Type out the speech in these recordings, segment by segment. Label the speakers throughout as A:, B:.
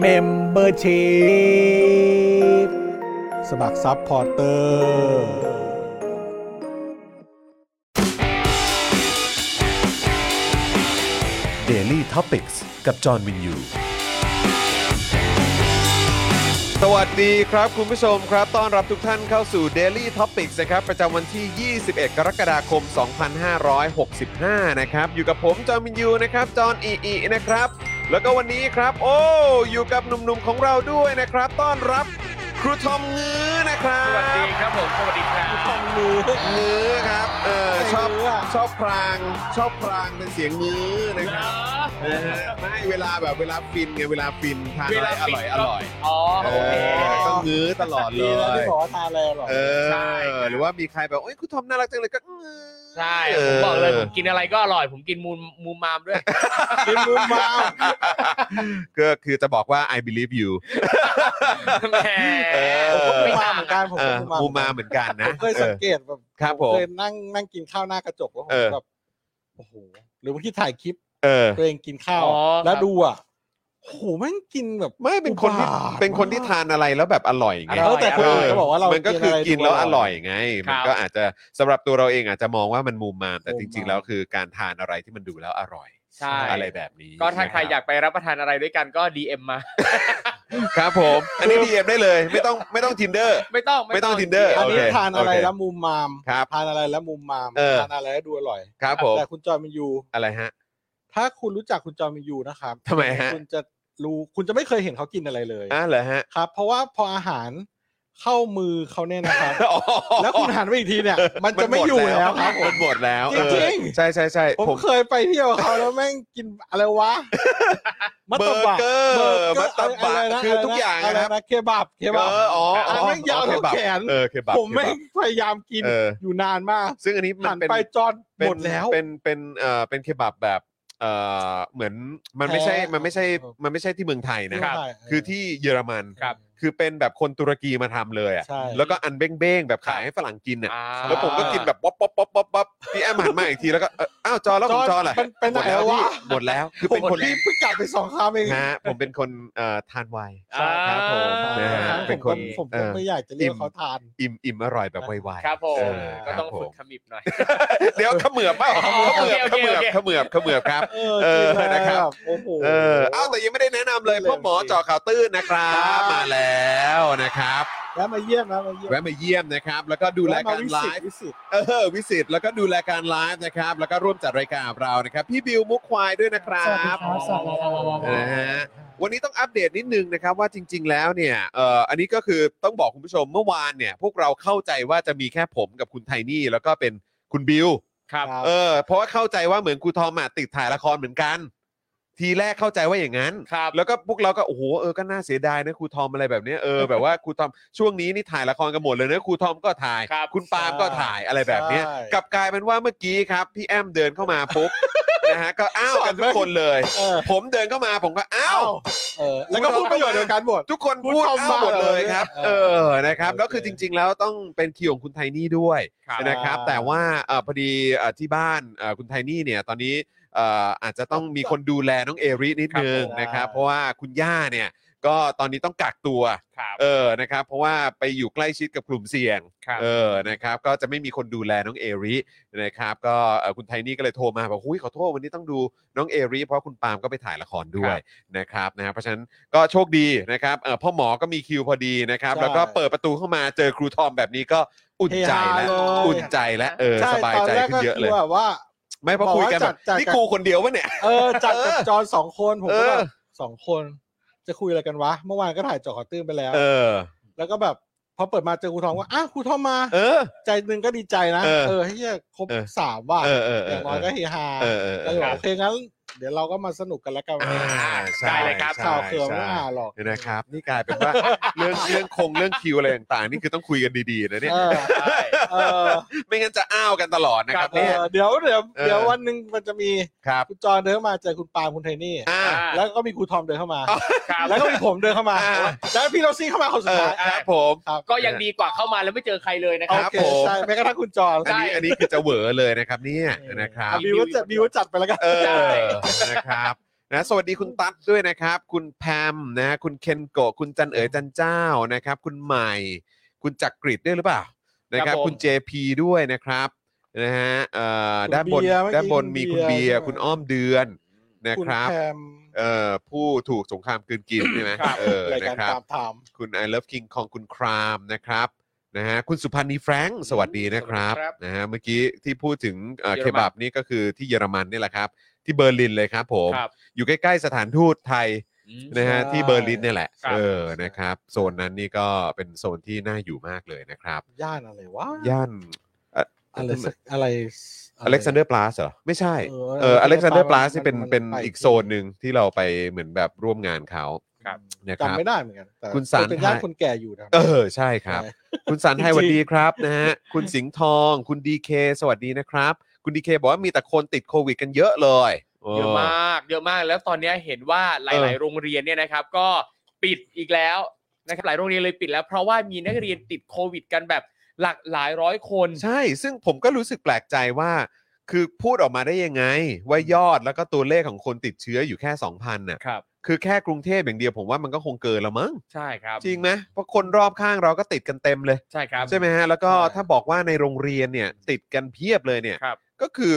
A: เมมเบอร์ชีพสมัครซัพพอร์เตอร์
B: Daily t o p i c กกับจอห์นวินยู
C: สวัสดีครับคุณผู้ชมครับ ต้อนรับทุกท่านเข้าสู่ Daily Topics นะครับ ประจำวันที่ 21 กรกฎาคม 2565 นะครับ อยู่กับผมจอห์นวินยูนะครับ จอห์นอีอีนะครับ แล้วก็วันนี้ครับ โอ้อยู่กับหนุ่มๆของเราด้วยนะครับ ต้อนรับครูทอมงื้อนะครับ
D: สวัสดีครับผม สวัสดีครับ
C: งื้อครับเออชอบชอบพรางชอบพรางเป็นเสียงงื้อนะครับนะฮะไม่เวลาแบบเวลาฟินไงเวลาฟินทานอะไรอร่อยอร่อย
D: อ๋อ
C: เอ
D: โอเค
C: อต้องงื้อตลอดเล
A: ดีแล้วที่
C: ย
A: บอกว่าทานอะไรอร่อย
C: เอ
D: ใช่
C: อหรือว่ามีใครแบบโอ้ยคุณทอมน่ารักจังเลยก็งื้อ
D: ใช่ ผมบอกเลย ผมกินอะไรก็อร่อย ผมกินมูลมูลมามด้วย
C: กินมือเมาก็คือจะบอกว่า I believe you
D: แหม
C: เออ
D: ผม
A: ผม
D: ก็ไม่
A: มา
D: ต่าง
A: เหมือนกันผม
D: อะ
C: เอ
A: ก็
C: อ
A: ผ
C: มู
A: ม
C: มา
A: มา
C: เหมือนกัน
A: ผ
C: นะ
A: มเคยสังเกตแบบ
C: ครับผม
A: เคยนั่งนั่งกินข้าวหน้ากระจกแล้วผ
C: เอ
A: ม
C: อ
A: แบบโอ้โหหรือบางที่ถ่ายคลิป
C: เออ
A: ตัวเองกินข้าว
D: อ๋อ
A: แล้วดูอ่ะโอ้โหแม่งกินแบบ
C: ไม่เป็นคนที่
A: อุบาท
C: เป็นคนที่ทานอะไรแล้วแบบอร่อยไง
A: แล้วแต่คนอื่นก็บอกว่าเรา
C: นก็คือกินแล้วอร่อยไง
D: ค
C: มั
D: รั
C: น
D: บ
C: ก็อาจจะสำหรับตัวเราเองอาจจะมองว่ามันมุมมามแต่จริง ๆ แล้วคือการทานอะไรที่มันดูแล้วอร่อย
D: ใช่
C: อะไรแบบนี้
D: ก็ถ้าใคร
C: นะบ
D: อยากไปรับประทานอะไรด้วยกันก็ DM มา
C: ครับผม อันนี้ดีเอ็มได้เลย ไม่ต้องไม่ต้องทินเดอร์
D: ไม่ต้อง
C: ไม่ต้อง Tinder
A: อัน
C: โอเค
A: นี้ทานอะไร
C: โอเค
A: แล้วมุมมาม
C: ครับ
A: ทานอะไรแล้วมุมมาม
C: เออ
A: ทานอะไรแล้วดูอร่อย
C: ครับผม
A: แต่คุณจอยมันยู
C: อะไรฮะ
A: ถ้าคุณรู้จักคุณจอยมันยูนะครับ
C: ทำไมฮะ
A: คุณจะรู้คุณจะไม่เคยเห็นเขากินอะไรเลย
C: อ่ะเหรอฮะ
A: ครับ เพราะว่าพออาหารเข้ามือเขาเนี่ยนะครับ
C: อ๋อ
A: แล้วคุณหันไปอีกทีเนี่ย มันจะไม่
C: หด
A: อยู่แล้วครับผม
C: มันหมดแล้วเออ
A: จริงๆ
C: ใช่ใช่ใช่
A: ผม
C: ผม
A: เคยไปเที่ยวกับเขาแล้วแม่งกินอะไรวะมัต
C: เบอ
A: ต
C: ร์
A: บะ
C: เกอร์
A: เบ
C: มั
A: อ
C: ต
A: ร์
C: ต
A: เกอร์
C: บะ
A: ไรนะ
C: คือทุกอย่าง
A: อะไร
C: นะครับ
A: นะเคบับเค
C: เอ
A: บับ
C: ออ๋อ
A: อันนั้นยาวเท่า
C: เคบับ
A: แขน
C: เออเคบับ
A: ผม
C: เคบับ
A: แม่งพยายามกิน
C: เออ
A: อยู่นานมาก
C: ซึ่งอันนี้มั
A: หั
C: น
A: น
C: เป็น
A: ไปจอน
C: เป็น
A: หมดแล้ว
C: เป็นเป็นเอ่อเป็นเคบับแบบเอ่อเหมือนมันไม่ใช่
A: แท้
C: มันไม่ใช่
A: ครับ
C: มันไม่ใช่ที่เมืองไทยนะ
D: ครับ
C: คือที่เยอรมัน
D: ครับ
C: คือเป็นแบบคนตุรกีมาทำเลยอ่ะ
A: ใช่
C: แล้วก็อันเบ้งๆแบบขายให้ฝรั่งกินอ่ะ
D: อ่า
C: แล้วผมก็กินแบบป๊อปป๊อปป๊อปป๊อปป๊อปพี่แอมหันมาอีกทีแล้วก็เอ่ออ้าวจอแล้วผมจอแหละ
A: มันเป็น
C: หมดแล้ว
A: ไหนวะ
C: พี่หมดแล้วคือเป็น
A: ผ
C: ค
A: ม
C: น
A: รีบเพิ่งกลับไปสองครั้งเอง
C: นะฮะผมเป็นคนเอ่อทานไวน์
D: อ่า
C: ครับผม
A: ใช่
C: นะฮะเป็นคน
A: ผมก็ผม
C: เอ
A: ก็
C: อ
A: ไม่อยากจะเรียกเขาทาน
C: อิ่มอิ่มอร่อยแบบไวๆ
D: ครับผม
C: เออ
D: ก็ต้อง
C: ครับ
D: ฝึ
C: ผม
D: กขมิบหน่อย
C: เดี๋ยวเขมือบเปล่า
D: อ๋อ
C: เขมือบเข
D: โอเคโอเค
C: มือ
D: โอบ เค
C: เขมือบเขมือบครับ
A: เออจริง
C: เออนะครับ
A: โอ้โห
C: เออเอาแต่ยังไม่ได้แนะนำเลย
A: เลย
C: พ่อหมอเจาะข่าวตื้นนะครับ
A: ครับ
C: มาแล้วนะครับ
A: แล้วมาเยี่ยมนะมาเยี่ยม
C: แวะมาเยี่ยมนะครับ แล้วก็ดูแลการไล
A: แวมวิสิต
C: ฟ์
A: วิสิต
C: เออวิสิตแล้วก็ดูแลการไลฟ์นะครับ แล้วก็ร่วมจัดรายการเรานะครับ พี่บิวมุกควายด้วยนะครับ
A: สวัสดีครับสวัสดีครับ
C: นะฮะวันนี้ต้องอัปเดตนิดนึงนะครับว่าจริง ๆ แล้วเนี่ยเอ่ออันนี้ก็คือต้องบอกคุณผู้ชมเมื่อวานเนี่ย พวกเราเข้าใจว่าจะมีแค่ผมกับคุณไทนี่แล้วก็เป็นคุณบิว
D: ครับ
C: เออเพราะว่าเข้าใจว่าเหมือนครูทอมอะติดถ่ายละครเหมือนกัน ทีแรกเข้าใจว่าอย่างนั้น
D: ครับ
C: แล้วก็พวกเราก็โอ้โหเออก็น่าเสียดายนะครูทอมอะไรแบบเนี้ยเอ อแบบว่าครูทอมช่วงนี้นี่ถ่ายละครกันหมดเลยนะครูทอมก็ถ่าย
D: ครับ
C: ณปาล์มก็ถ่ายอะไรแบบเนี้ย
A: ใช่
C: กลับกลายเป็นว่าเมื่อกี้ครับ พี่แอมเดินเข้ามา ปุ๊บ นะฮะก็อ้าวกันทุกคนเลย
A: เออ
C: ผมเดินเข้ามาผมก็อ้า
A: เอ้าว เออแล้วก็พูดประโยชน์เดียวกันหมด
C: ทุกคน
A: พู
C: พูด
A: ด
C: อ้า
A: เอา
C: วหมดเลยครับ เอ
A: เอ
C: อ
A: อ
C: นะครับ
A: โอเค
C: แล้วคือจริง ๆ แล้วต้องเป็นคิวของคุณไทนี่ด้วย
D: ครับ
C: นะครับ
A: อ่า
C: แต่ว่าเอ่อพอดีเอ่อที่บ้านเอ่อคุณไทนี่เนี่ยตอนนี้เอ่ออาจจะต้องมีคนดูแลน้องเอรินิดนึงนะครับ เพราะว่าคุณย่าเนี่ย ก็ตอนนี้ต้องกักตัว
D: ครับ
C: เออนะครับ เพราะว่าไปอยู่ใกล้ชิดกับกลุ่มเสี่ยง
D: ครับ
C: เออ นะครับ ก็จะไม่มีคนดูแลน้องเอรินะครับ ก็เอ่อคุณไทนี่ก็เลยโทรมาบอกหุ้ยขอโทษวันนี้ต้องดูน้องเอริเพราะคุณปาล์มก็ไปถ่ายละครด้วย นะครับ นะฮะเพราะฉะนั้นก็โชคดีนะครับเอ่อพ่อหมอก็มีคิวพอดีนะครับ
A: ใช่
C: แล้วก็เปิดประตูเข้ามาเจอครูทอมแบบนี้ก็อุ่นใจ
A: เฮฮา
C: แล้ว
A: เลย
C: อุ่นใจแล้ว เออ
E: ใช่
C: สบาย
E: ตอน
C: ใจ
E: แรก
C: ขึ้
E: ก็
C: นเยอะ
E: คื
C: เลย
E: อแบบว่า
C: ไม่เพราะคุยกัน
E: บอกว่า
C: แบบ
E: จัดจัด
C: นี่กูคนเดียววะเนี่ย
E: เออจัดกับ
C: เออ
E: จอนสองคนผมก็
C: เอ
E: แบ
C: บ อ
E: สองคน จะคุยอะไรกันวะ เมื่อวานก็ถ่ายเจอขอตื้นไปแล้ว
C: เออ
E: แล้วก็แบบพอเปิดมาเจอครูทอมว่าอ้าวครูทอมมา
C: เออ
E: ใจหนึ่งก็ดีใจนะ
C: เออ
E: เออให้เฮียครบ
C: เออ
E: สามว่ะ
C: เออเออเอ
E: อย่างน้อยก็
C: อ
E: เฮฮา
C: เออเออ
E: แล้ว
C: เอ
E: ก็
C: อ
E: บอกโอเคงั้น เดี๋ยวเราก็มาสนุกกันแล้วกันวัน
C: อ่า
E: นี้
C: ใช่
D: ได้เลยครับ
C: ใช่
E: ข่าวเขื่อนไม่
C: ใช่
E: อ่าหรอก
C: เดี๋ยวนะครับ นี่กลายเป็นว่า เรื่องเรื่องคงเรื่องคิวอะไรต่างๆ นี่คือต้องคุยกันดีๆนะเนี่ย
E: เออ
D: ใช่
E: เออ
C: ไม่งั้นจะอ้าวกันตลอดนะครับ
E: เอ
C: เนี่ย
E: อเดี๋ยวเดี๋ยว
C: เออ
E: เดี๋ยววันหนึ่งมันจะมี
C: ครับ
E: คุณจอนเดินเข้ามาเจอคุณปาล์มคุณไทนี่
C: อ่า
E: แล้วก็มีครูทอมเดินเข้ามา
D: ครับ
E: แล้วก็มีผมเดินเข้ามา
C: อ่า
E: แล้วพี่โรซี่เข้ามาคนสุ
C: เอ
E: ด
C: อค
E: ท้าย
C: รับผม
E: ครับ
D: ก็ยังดีกว่าเข้ามาแล้วไม่เจอใครเลยนะค
E: โอ
D: รับ
E: เค
C: ผม
E: ใช่แม้กระทั่งคุณจอน
C: อันนี้อันนี้คือจะเหวอเลยนะครับเนี่ยนะครับ
E: อ่ะบิวจัดบิวจัดไปแล้วกัน
C: เอ
D: ใช่
C: อนะครับนะสวัสดีคุณตั๊ดด้วยนะครับ คุณแพมนะคุณเคนโกะคุณจันเอ๋ยจันเจ้านะครับ คุณใหม่ คุณจักริดด้วยหรือเปล่านะครับ
D: ครับผม
C: คุณ JP ด้วยนะครับนะฮะเอ่อ
E: คุณ
C: ด้านบน
E: เบียร์เมื่อกี้
C: ด้านบน
E: คุณ
C: มีคุณ
E: เบี
C: เบีย
E: ยร์
C: ร์
E: ใช่ไหม
C: คุณอ้อมเดือนนะ
E: คุณ
C: ครับ
E: แพม
C: เอ่อผู้ถูกสงครามกลืนกินใช่ไหมเออ
E: ราย
C: นะ
E: การ
C: ครับ
E: ตามถาม
C: คุณ I Love King ของคุณครามนะครับนะฮะคุณสุพันธ์นีแฟรงค์สวัสดีนะครับ
D: สวัสดีครับ
C: นะฮะเมื่อกี้ที่พูดถึงเอ่อ
D: เย
C: เค
D: อรมัน
C: บับนี่ก็คือที่เยอรมันนี่แหละครับ ที่เบอร์ลินเลยครับผม
D: ครับ
C: อยู่ใกล้ ๆ สถานทูตไทย
D: อืม
C: นะฮะ
E: ใช่
C: ที่เบอร์ลินเนี่ยแหละ
D: ครับ
C: เออนะครับ โซนนั้นนี่ก็เป็นโซนที่น่าอยู่มากเลยนะครับ
E: ย่านอะไรวะ
C: ย่าน
E: อะไรสักอะไร
C: อเล็กซานเดอร์ปลาสเหรอ ไม่ใช่เอ
E: เอ
C: อ
E: อ
C: อเล็กซานเดอร์ปลาสนี่เป็น
E: มั
C: เป็น
E: ไ
C: อีกโซนหนึ่งที่เราไปเหมือนแบบร่วมงานเขา
D: ครับ
C: นะครับ
E: จำไม่ได้เหมือนกันแต่
C: คุณสาร
E: เป็นย่านคนแก่อยู่นะ
C: เออใช่ครับ
E: ใช่
C: คุณสันไทยส
E: จริงๆ
C: วัสดีครับนะฮะ คุณสิงห์ทอง คุณดีเคสวัสดีนะครับ คุณดีเคบอกว่ามีแต่คนติดโควิดกันเยอะเลย
D: เยอะมากเยอะมากแล้วตอนเนี้ยเห็นว่าหลาย ๆ โรงเรียนเนี่ยนะครับ ก็ปิดอีกแล้วนะครับหลายโรงเรียนเลยปิดแล้ว เพราะว่ามีนักเรียนติดโควิดกันแบบหลักหลายร้อยคน
C: ใช่ ซึ่งผมก็รู้สึกแปลกใจว่า คือพูดออกมาได้ยังไง ว่ายอดแล้วก็ตัวเลขของคนติดเชื้ออยู่แค่ 2,000น่ะ
D: ครับ
C: คือแค่กรุงเทพอย่างเดียวผมว่ามันก็คงเกินละมั้ง
D: ใช่ครับ
C: จริงไหมเพราะคนรอบข้างเราก็ติดกันเต็มเลย
D: ใช่ครับ
C: ใช่ไหมฮะ แล้วก็
E: ใช่
C: ถ้าบอกว่าในโรงเรียนเนี่ยติดกันเพียบเลยเนี่ย
D: ครับ
C: ก็คือ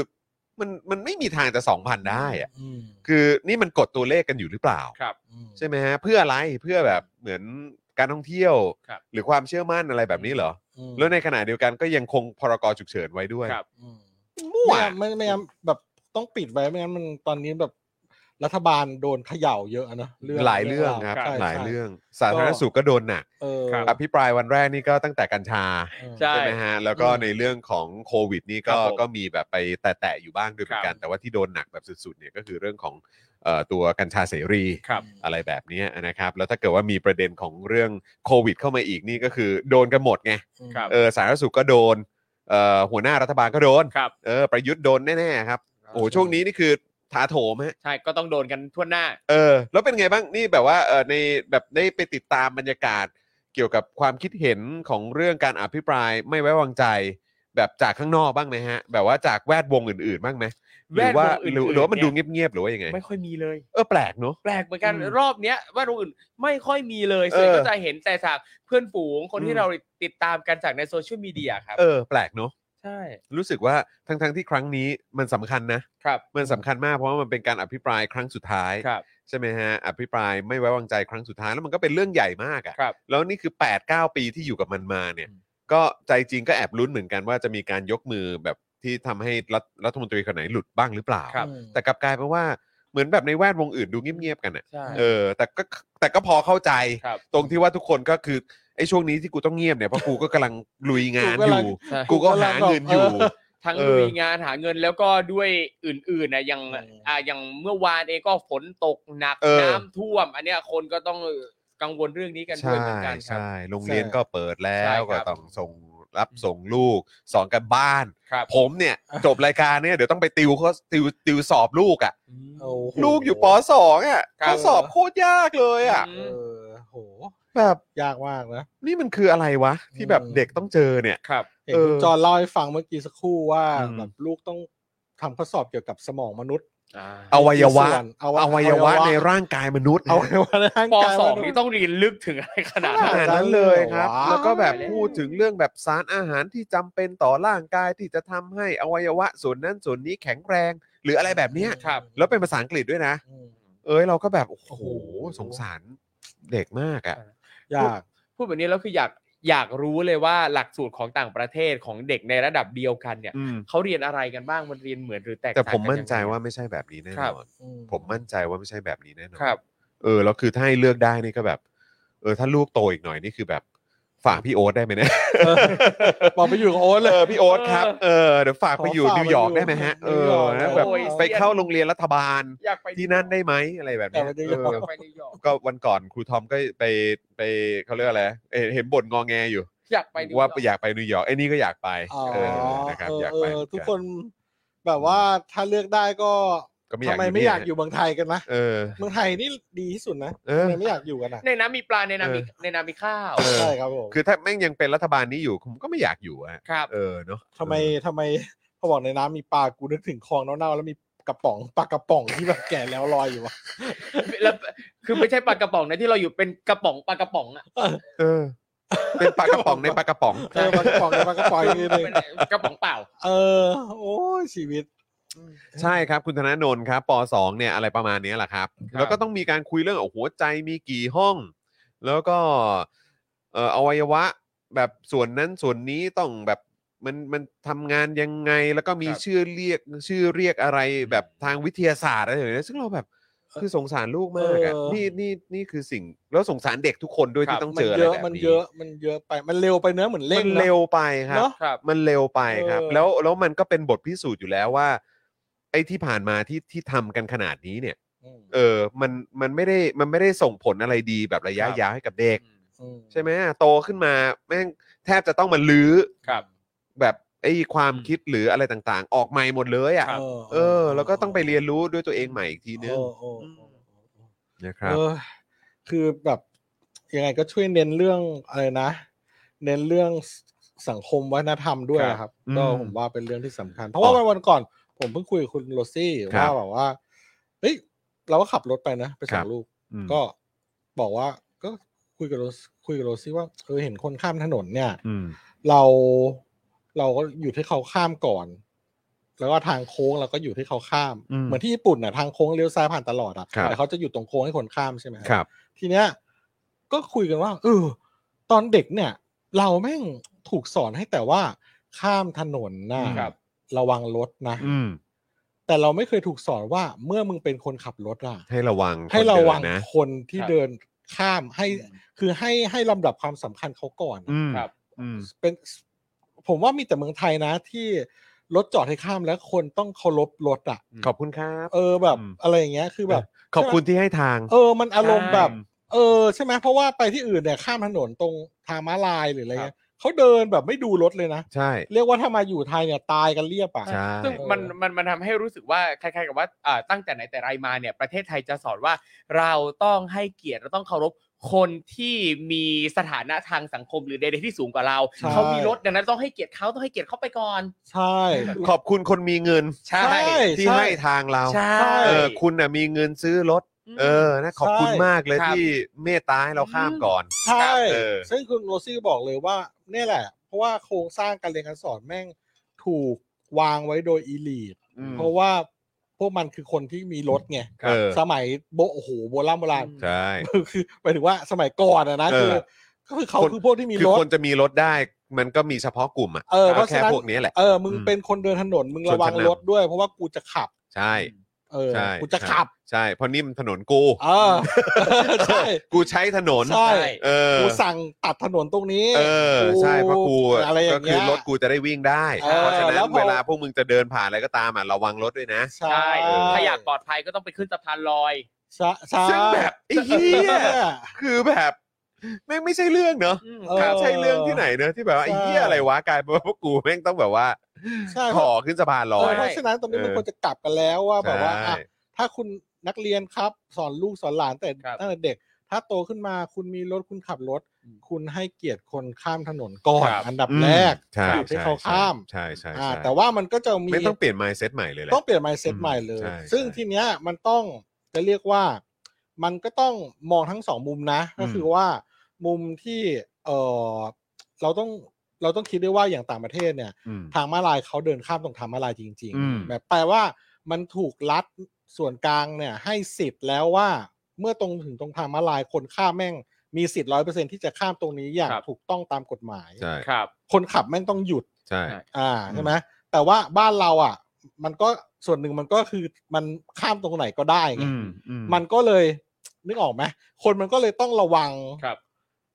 C: มันมันไม่มีทางจะ2,000ได้อะ
E: อืม
C: คือนี่มันกดตัวเลขกันอยู่หรือเปล่า
D: ครับ
E: อืม
C: ใช่ไหมฮะเพื่ออะไรเพื่อแบบเหมือนการท่องเที่ยว
D: ครับ
C: หรือความเชื่อมั่นอะไรแบบนี้เหรอ แล้วในขณะเดียวกันก็ยังคงพรกฉุกเฉินไว้ด้วย
D: ครับ
E: อืม
C: มั่ว
E: ไม่งั้นไม่ไม่งั้นแบบต้องปิดไว้ไม่งั้นมันตอนนี้แบบรัฐบาลโดนเขย่าเยอะนะ
C: หลายเรื่องครับ
E: ใช่
C: หลายเรื่อง
E: ใช่
C: สาธารณสุขก็โดนหนัก
E: เออ
D: ครับ
C: อภิปรายวันแรกนี่ก็ตั้งแต่กัญชา
E: เออ
D: ใช่
C: ไหมฮะแล้วก็
E: อืม
C: ในเรื่องของโควิดนี่
D: ครั
C: ก็
D: บผม
C: ก็มีแบบไปแตะๆอยู่บ้างด้วยเหมือนกัน
D: ครับ
C: แต่ว่าที่โดนหนักแบบสุดๆเนี่ยก็คือเรื่องของเอ่อตัวกัญชาเสรี
D: ครับ
C: อะไรแบบเนี้ยนะครับแล้วถ้าเกิดว่ามีประเด็นของเรื่องโควิด เข้ามาอีกนี่ก็คือโดนกันหมดไง
D: ครับ
C: เออสาธารณสุขก็โดนเอ่อหัวหน้ารัฐบาลก็โดน
D: ครับ
C: เออประยุทธ์โดนแน่ๆครับโอ้โหช่วงนี้นี่คือถาโถมฮะ
D: ใช่ก็ต้องโดนกันทั่วหน้า
C: เออแล้วเป็นไงบ้างนี่แบบว่าเออในแบบได้ไปติดตามบรรยากาศ เกี่ยวกับความคิดเห็นของเรื่องการอภิปรายไม่ไว้วางใจ แบบจากข้างนอกบ้างไหมฮะ แบบว่าจากแวดวงอื่นๆบ้างไหมหรือว่า
D: แวดวงอื่นๆ
C: หรือหรือว่ามัน
D: เนี่ย
C: ดูเงียบๆหรือว่ายังไง
D: ไม่ค่อยมีเลย
C: เออแปลกเนอะ
D: แปลกเหมือนกัน
C: อืม
D: รอบเนี้ยว่าโรงอื่นไม่ค่อยมีเลย
C: เออ
D: ส่วนใหญ่ก็จะเห็นแต่จากเพื่อนฝูงคน
C: อื
D: ที่
C: ม
D: เราติดตามกันจากในโซเชียลมีเดียครับ
C: เออแปลกเนอะ
D: ใช่
C: รู้สึกว่าทั้งๆที่ครั้งนี้มันสำคัญนะครับ มันสำคัญมากเพราะว่ามันเป็นการอภิปรายครั้งสุดท้าย
D: ครับ
C: ใช่ไหมฮะอภิปรายไม่ไว้วางใจครั้งสุดท้ายแล้วมันก็เป็นเรื่องใหญ่มาก
D: ครั
C: อะ่ะ
D: บ
C: แล้วนี่คือ 8 9 ปีที่อยู่กับมันมาเนี่ย
D: อืม
C: ก็ใจจริงก็แอบลุ้นเหมือนกันว่าจะมีการยกมือแบบที่ทำให้รัฐรัฐมนตรีคนไหนหลุดบ้างหรือเปล่า
D: ครับ
E: อืม
C: แต่กลับกลายเป็นว่าเหมือนแบบในแวดวงอื่นดูเงียบๆกันอะ่ะ
D: ใช่
C: เออแต่ก็แต่ก็พอเข้าใจ
D: ครับ
C: ตรงที่ว่าทุกคนก็คือไอ้ช่วงนี้ที่กูต้องเงียบเนี่ยเพราะกูก็กำลังลุยงานอก
E: กูำลัง
C: ยู่
D: ใช่
C: กูก็หาเงินอยู่
D: ทั้ง
C: เออ
D: มีงานหาเงินแล้วก็ด้วยอื่นๆนะอย่าง
E: อืม
D: อ่าอย่างเมื่อวานเองก็ฝนตกหนัก
C: เออ
D: น้ำท่วม อันเนี้ยคนก็ต้องกังวลเรื่องนี้กันด้วย
C: ใช่
D: เหมือนกันครับ
C: ใช่โรงเรียนก็เปิดแล้
D: ใช่
C: ว
D: ครั
C: ก็
D: บ
C: ต้องส่งรับส่งลูกสอนกันบ้าน
D: ครับ
C: ผมเนี่ย จบรายการเนี่ยเดี๋ยวต้องไปติวเขาติวติวสอบลูกอะ่ะ
D: อืม
E: โอ้โห
C: ลูกอยู่ปสองอ่ะ
D: ครับ
C: เขาสอบโคตรยากเลยอ่ะ
E: เออโห
C: แบบ
E: ยากมากนะ
C: นี่มันคืออะไรวะ ที่แบบ
E: อืม
C: เด็กต้องเจอเนี่ย
D: ครับ
E: เห็นคุณ
C: เออ
E: จอนเล่าให้ฟังเมื่อกี้สักครู่ว่า
C: อืม
E: แบบลูกต้องทำข้อสอบเกี่ยวกับสมองมนุษย์
C: อวัยวะ
E: ส่นอ
C: อวัยวะในร่างกายมนุษย์
E: อวัยวะในร่าง
D: ป
E: กาย
D: สอง
E: มษย์
D: นี่ต้องเรียนลึกถึงอะไรขนาด
C: ข
D: นั้
C: นา
D: น
C: ดนั้นเลยครับ
E: ว้าว
C: แล้วก็แบบพูดถึงเรื่องแบบสารอาหารที่จำเป็นต่อร่างกายที่จะทำให้อวัยวะส่วนนั้นส่วนนี้แข็งแรง หรืออะไรแบบเนี้ย
D: ครับ
C: แล้วเป็นภาษาอังกฤษด้วยนะ
E: อืม
C: เอ้ยเราก็แบบโอ้โหสงสารเด็กมากอ่ะ
E: อยาก
D: พูดแบบนี้แล้วคืออยากอยากรู้เลยว่าหลักสูตรของต่างประเทศของเด็กในระดับเดียวกันเนี่ยเขาเรียนอะไรกันบ้างมันเรียนเหมือนหรือแตก
C: แต่
D: ต่างกั
C: ผมมั่นใจ
D: ยังไง
C: ว่าไม่ใช่แบบนี้แน่
D: ครับ
C: นอน
E: อื
C: ผมมั่นใจว่าไม่ใช่แบบนี้แน่นอน
D: ครับ
C: เออแล้วคือถ้าให้เลือกได้นี่ก็แบบ เออถ้าลูกโตอีกหน่อยนี่คือแบบฝากพี่โอ๊ตได้ไหมเนี่ย
E: เออบอกไปอยู่กับโอ๊ตเล
C: เอย อพี่โอ๊ตครับเออเดี๋ยวฝาก
E: ขอ
C: ไปอยู่
E: ฝาก
C: นิวยอร์ก
E: ไปอยู่
C: ได้ไหมฮะเอ
E: นิว
C: อย
E: อร์ก
C: นะแบบ
D: โอ้ย
C: ไปเข้าโรงเรียนรัฐบาล
D: อยากไป
C: ที่นั่นได้ไหมอะไรแบบเนี้ย
E: อยากไปนิ
C: เอ
E: วยอร์ก
C: อ
D: ไปนิวยอร์ก
C: ก็วันก่อนครูทอมก็ไปไปเขาเรียกอะไรเอ่อเห็นบ่นงอแงอยู่
D: อยากไปนิย
C: ว่า
D: ร์ก
C: อยากไปนิวยอร์กไอ้นี่ก็อยากไป
E: อ๋อ
C: เออนะครับ
E: เออ
C: อยาก
E: เอ
C: ไป
E: อ
C: เหมือน
E: ทุก
C: กัน
E: คนแบบว่าถ้าเลือกได้ก็
C: ก็ไม่อ
E: ทำ
C: ยากอยู่
E: ไมไม่
C: เนี่
E: อยากอยู่เมืองไทยกันนะ
C: เออ
E: เมืองไทยนี่ดีที่สุดนะ
C: เออ
E: ทำไมไม่อยากอยู่กันอ่ะ
D: ในน้ำมีปลาในน้ำมี
C: เออ
D: ในน้ำมีข้าว
C: เออ
E: ใช่ครับผม
C: คือถ้าแม่งยังเป็นรัฐบาลนี้อยู่ผมก็ไม่อยากอยู่อะ
D: ครับ
C: เออเนาะ
E: ทำไมทำไม พอบอกในน้ำมีปลากูนึกถึงคลองเน่าๆแล้วมีกระป๋องปลากระป๋องที่แบบแก่แล้วลอยอยู่อะ
D: แล้วคือไม่ใช่ปลากระป๋องนะที่เราอยู่เป็นกระป๋องปลากระป๋องอ่ะ
C: เอ อ เป็นปลากระป๋องในปลากระป๋อง
E: เออปลากระป๋องปลากระป๋องนี่เลย
D: เป็นกระป๋องเปล่า
E: เออ โอ้ยชีวิต
C: ใช่ครับคุณธนาโนนครับปสองเนี่ยอะไรประมาณเนี้ยแหละครับ
D: ครับ
C: แล้วก็ต้องมีการคุยเรื่องโอ้โหหัวใจมีกี่ห้อง แล้วก็เอ่ออวัยวะแบบส่วนนั้นส่วนนี้ต้องแบบมันมันทำงานยังไงแล้วก็มีชื่อเรียกชื่อเรียกอะไรแบบทางวิทยาศาสตร์อะไรอย่างเงี้ยซึ่งเราแบบคือสงสารลูกมากอะ
E: เออ
C: นี่นี่นี่คือสิ่งแล้วสงสารเด็กทุกคนด้วยที่ต้อง
E: มั
C: เจออะไร
E: เยอะ
C: แบบนี้
E: มันเยอะมันเยอะไปมันเร็วไปเนื้อะเหมือนเล่
C: มัน น
E: อะ
C: เร็วไปครับ
E: เนอะ
D: ครับ
C: มันเร็วไปครับ
E: เออ
C: แล้วแล้วมันก็เป็นบทพิสูจน์อยู่แล้วว่า ไอ้ที่ผ่านมาที่ที่ทำกันขนาดนี้เนี่ย
E: อืม
C: เออ มันมันไม่ได้มันไม่ได้ส่งผลอะไรดีแบบระยะ
D: ครับ
C: ยาวให้กับเด็ก
E: อืม
C: ใช่ไหมโตขึ้นมาแม่งแทบจะต้องมาลื้อ
D: ครับ
C: แบบไอ้ความคิดหรืออะไรต่างๆ ออกใหม่หมดเลยอ่ะ
E: เออ
C: เออ แล้วก็ต้องไปเรียนรู้ด้วยตัวเองใหม่อีกทีนึง
E: เออเออเออเออ
C: นะครับ
E: เออคือแบบยังไงก็ช่วยเน้นเรื่องอะไรนะ เน้นเรื่องสังคมวัฒนธรรมด้วยนะครับ
C: อืม
E: ก็ผมว่าเป็นเรื่องที่สำคัญ เพราะว่าวันวันก่อนผมเพิ่งคุยกับคุณโรซี่
C: ครั
E: ว่า
C: บ
E: แบบว่าเฮ้ยเราก็ขับรถไปนะไปส่
C: ครั
E: ง
C: บ
E: ลูก
C: อืม
E: ก็บอกว่าก็คุยกับโรสคุยกับโรซี่ว่าเออเห็นคนข้ามถนนเนี่ย
C: อืม
E: เราเราก็อยู่ที่เขาข้ามก่อน แล้วก็ทางโค้งเราก็อยู่ที่เขาข้าม
C: อืม
E: เหมือนที่ญี่ปุ่นน่ะทางโค้งเลี้ยวซ้ายผ่านตลอดอ่ะ
C: ครับ
E: แต่เขาจะอยู่ตรงโค้งให้คนข้ามใช่ไหมฮะ
C: ครับ
E: ทีเนี้ย ก็คุยกันว่าเออตอนเด็กเนี่ย เราแม่งถูกสอนให้แต่ว่าข้ามถนนนะ
C: อืมครับ
E: ระวังรถนะ
C: อืม
E: แต่เราไม่เคยถูกสอนว่าเมื่อมึงเป็นคนขับรถอ่ะ
C: ให้ระวัง
E: ให้ระวัง
C: คนเดินนะ
E: คนที่
D: ครับ
E: เดินข้ามให้คือให้ให้ลำดับความสำคัญเขาก่อน
C: อืม
D: ครับ
C: อืม
E: เป็นผมว่ามีแต่เมืองไทยนะ ที่รถจอดให้ข้ามแล้วคนต้องเคารพรถอ่ะ
C: ขอบคุณครับ
E: เออแบบ
C: อืม
E: อะไรอย่างเงี้ยคือแบบ
C: ขอบคุณที่ให้ทาง
E: เออมันอารมณ์แบบ
C: ใช่
E: เออใช่ไหมเพราะว่าไปที่อื่นเนี่ยข้ามถนนตรงทางม้าลายหรืออะไรเงี้ยเขาเดินแบบไม่ดูรถเลยนะ
C: ใช่
E: เรียกว่าถ้ามาอยู่ไทยเนี่ยตายกันเรียบอ่ะ
C: ใช่
D: ซึ่งมันมันมันทำให้รู้สึกว่าคล้ายๆกับว่าอ่าตั้งแต่ไหนแต่ไรมาเนี่ยประเทศไทยจะสอนว่าเราต้องให้เกียรติเราต้องเคารพคนที่มีสถานะทางสังคมหรือใดๆที่สูงกว่าเรา
E: ใช่
D: เขามีรถดังนั้นต้องให้เกียรติเขาต้องให้เกียรติเขาไปก่อน
E: ใช่
C: ขอบคุณคนมีเงิน
D: ใช่
C: ที่ให้ทางเรา
D: ใช่
C: เออคุณน่ะมีเงินซื้อรถ เออนะขอบคุณมากเลย
D: ครับ
C: ที่เมตตาให้เราข้ามก่อน
E: ใช่
C: เออ
E: ซึ่งคุณโรซี่ก็บอกเลยว่าเนี่ยแหละ เพราะว่าโครงสร้างการเรียนการสอนแม่งถูกวางไว้โดยอีลีท
C: อืม
E: เพราะว่าพวกมันคือคนที่มีรถไง
C: เออ
E: สมัยโบโอ้โหโบราณโบราณ
C: ใช่
E: คือหมายถึงว่าสมัยก่อนอะนะ
C: เออ
E: คือก็คือเขา
C: คน
E: คือพวกที่มี
C: คือ
E: รถ
C: คนจะมีรถได้ มันก็มีเฉพาะกลุ่มอ่ะ
E: เออเพ
C: ก็
E: ราะ
C: แค่
E: ฉะนั้น
C: พวกนี้แหละ
E: เออมึง
C: อืม
E: เป็นคนเดินถนนมึงระวั
C: ชน
E: ง
C: ชั้นนำ
E: รถด้วย เพราะว่ากูจะขับ
C: ใช่
E: เออ
C: ใช่
E: กูจะขับ
C: ใช่เพราะนี่มันถนนกู
E: เออใช่
C: กูใช้ถนน
E: ใช่
C: เออ
E: กูสั่งตัดถนนตรงนี้
C: เออใช่เพราะกู
E: อะไรอย่า
C: ก็
E: ง
C: คื
E: เงี้
C: อย รถกูจะได้วิ่งได้
E: เออ
C: เพราะฉะนั้
E: แล้
C: น
E: วพอ
C: เวลาพวกมึงจะเดินผ่านอะไรก็ตามอ่ะระวังรถด้วยนะ
E: ใช่
D: ใช่ถ้าอยากปลอดภัยก็ต้องไปขึ้นสะพานลอย
E: ใช่ใช่
C: ซึ่งแบบไอ้เหี้ย คือแบบแม่งไม่ใช่เรื่องเนอะ
E: เออ
C: ไม่ใช่เรื่องที่ไหนเนอะที่แบบว่า
E: ใช่
C: ไอ้เหี้ยอะไรวะกลายเป็นว่าพวกกูแม่งต้องแบบว่า
E: ใช่
C: ขอขึ้นสะพานลอ
E: เออย เพราะฉะนั้นตอนนี้มัน
C: เออ
E: ควรจะกลับกันแล้วว่าแบบว่า
C: ใช่
E: อ่ะ ถ้าคุณนักเรียนครับ สอนลูกสอนหลานแต่
D: ครับ
E: ตั้งแต่เด็ก ถ้าโตขึ้นมาคุณมีรถคุณขับรถ คุณให้เกียรติคนข้ามถนนก่อน
D: ครับ
E: อันดับ
C: อืม
E: แรก
C: ใช่
E: ที่
C: ใช่
E: เขาข้าม
C: ใช่ใช่
E: อ่า
C: ใช่
E: แต่ว่ามันก็จะมี
C: ไม่ต้องเปลี่ยน mindset ใหม่เลยแหละ
E: ต้องเปลี่ยน mindset
C: อืม
E: ใหม่เลย
C: ใช่
E: ซึ่ง
C: ใช่
E: ทีเนี้ยมันต้องจะเรียกว่า มันก็ต้องมองทั้งสองมุมนะ ก็คือว่ามุมที่เออเราต้องเราต้องคิดด้วยว่าอย่างต่างประเทศเนี่ย
C: อืม
E: ทางมาลายเขาเดินข้ามตรงทางมาลายจริง
C: อืม
E: ๆ แบบแปลว่ามันถูกรัดส่วนกลางเนี่ย ให้สิทธิ์แล้วว่า เมื่อตรงถึงตรงทางมาลายคนข้ามแม่ง มีสิทธิ์ร้อยเปอร์เซ็นที่จะข้ามตรงนี้อย่าง
D: ครับ
E: ถูกต้องตามกฎหมาย
C: ใช่
D: ครับ
E: คนขับแม่งต้องหยุด
C: ใช่
E: อ่า
C: อืม
E: ใช่ไหมแต่ว่าบ้านเราอ่ะ มันก็ส่วนหนึ่งมันก็คือมันข้ามตรงไหนก็ได้ไง
C: อืมอื
E: มันก็เลยนึกออกไหมคนมันก็เลยต้องระวัง
D: ครับ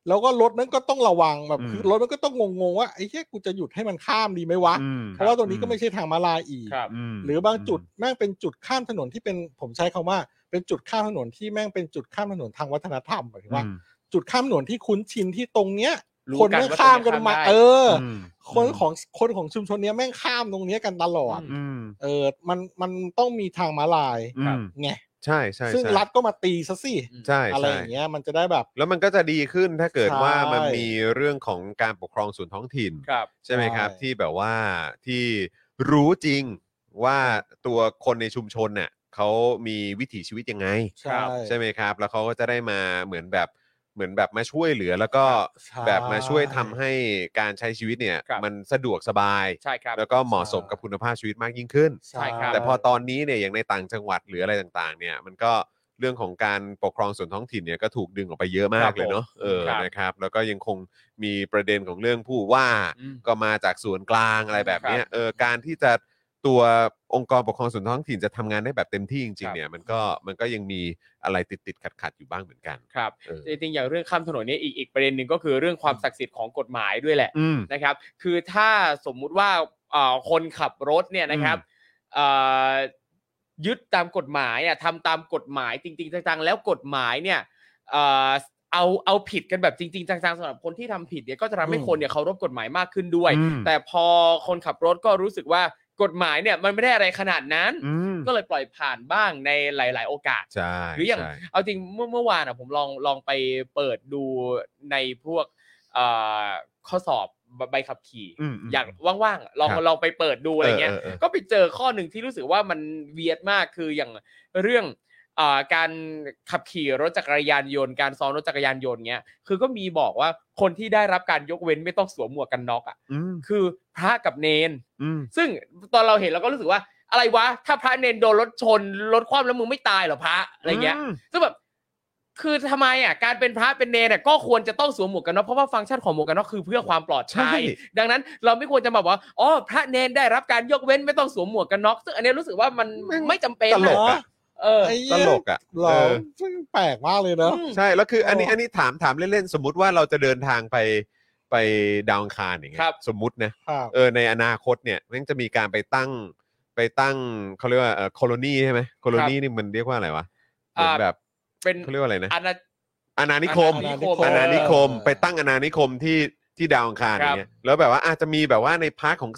E: แล้วก็รถนั้นก็ต้องระวังแบบคือรถมันก็ต้องงงๆว่าไอ้เหี้ยกูจะหยุดให้มันข้ามดีไหมวะ
C: อืม
E: เพราะว่าตรงนี้ก็ไม่ใช่ทางมาลายอีก
D: ครับ
C: ม
E: หรือบางจุดแม่งเป็นจุดข้ามถนนที่เป็นผมใช้คำว่า เป็นจุดข้ามถนนที่แม่งเป็นจุดข้ามถนนทางวัฒนธรรมหมายถึงว่า
C: อืม
E: จุดข้ามถนนที่คุ้นชินที่ตรงเนี้ย
D: รู้
E: คน
D: กัน
E: แม่ง
D: ว่า
E: ข้ามกันมา
D: ตรงเนี้ยข้ามได้
E: เอออ
C: ม
E: คนของคนของชุมชนเนี้ยแม่งข้ามตรงเนี้ยกันตลอด
C: อืม
E: เออ มันมันต้องมีทางมาลาย
C: อืม
E: ไง
C: ใช่ใช่
E: ซึ่ง
C: ใช่
E: รัฐก็มาตีซะสิ
C: ใช่
E: อะไร
C: ใช่
E: อย่างเงี้ยมันจะได้แบบ
C: แล้วมันก็จะดีขึ้นถ้าเกิดว่า
E: ใช่
C: มันมีเรื่องของการปกครองส่วนท้องถิ่น
D: ครับ
C: ใช่ไหมครับ ที่แบบว่าที่รู้จริงว่าตัวคนในชุมชนเนี่ยเขามีวิถีชีวิตยังไง
D: ครั
E: ใช่
D: บ
C: ใช่ไหมครับ แล้วเขาก็จะได้มาเหมือนแบบเหมือนแบบมาช่วยเหลือ แล้วก็
E: ใช่
C: แบบมาช่วยทำให้การใช้ชีวิตเนี่ย
D: ครับ
C: มันสะดวกสบาย
D: ใช่ครับ
C: แล้วก็เหมาะสมกับคุณภาพชีวิตมากยิ่งขึ้น
D: ใช่ครับ
C: แต่พอตอนนี้เนี่ยอย่างในต่างจังหวัดหรืออะไรต่างๆ เนี่ยมันก็เรื่องของการปกครองส่วนท้องถิ่นเนี่ยก็ถูกดึงออกไปเยอะมา
D: ครั
C: ก
D: บ
C: เลยเนาะเออ
D: ครับ
C: นะครับ แล้วก็ยังคงมีประเด็นของเรื่องผู้ว่า
D: อืม
C: ก็มาจากส่วนกลางอะไรแบบเนี้ย
D: ครับ
C: เออการที่จะตัวองค์กรปกครองส่วนท้องถิ่นจะทำงานได้แบบเต็มที่จริ
D: ค
C: ง
D: รั
C: ๆ
D: บ
C: เนี่ยมันก็มันก็ยังมีอะไรติดติดขัดขัดๆอยู่บ้างเหมือนกัน
D: ครับ
C: เออ
D: จริงๆอย่างเรื่องข้ามถนนเนี่ยอีกอีกประเด็นหนึ่งก็คือเรื่องความศักดิ์สิทธิ์ของกฎหมายด้วยแหละ
C: อืม
D: นะครับคือถ้าสมมุติว่าเอ่อคนขับรถเนี่ยนะครับเอ่อยึดตามกฎหมายอ่ะทำตามกฎหมายจริงๆจังๆแล้วกฎหมายเนี่ยเอ่อเอาเอาผิดกันแบบจริงๆจังๆสำหรับคนที่ทำผิดเนี่ยก็จะทำให้คนเนี่ยเคารพกฎหมายมากขึ้นด้วย
C: อืม
D: แต่พอคนขับรถก็รู้สึกว่ากฎหมายเนี่ยมันไม่ได้อะไรขนาดนั้น
C: อืม
D: ก็เลยปล่อยผ่านบ้างในหลาย ๆ โอกาส
C: ใช่
D: หรืออย่าง
C: ใช่
D: เอาจริงเมื่อเมื่อวานอ่ะผมลองลองไปเปิดดูในพวกเอ่อข้อสอบใบขับขี่
C: อืมม
D: อยากว่างๆ ลอง
C: ครับ
D: ลองไปเปิดดูอะไรเงี้ย
C: เออเออเออ
D: ก็ไปเจอข้อหนึ่งที่รู้สึกว่ามันเวียดมากคืออย่างเรื่องอ่าการขับขี่รถจักรยานยนต์ การซ้อนรถจักรยานยนต์เนี้ย คือก็มีบอกว่าคนที่ได้รับการยกเว้นไม่ต้องสวมหมวกกันน็อกอ่ะ
C: อืม
D: คือพระกับเนน
C: อืม
D: ซึ่งตอนเราเห็นเราก็รู้สึกว่าอะไรวะ ถ้าพระเนนโดนรถชนรถคว่ำแล้วมึงไม่ตายเหรอพระอะไรเงี้ย
C: ม
D: ซึ่งแบบคือทำไมอ่ะการเป็นพระเป็นเนรเนี่ยก็ควรจะต้องสวมหมวกกันน็อกเพราะว่าฟังก์ชันของหมวกกันน็อกคือเพื่อความปลอดภัย
C: ใช่
D: ดังนั้นเราไม่ควรจะมาบอกว่าอ๋อพระเนรได้รับการยกเว้นไม่ต้องสวมหมวกกันน็อกซึ่งอันเนี้ยรู้สึกว่ามันไม่จำเป็น
C: ตล
D: อะ
C: กอะ
D: เออ
E: ไอ้
C: ต
E: เหี้ย
C: ลกอะ
E: หรอ
C: เออ
E: ซึ่งแปลกมากเลยเนอะ
C: ใช่แล้วคืออันนี้
E: โอ้
C: อันนี้ถามถามเล่นๆ สมมติว่าเราจะเดินทางไปไปดาวอังคารอย่างเงี้
D: ครั
C: ย
D: บ
C: สมมตินะครับ เออในอนาคตเนี่ยแมันจะมีการไปตั้งไปตั้งเขาเรียกว่าเออโคโลนีใช่ไหมโคโลนีนี่มันเรียกว่าอะไรวะเหมือนแบบ
D: เป็น
C: เขาเรียกว่าอะไรนะ
D: อาณา
C: อาณานิคม
E: อาณานิคม
C: อาณานิคม
E: เออ
C: ไปตั้งอาณานิคมที่ที่ดาวอังคารอย่างเงี้ยแล้วแบบว่าอาจจะมีแบบว่าในพาร์ทของ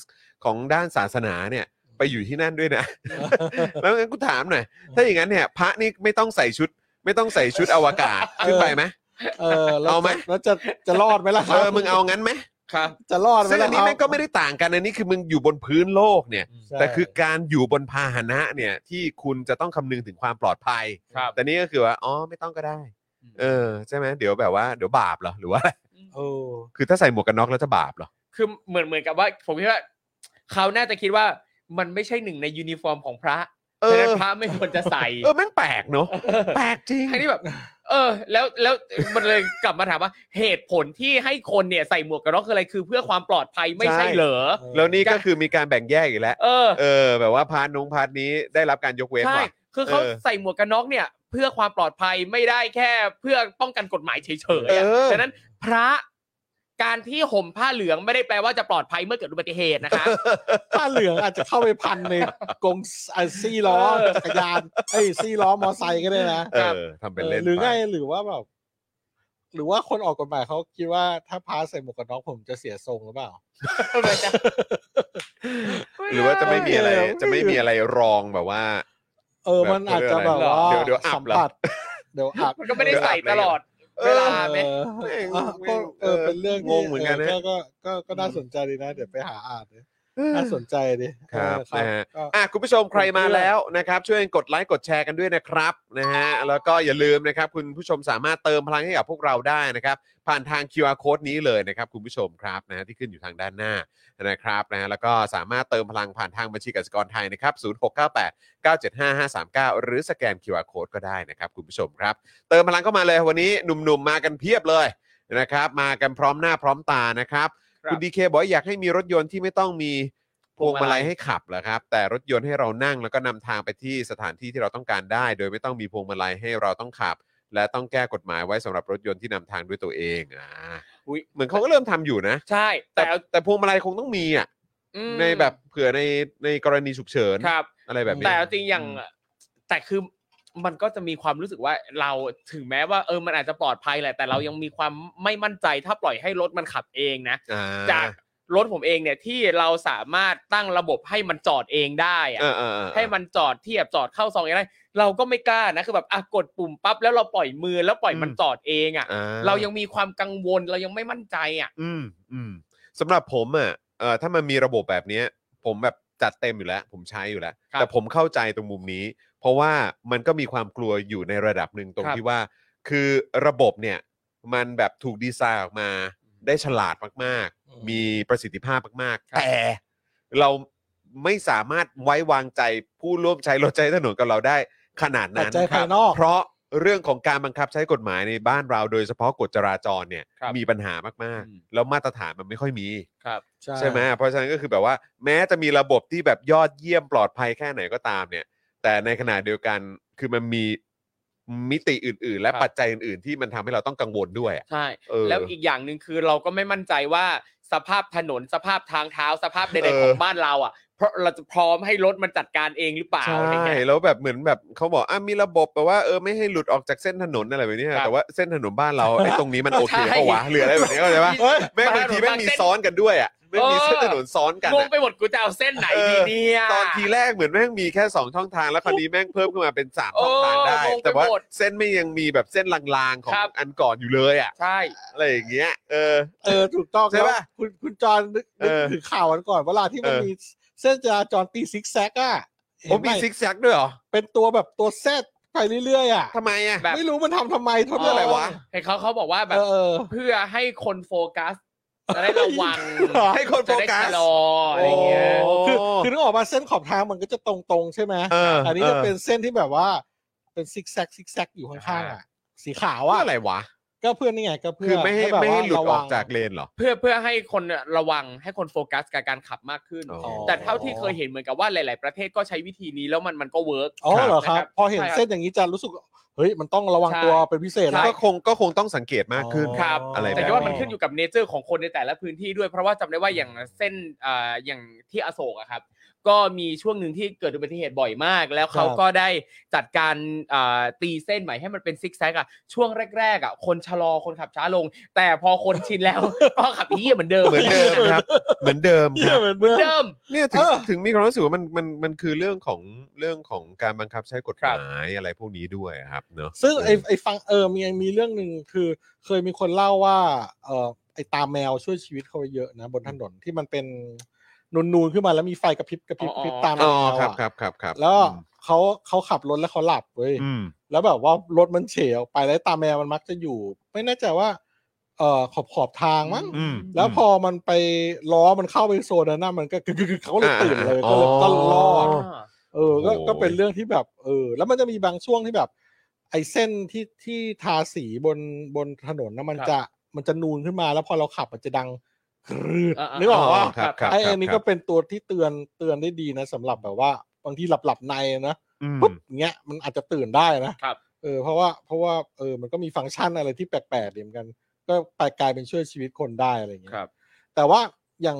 C: ของด้านศาสนาเนี่ยไปอยู่ที่นั่นด้วยนะ แล้วงั้นกูถามหน่อยถ้าอย่างนั้นเนี่ยพระนี่ไม่ต้องใส่ชุด ไม่ต้องใส่ชุดอวกาศขึ้นไปไหม
E: เออแล้ว
C: เอาไหม
E: จะแล้วจะจะรอดไหมล่ะค
C: เอ
E: รับ
C: อ มึงเอางั้นไหม
D: ครับ
E: จะรอดไหม
C: ซึ่งอั
E: ล่ะ
C: น
E: ค
C: นี้
E: รับ
C: แม่งก็ไม่ได้ต่างกันอันนี้คือมึงอยู่บนพื้นโลกเนี่ย
E: ใช่
C: แต่คือการอยู่บนพาหนะเนี่ย ที่คุณจะต้องคำนึงถึงความปลอดภัย
D: ครับ
C: แต่นี่ก็คือว่า อ๋อ ไม่ต้องก็ได้ เออ ใช่ไหมเดี๋ยวแบบว่า เดี๋ยวบาปเหรอ หรือว่าอะไร
E: โอ้
C: คือถ้าใส่หมวกกันน็อกแล้วจะบาปเหรอ
D: คือเหมือนเหมือนกับว่า ผมคิดว่าเขาน่าจะคิดว่ามันไม่ใช่หนึ่งในยูนิฟอร์มของพระ
C: เออ
D: ดังนั้นพระไม่ควรจะใส่
C: เออแม่งแปลกเนอะ
D: เออ
C: แปลกจริง
D: ทั้งที่แบบ เออ แล้วแล้วมันเลย กลับมาถามว่าเหตุผลที่ให้คนเนี่ยใส่หมวกกันน็อกคืออะไรคือเพื่อความปลอดภัยไม่ใช่
C: ใช่
D: เหรอ
C: แล้วนี่ก็คือมีการแบ่งแยกอีกแล้ว
D: เออ
C: เออ แบบว่าพาร์ทนงพาร์ทนี้ได้รับการยกเว้น
D: ใช่
C: ว่ะ
D: คือเขา
C: เออ
D: ใส่หมวกกันน็อกเนี่ย เพื่อความปลอดภัยไม่ได้แค่เพื่อป้องกันกฎหมายเฉยๆอะ
C: เออ
D: ดังนั้นพระการที่ห่มผ้าเหลืองไม่ได้แปลว่าจะปลอดภัยเมื่อเกิดอุบัติเหตุนะคะ
E: ผ้าเหลืองอาจจะเข้าไปพัน ในกรงไอ้ซี่ล้อจักรยานไอ้ซี่ล้อมอไซค์ก็ได้นะ
C: เออทำเป็นเล่น
E: หรือ
C: ไป
E: ไงหรือว่าแบบหรือว่าคนออกกฎหมายเขาคิดว่าถ้าพาใส่หมวกกันน็อกผมจะเสียทรงหรือเปล่า
C: หรือว่าจะไม่มีอะไร
E: เออไม่
C: จะไม่มีอะไรรองแบบว่า
E: เออ มันอาจจะแบบ
D: เห
E: ว่า
D: รอ
C: เดี๋ยวเดี๋ยวอั
E: สั
C: พ
E: ม
C: เหรอ
E: ผัสเดี๋ยวอับ
D: มันก็ไม่ได้ใส่ตลอด
C: เอ
D: เว
C: อ
D: ลาไหม
E: เอ
C: แม่
E: อ
C: ง
E: อ่ะก็เออ
C: เออ
E: เป็นเรื่องที่
C: งงเหมือนกันนะ
E: ก็ก็ก็น่าสนใจดีนะ เดี๋ยวไปหาอ่านดิน่าสนใจดิ
C: ครับ
E: เออ
C: นะฮะ
E: ก็
C: อ่ะคุณผู้ชมใครมาแล้วนะครับ ช่วยกดไลค์กดแชร์กันด้วยนะครับนะฮะแล้วก็อย่าลืมนะครับ คุณผู้ชมสามารถเติมพลังให้กับพวกเราได้นะครับ ผ่านทาง QR code นี้เลยนะครับ คุณผู้ชมครับนะฮะที่ขึ้นอยู่ทางด้านหน้านะครับนะฮะแล้วก็สามารถเติมพลังผ่านทางบัญชีกสิกรไทยนะครับ0698 975539 หรือสแกน QR code ก็ได้นะครับ คุณผู้ชมครับ เติมพลังเข้ามาเลยวันนี้หนุ่มๆมากันเพียบเลยนะครับ มากันพร้อมหน้าพร้อมตานะครับ
D: ครับ
C: คุณดีเคบอกว่าอยากให้มีรถยนต์ที่ไม่ต้องมีพวงมาลัยให้ขับเหรอครับ แต่รถยนต์ให้เรานั่งแล้วก็นำทางไปที่สถานที่ที่เราต้องการได้ โดยไม่ต้องมีพวงมาลัยให้เราต้องขับ และต้องแก้กฎหมายไว้สำหรับรถยนต์ที่นำทางด้วยตัวเองอ่า
D: อุ๊ย
C: เหมือนเขาก็เริ่มทำอยู่นะ
D: ใช่
C: แต่
D: แต่เอา
C: แต่พวงมาลัยคงต้องมีอ่ะ
D: อืม
C: ในแบบเผื่อในในกรณีฉุกเฉิน
D: ครับ
C: อะไรแบบนี้
D: แต่เอาจริงอย่างแต่คือมันก็จะมีความรู้สึกว่าเราถึงแม้ว่าเออมันอาจจะปลอดภัยแหละแต่เรายังมีความไม่มั่นใจถ้าปล่อยให้รถมันขับเองนะ
C: อ่
D: จากรถผมเองเนี่ยที่เราสามารถตั้งระบบให้มันจอดเองได้อะ
C: เออเออเออ
D: ให้มันจอดเทียบจอดเข้าซองอย่างไรเราก็ไม่กล้านะคือแบบอ่ะกดปุ่มปั๊บแล้วเราปล่อยมือแล้วปล่อยมันจอดเองอ่ะ
C: อ่
D: เรายังมีความกังวลเรายังไม่มั่นใจอ่ะ
C: อืมอืมสำหรับผมอ่ะเอ่อถ้ามันมีระบบแบบเนี้ย ผมแบบจัดเต็มอยู่แล้ว ผมใช้อยู่แล้ว
D: ครับ
C: แต่ผมเข้าใจตรงมุมนี้ เพราะว่ามันก็มีความกลัวอยู่ในระดับหนึ่งตรง
D: ครับ
C: ที่ว่า คือระบบเนี่ยมันแบบถูกดีไซน์ออกมา ได้ฉลาดมาก
E: อืม
C: ๆ มีประสิทธิภาพมาก
D: ครั
C: ๆ
D: บ
C: แต่เราไม่สามารถไว้วางใจผู้ร่วมใช้รถใช้ถนนกับเราได้ ขนาดนั้น
E: ปัจจัย
C: ครับ
E: ภายนอก
C: เพราะเรื่องของการบังคับใช้กฎหมายในบ้านเราโดยเฉพาะกฎจราจรเนี่ย
D: ครับ
C: มีปัญหามาก
D: อืม
C: ๆ แล้วมาตรฐานมันไม่ค่อยมี
D: ครับ
C: ใช่ไหมเพราะฉะนั้นก็คือแบบว่า แม้จะมีระบบที่แบบยอดเยี่ยมปลอดภัยแค่ไหนก็ตามเนี่ย แต่ในขณะเดียวกันคือมันมีมิติอื่น ๆ และ
D: ครับ
C: ปัจจัยอื่น ๆ ที่มันทำให้เราต้องกังวลด้วยอะ
D: ใช่
C: เออ
D: แล้วอีกอย่างหนึ่งคือเราก็ไม่มั่นใจว่าสภาพถนนสภาพทางเท้าสภาพใด
C: เออ
D: ๆของบ้านเราอ่ะ เพราะเราจะพร้อมให้รถมันจัดการเองหรือเปล่า
C: ใช่
D: อะไรเงี้ย
C: แล้วแบบเหมือนแบบเขาบอกอ่ะมีระบบแบบว่าเออไม่ให้หลุดออกจากเส้นถนนอะไรแบบเนี้ย
D: ครับ
C: แต่ว่าเส้นถนนบ้าน เราไอ้ตรงนี้มันโอเค
D: ใช่
C: ปะวะหรืออะไรแบบนี้เข้าใจปะ
E: เอ้ย
C: แม่งบางทีแม่งมีซ้อนกันด้วยอ่ะแม่งมีเส้นถนนซ้อนกัน
D: งง
C: อะ
D: ไปหมดกูจะเอาเส้นไหน
C: เออ
D: ดีเนี่ย
C: ตอนทีแรกเหมือนแม่งมีแค่ 2 ช่องทางแล้วคราวนี้แม่งเพิ่มขึ้นมาเป็น 3
D: โอ้
C: ช่องทางได้
D: งงไป
C: แต่ว่า
D: หมด
C: เส้นไม่ยังมีแบบเส้นลางๆ ของ
D: ครับ
C: อันก่อนอยู่เลยอ่ะ
D: ใช่
C: อะไรอย่างเงี้ยเออ
E: เออถูกต้อง
C: ใช่ปะ
E: แล้วคุณคุณจอนนึกนึก
C: เออ
E: ถึงข่าววันก่อนเวลาที่มัน
C: เออ
E: มีเส้นจราจรตีซิกแซกอ่ะ
C: โอ้
E: เห็นไห
C: มีซิกแซกด้วยเหรอ
E: เป็นตัวแบบตัวแซดไปเรื่อยๆอ่ะ
C: ทำไมอ่ะ
D: แบบ
E: ไม่รู้มันทำทำไมทน
C: เพื่ออะไรวะ
D: เห็นเขาเขาบอกว่าแบ
E: เอบอเออ
D: เพื่อให้คนโฟกัสจะได้ระวัง
C: ให้คนโฟ
D: จะได้
C: กัส
D: ชะลออะไรเงี้ย
C: โอ้
E: คือคือนึกออกมาเส้นขอบทางมันก็จะตรงๆ ใช่ไหม
C: เออ
E: อั
C: อั
E: นนี้จะเป็นเส้นที่แบบว่าเป็นซิกแซกซิกแซกอยู่ข้างๆอ่ะสีขาว
C: ว่า
E: อ่ะ
C: อะไรวะ
E: ก็เพื่อนนี่ไงก็เพื่อ
C: คือไม่ให้
E: แบบ
C: ไม่ให้
E: ว่า
C: หลุด
E: ระ
C: อ
E: วั
C: อก
E: ง
C: จากเลนเหรอ
D: เพื่อเพื่อให้คนระวังให้คนโฟกัสกับการขับมากขึ้น
C: อ๋อ
D: แต่เท่าที่เคยเห็นเหมือนกับว่าหลาย ๆ ประเทศก็ใช้วิธีนี้แล้วมันมันก็เวิร์ก
E: อ๋อเหรอครับ
D: นะครับ
E: พอเห็น
D: ใช่ครับ
E: เส้นอย่างนี้จะรู้สึกเฮ้ยมันต้องระวังตัว
D: ใช่
E: เป็นพิเศษ
D: ใช่
E: แล้ว
C: ก็คงก็คงต้องสังเกตมากขึ้น
D: ครับ
C: อะไร
D: แต่
C: แบบ
D: ก็ว่ามัน
C: นี้
D: ขึ้นอยู่กับเนเจอร์ของคนในแต่ละพื้นที่ด้วย เพราะว่าจำได้ว่าอย่างเส้นอ่าอย่างที่อโศกอะครับ ก็มีช่วงหนึ่งที่เกิดอุบัติเหตุบ่อยมาก แล้วเขาก็ได้จัดการอ่าตีเส้นใหม่ให้มันเป็นซิกแซกอะช่วงแรก ๆอะคนชะลอคนขับช้าลง แต่พอคนชินแล้ว ก็ขับเหียเหมือนเดิม
C: เหมือนเดิมครับ เหมือนเดิมค
E: เหี้
C: รั
E: ย
C: บ
E: เหมือนเมื่อ
D: เดิม
C: เนี่ยถึง
E: เออ
C: ถึงมีความรู้สึกว่ามันมันมันคือเรื่องของเรื่องของการบังคับใช้กฎ
D: ครั
C: ห
D: บ
C: มายอะไรพวกนี้ด้วยครับเนอะ
E: ซึ่งไอไอฟังเออมีมีเรื่องหนึ่งคือ เคยมีคนเล่าว่าเออไอตาแมวช่วยชีวิตเขาไว้เยอะนะบนถนนที่มันเป็นนูนๆขึ้นมาแล้วมีไฟกระพริบกระพริบ
D: อ๋อ
E: กระพริบตามแม
C: อ๋อ
E: ว
C: ครับ
E: อะ
C: ครับครับครับ
E: แล้วเขาเขาขับรถแล้วเขาหลับเว้ย
C: อืม
E: แล้วแบบว่ารถมันเฉยออกไปแล้วตาแมวมันมักจะอยู่ ไม่แน่ใจว่าเออขอบขอบทางมั้ง
C: อืม
E: แล้วพอมันไปล้อมันเข้าไปโซนนั้นนะมันก็คือเขาเลยตื่นเลยก็เลย
C: อ่า
E: ก็รอด
D: อ่า
E: เออก็
C: โอ้ย
E: ก็เป็นเรื่องที่แบบเออ แล้วมันจะมีบางช่วงที่แบบ ไอ้เส้นที่ที่ทาสีบนบนถนนนะมัน
D: ครับ
E: จะมันจะนูนขึ้นมาแล้วพอเราขับมันจะดังกรืด
D: ๆ
E: นึกออกว่า
C: อ๋อครับครับ
E: ไอ้อันนี้
C: ครั
E: ก็
C: บ
E: เป็นตัวที่เตือนเตือนได้ดีนะสำหรับแบบว่าบางทีหลับหลับๆในนะ
C: อืม
E: ปุ๊บเงี้ยมันอาจจะตื่นได้นะครับ เออเพราะว่าเพราะว่าเออมันก็มีฟังก์ชันอะไรที่แปลกๆดีเหมือนกัน ก็ไปกลายเป็นช่วยชีวิตคนได้อะไรอย่างเงี้ย
D: ครับ
E: แต่ว่าอย่าง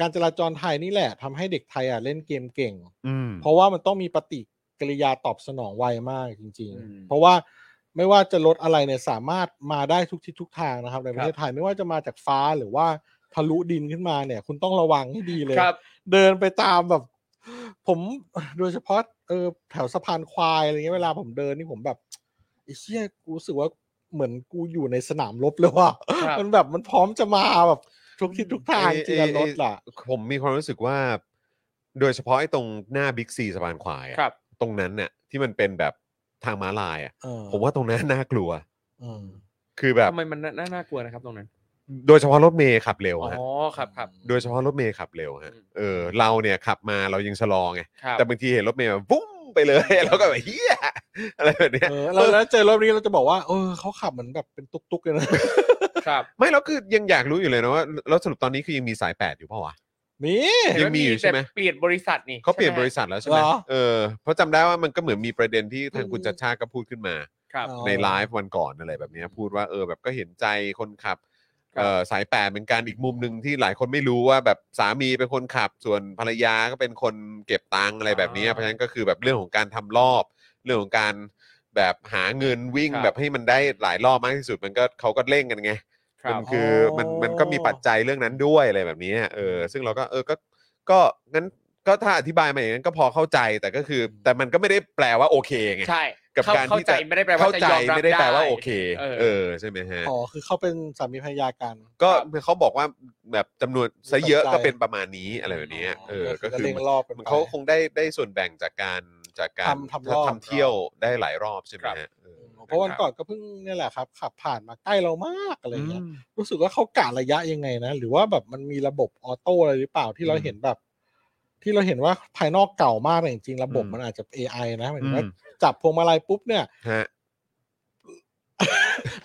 E: การจราจรไทยนี่แหละทำให้เด็กไทยอ่ะเล่นเกมเก่ง
C: อืม
E: เพราะว่ามันต้องมีปฏิกิริยาตอบสนองไวมากจริง
D: อืม
E: ๆ เพราะว่าไม่ว่าจะรถอะไรเนี่ยสามารถมาได้ทุกทิศทุกทางนะครับในประเทศไทยไม่ว่าจะมาจากฟ้าหรือว่าทะลุดินขึ้นมาเนี่ย คุณต้องระวังให้ดีเลย
D: ครับ
E: เดินไปตามแบบ ผมโดยเฉพาะเออแถวสะพานควายอะไรเงี้ยเวลาผมเดินนี่ผมแบบไอ้เชี่ยกูรู้สึกว่า เหมือนกูอยู่ในสนามรบเลยว่ะ
D: ครับ
E: มันแบบมันพร้อมจะมาแบบทุกทิศทุกทางจริงๆอะรถล่ะ
C: ผมมีความรู้สึกว่า โดยเฉพาะไอ้ตรงหน้าบิ๊กซีสะพานควายอะ
D: ครับ
C: ตรงนั้นเนี่ยที่มันเป็นแบบทางม้าลายอ่ะ
E: เออ
C: ผมว่าตรงนั้นน่ากลัว
E: อืม
C: คือแบบ
D: ทำไมมันน่าน่ากลัวนะครับตรงนั้น
C: โดยเฉพาะรถเมย์ขับเร็ว
D: อ๋อ
C: ฮะ
D: ครับครับ
C: โดยเฉพาะรถเมย์ขับเร็วฮะ
D: อืม
C: เออเราเนี่ยขับมาเรายังชะลอไง
D: ครับ
C: แต่บางทีเห็นรถเมย์แบบวุ้งไปเลย แล้วก็แบบเฮียอะไรแบบเนี้ย
E: เออเราแล้วเจอรอบนี้เราจะบอกว่าเออเขาขับเหมือนแบบเป็นตุกๆเลยนะครับ
C: ไม่แล้วคือยังอยากรู้อยู่เลยนะว่าแล้วสรุปตอนนี้คือยังมีสายแปดอยู่เปล่าวะ
E: มี
C: ยังมีอยู่ใช่ไหม
D: แต่เปลี่ยนบริษัทนี่
C: เขาเปลี่ยนบ
D: ใช่ไหม
C: ริษัทแล้วใช่ไหมเออเพราะจำได้ว่ามันก็เหมือนมีประเด็นที่ทางคุณชัดชาติก็พูดขึ้นมา
D: ครับ
E: อ๋อ
C: ในไลฟ์วันก่อนอะไรแบบเนี้ยพูดว่าเออแบบก็เห็นใจคนขับ
D: ครับ
C: เออสายแปดเป็นการอีกมุมหนึ่งที่หลายคนไม่รู้ว่าแบบสามีเป็นคนขับ ส่วนภรรยาก็เป็นคนเก็บตังค์อะไรแบบเนี้ยเพราะฉะนั้นก็คือแบบเรื่องของการทำรอบ เรื่องของการแบบหาเงินวิ่ง
D: ครับ
C: แบบให้มันได้หลายรอบมากที่สุดมันก็เขาก็เร่งกันไง
D: ครั
C: มั
D: บ
C: นคืออ
E: อ
C: มันมันก็มีปัจจัยเรื่องนั้นด้วยอะไรแบบนี้เออซึ่งเราก็เออก็ก็งั้นก็ถ้าอธิบายมาอย่างนั้นก็พอเข้าใจแต่ก็คือ แต่มันก็ไม่ได้แปลว่าโอเคไง
D: ใช่
C: กับ
D: เข้
C: การ
D: เข้า
C: ที่
D: ใจ
C: จะ
D: ไม่ได้แปลว่า
C: เข้า
D: จะ
C: ใจ
D: ยอมรับ
C: ไม่ได้แปลว่าโอเค
D: เออ
C: เออใช่ไหมฮะ
E: อ๋อคือเขาเป็นสามีภรรยากัน
C: ก็เขาบอกว่าแบบจำนวนซะเยอะ
E: ปัจจัย
C: ก็เป็นประมาณนี้อะไรแบบนี้เออก็คือ
E: เล่งรอบกัน
C: มัน
E: ไป
C: เขาคงได้ได้ส่วนแบ่งจากการจากการ
E: ทำทำรอบ
C: ทำเที่ยวได้หลายรอบใช่ไหมฮะเออ
E: เพราะวันก่อนก็เพิ่งเนี่ยแหละครับ ขับผ่านมาใกล้เรามากอะไรเงี้ย
D: อืม
E: รู้สึกว่าเขากะระยะยังไงนะ หรือว่าแบบมันมีระบบออโต้อะไรหรือเปล่าที่เราเห็นแบบ ที่เราเห็นว่าภายนอกเก่ามากแต่จริงๆระบบมันอาจจะ AI นะหมายถึงว่าจับพวงมาลัยปุ๊บเนี่ย
C: ฮะ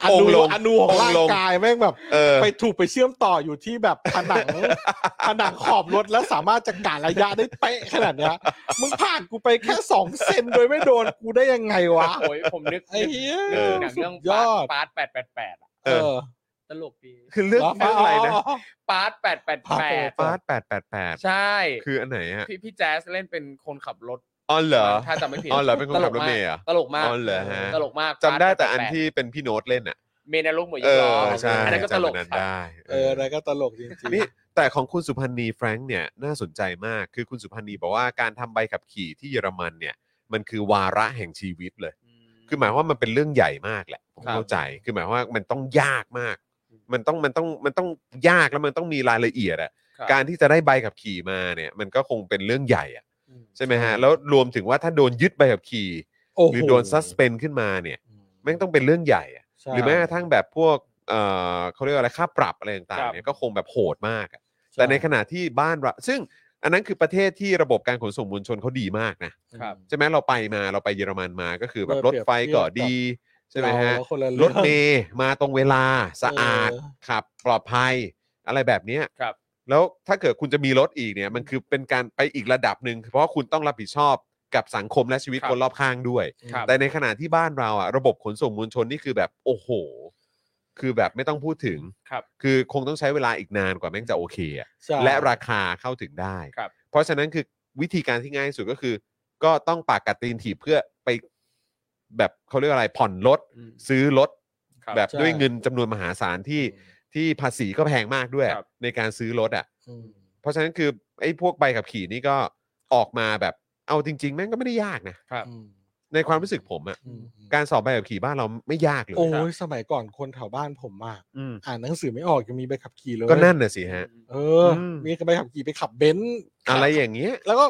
E: อ
C: อง
E: นู
C: ค์ลง
E: อนูของร่า
C: อง
E: ง
C: ค์ลง
E: กายแม่งแบบ
C: เออ
E: ไปถูกไปเชื่อมต่ออยู่ที่แบบผนัง ผนังขอบรถแล้วสามารถจะกะระยะได้เป๊ะขนาดเนี้ยมึงผ่านกูไปแค่สองเซนโดยไม่โดนกูได้ยังไงวะ
D: โอ้ยผมนึก
E: ไอ้เหี้ย
D: นึกถึงหนังเรื่อง
E: สุดยอด
D: ปาร์ตแปดแปดแปด
E: เออ
D: ตลกดี
C: คือเรื่องเรื่องอะไรนะ
D: ปาร์ตแปดแปดแปด
C: ฟาสแปดแปดแปด
D: ใช่
C: คืออันไหนฮะ
D: พี่พี่แจ๊สเล่นเป็นคนขับรถ
C: อ๋อเหรอ
D: ถ้าจำไม่ผิด
C: อ๋อเหรอเป็นคนขับรถเมล์เหรอ
D: ตลกมาก
C: อ๋อเหรอฮะ
D: ตลกมาก
C: จำได้แต่
D: ปา
C: อั
D: ร์
C: น
D: 888
C: ที่เป็นพี่โน้ตเล่นอ่ะ
D: เมนาลุกหมวย
C: เอ
D: ยิ้มล้อ
C: อ
D: อ
C: ใช่
D: อันนั้นก็ตลก
C: จำอันนั้น
D: ครับ
C: ได้
E: เอออะไรก็ตลกจริงๆ
C: นี่แต่ของคุณสุพันธ์นีแฟรงค์เนี่ยน่าสนใจมากคือคุณสุพันธ์นีบอกว่าการทำใบขับขี่ที่เยอรมันเนี่ย มันคือวาระแห่งชีวิตเลย คือหมายว่ามันเป็นเรื่องใหญ่มากแหละผม
D: ครับ
C: เข้าใจ คือหมายว่ามันต้องยากมาก มันต้องมันต้องมันต้องยากแล้วมันต้องมีรายละเอียดอะ
D: ครับ
C: การที่จะได้ใบขับขี่มาเนี่ยมันก็คงเป็นเรื่องใหญ่อะ
D: อืม
C: ใช่ไหมฮะแล้วรวมถึงว่าถ้าโดนยึดใบขับขี่
E: โอ้
C: ห
E: โห
C: รือโดนซัสเพนขึ้นมาเนี่ยแม่งต้องเป็นเรื่องใหญ่อะ
E: ใช่
C: หรือแม้กระทั่งแบบพวกเอ่อเขาเรียกว่าอะไรค่าปรับอะไรต่าง
D: ครั
C: ๆ
D: บ
C: เนี่ยก็คงแบบโหดมากอะแต่ในขณะที่บ้านเราซึ่งอันนั้นคือประเทศที่ระบบการขนส่งมวลชนเขาดีมากนะครับ ใช่ไหมเราไปมาเราไปเยอรมันมาก็คือแบบรถไฟก็ดีใช่ไหมฮะ
E: เราคนละ
C: ร
E: เอง
C: ถเมย์มาตรงเวลาสะอาดขับปลอดภัยอะไรแบบเนี้ย
D: ครับ
C: แล้วถ้าเกิดคุณจะมีรถอีกเนี่ยมันคือเป็นการไปอีกระดับหนึ่งเพราะคุณต้องรับผิดชอบกับสังคมและชีวิต
D: ครับ
C: คนรอบข้างด้วย
D: ครับ
C: แต่ในขณะที่บ้านเราอะระบบขนส่งมวลชนนี่คือแบบโอ้โห คือแบบไม่ต้องพูดถึง
D: ครับ
C: คือคงต้องใช้เวลาอีกนานกว่าแม่งจะโอเคอะ
E: ใช่
C: และราคาเข้าถึงได้
D: ครับ
C: เพราะฉะนั้นคือวิธีการที่ง่ายที่สุดก็คือ ก็ต้องปากกัดตีนถีบเพื่อไปแบบเขาเรียกอะไรผ่อนรถ
D: อืม
C: ซื้อรถ
D: ครับ
C: แบบด้วยเงินจำนวนมหาศาลที่ที่ภาษีก็แพงมากด้วย
D: ครับ
C: ในการซื้อรถอ่ะ
E: อืม
C: เพราะฉะนั้นคือไอ้พวกใบขับขี่นี่ก็ออกมาแบบเอาจริง ๆ แม่งก็ไม่ได้ยากนะ
D: ครับ
E: อืม
C: ในความรู้สึกผมอะ
E: อืม
C: การสอบใบขับขี่บ้านเราไม่ยากเลย
E: โอ้
C: ครับ
E: ยสมัยก่อนคนแถวบ้านผมมา
C: อืม
E: อ่านหนังสือไม่ออกยังมีใบขับขี่เลย
C: ก็นั่นน่ะสิฮะ
E: เอออ
C: ม
E: มีใบขับขี่ไปขับเบนซ์
C: อะไรอย่างเงี้ย
E: แล้วก็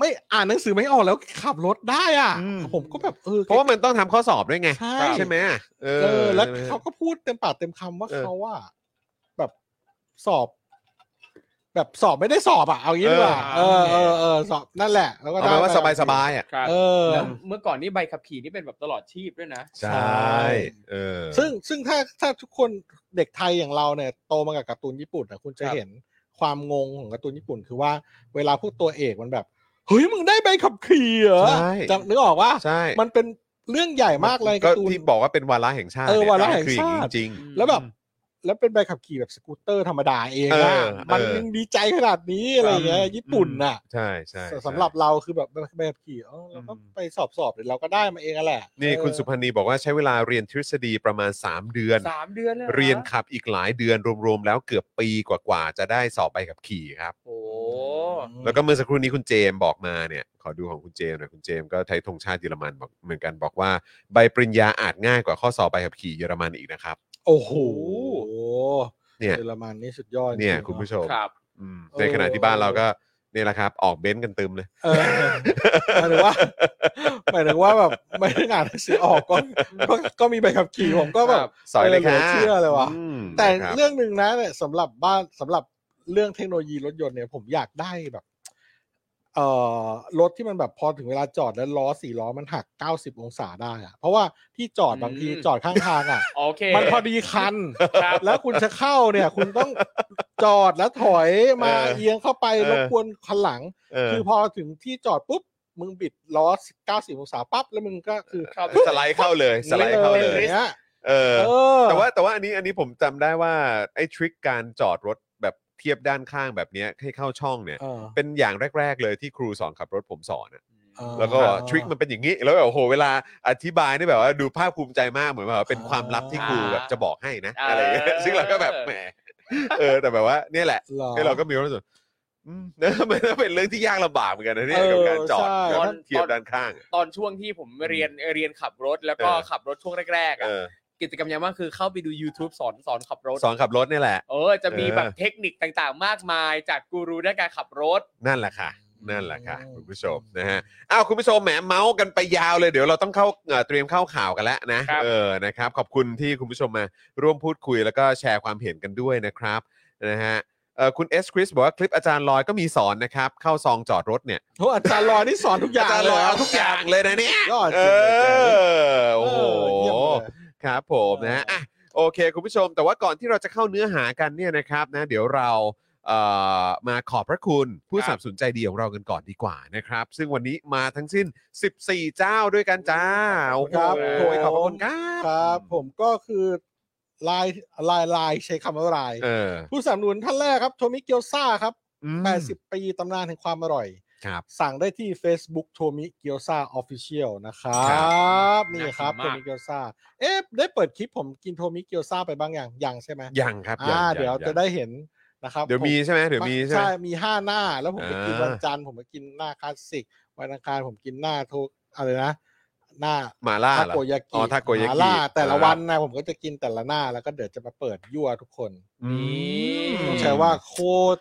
E: ไม่อ่านหนังสือไม่ออกแล้วขับรถได้อ่ะ
C: อืม
E: ผมก็แบบเออ
C: เพราะว่ามันต้องทำข้อสอบด้วยไง
E: ใช่
C: ไหมเอ
E: เอ
C: อ
E: อ แล้ว
C: ใช่ไหมฮะ
E: เขาก็พูดเต็มปากเต็มคำว่า
C: เออ
E: เขาว่า แบบสอบ แบบสอบไม่ได้สอบอ่ะเอางี้ดีกว่า
D: เอ
E: เอ
D: อ
E: อเออเออสอบนั่นแหละ แล้วก็
C: เอา
E: ได้
C: ไปนว่าส
E: ไป
C: บายสบายๆอ่ะ
D: ครับ
E: เออ
D: แล้วเมื่อก่อนนี่ใบขับขี่นี่เป็นแบบตลอดชีพด้วยนะ
E: ใช่
C: เออ
E: ซึ่งซึ่งถ้าถ้าทุกคนเด็กไทยอย่างเราเนี่ยโตมากับการ์ตูนญี่ปุ่นนะคุณจะ
D: ครับ
E: เห็นความงงของการ์ตูนญี่ปุ่น คือว่าเวลาพวกตัวเอกมันแบบเฮ้ยมึงได้ใบขับขี่เหรอ
C: ใช่
E: จะนึกออกว่า
C: ใช่
E: มันเป็นเรื่องใหญ่มากเลย
C: ก็
E: การ์ตูน
C: ที่บอกว่าเป็นวาระแห่งชาติ
E: เอ
C: นี่ยว
E: อาระแห่ง
C: คืออย่
E: ชาติ
C: จริง
E: แล้วแบบแล้วเป็นใบขับขี่แบบสกูตเตอร์ธรรมดาเอง
C: เอ
E: นะ
C: อ
E: มัน
C: เออ
E: ยังดีใจขนาดนี้อะไรอย่างเงี้ยญี่ปุ่นน่ะ
C: ๆใช่ใช่
E: ส
C: ใช่
E: สำหรับเราคือแบบใบขับขี่เออเราก็ไปสอบสอบเดี๋ยวเราก็ได้มาเองอะแหละ
C: นี่
E: เออ
C: คุณสุพันธ์นีบอกว่าใช้เวลาเรียนทฤษฎีประมาณ 3 เดือน
D: สามเดือนเลยหอ
C: เรียนขับอีกหลายเดือนรวมๆแล้วเกือบปีกว่าๆจะได้สอบใบขับขี่ครับ
D: โอ้
C: แล้วก็เมื่อสักครู่นี้คุณเจมส์บอกมาเนี่ยขอ อดูของคุณเจมส์หน่อยคุณเจมส์ก็ใช้ธงชาติเยอรมันบอกเหมือนกันบอกว่าใบปริญญาอาจง่ายกว่าข้อสอบใบขับขี่เยอรมันอีกนะครับ
E: โอ้โห
C: เนี่ย
E: เยอรมันนี่สุดยอดจริงๆ
C: เนี่ย
E: อะ
C: คุณผู้ชม
D: ครับ
C: อืม
E: เออ
C: ในขณะที่บ้านเราก็เนี่ยแหละครับ ออกเบนซ์กันตึมเลย
E: เออหมายถึงว่าหมายถึงว่าแบบไม่ได้อ่านหนังสือออกก็ก็ก็มีใบขับขี่ผมก็แบ
D: ค
E: บ
D: รับ
C: สอยเลยค่ะ
E: เออเหลือเชื่อเลยว่ะ
C: ม
E: แต่
C: นะครับ
E: เรื่องหนึ่งนะเนี่ยสำหรับบ้านสำหรับเรื่องเทคโนโลยีรถยนต์เนี่ยผมอยากได้แบบเอ่อรถที่มันแบบพอถึงเวลาจอดแล้วล้อสี่ล้อมันหัก 90 องศาได้อะเพราะว่าที่จอดบางที
D: อืม
E: จอดข้างทางอ่ะ
D: โอเค
E: มันพอดีคัน
D: ครับ
E: แล้วคุณจะเข้าเนี่ย คุณต้องจอดแล้วถอยมา
C: เออ
E: เอียงเข้าไป
C: เออ
E: รบกวนคันหลัง
C: เออ
E: คือพอถึงที่จอดปุ๊บ มึงบิดล้อ 90 องศาปั๊บแล้วมึงก็คือ
D: ครับ
C: สไลด์เข้าเลยสไลด์เข้าเลย
E: นี่ย
C: เออ
E: เออ
C: แต่ว่าแต่ว่าอันนี้อันนี้ผมจำได้ว่าไอ้ทริคการจอดรถแบบเทียบด้านข้างแบบเนี้ยให้เข้าช่องเนี่ย
E: เออ
C: เป็นอย่างแรก ๆ เลยที่ครูสอนขับรถผมสอนอะ
E: เออ
C: แล้วก็ทริคมันเป็นอย่างนี้ แล้วแบบโอ้โหเวลาอธิบายเนี่ยแบบว่าดูภาคภูมิใจมากเหมือนแบบว่าเป็นความลับที่ครูแบบจะบอกให้นะอะไรอย่างเงี้ยซึ่งเราก็แบบแหมเออแต่แบบว่าเนี่ยแหละ
E: หรอ
C: ให้เราก็มีความรู้สึกอืม นะมันเป็นเรื่องที่ยากลำบากเหมือนกันนะเนี่ย
E: เออ
C: กับการจอด
E: ใช่
C: แบบเทียบด้านข้างอะ
D: ตอนช่วงที่ผมเรียนเรียนขับรถแล้วก็
C: เออ
D: ขับรถช่วงแรกๆ
C: เอ
D: อะ
C: อ
D: กิจกรรมยังว่างคือเข้าไปดู YouTube สอนสอนขับรถ
C: สอนขับรถเนี่ยแหละ
D: เออจะมี
C: เออ
D: แบบเทคนิคต่างๆ มากมายจากกูรูด้านการขับรถ
C: นั่นแหละค่ะ นั่นแหละค่ะคุณผู้ชมนะฮะอ้าวคุณผู้ชมแหมเมาส์กันไปยาวเลยเดี๋ยวเราต้องเข้าเอ่อเตรียมเข้าข่าวกันแล้วนะครับ เออนะครับขอบคุณที่คุณผู้ชมมาร่วมพูดคุยแล้วก็แชร์ความเห็นกันด้วยนะครับนะฮะเอ่อคุณเอสคริสบอกว่าคลิปอาจารย์ลอยก็มีสอนนะครับเข้าซองจอดรถเนี่ย
E: โอ้อาจารย์ลอยนี่สอนทุกอย่าง
C: อาจารย์ลอย
E: เะ
C: เอาทุกอย่างเลยนะเนี่ย
E: ยอด
C: เอ
E: จริงเลยแกนี่
C: อโอ้โห
E: เยี่ยมเลย
C: ครับผมนะ
E: เอออ่
C: ฮะะโอเค คุณผู้ชม แต่ว่าก่อนที่เราจะเข้าเนื้อหากันเนี่ยนะครับนะเดี๋ยวเราเอ่อมาขอบพระคุณผู้
D: ค
C: ส
D: รับ
C: นับสนุนใจดีของเรากันก่อนดีกว่านะครับ ซึ่งวันนี้มาทั้งสิ้น 14 เจ้าด้วยกันจ้าโอ้โห
E: ครับ
C: โอ้ยขอบพระคุณครับ
E: ครับ ผมก็คือลายลายลายใช้คำว่าลาย
C: เออ
E: ผู้สนับสนุนท่านแรกครับ โทมิเกียวซาครับ
C: อืม
E: 80 ปีตำนานแห่งความอร่อย
C: ครับ
E: สั่งได้ที่ Facebook โทมิเกียวซาออฟฟิเชียลนะครั
C: ครับ
E: นี่ครับ
D: น่า
E: โท
D: กินมาก
E: มิเกียวซาเอ๊ะได้เปิดคลิปผมกินโทมิเกียวซาไปบ้างอย่างยังใช่ไหม
C: ยังครับ
E: อ่าง เดี๋ยว
C: ง
E: จะได้เห็นนะครับ
C: เดี๋ยว
E: ผ
C: มีใช่ไหมเดี๋ยวมีใช่ไหม
E: มีห้าหน้า แล้วผมไปกิน
C: อ่า
E: วันจันทร์ผมไปกินหน้าคลาสสิก วันอังคารผมกินหน้าโทอะไรนะ หน้า
C: หมาล่า
E: ทา
C: เหรอ
E: โกยา
C: อ๋
E: กิ
C: อทาโกยากิ
E: หล่าแต่ละ
C: อ่า
E: วันนะผมก็จะกินแต่ละหน้าแล้วก็เดี๋ยวจะมาเปิดยั่วทุกคน
C: อืม
E: ต้องใช้ว่าโค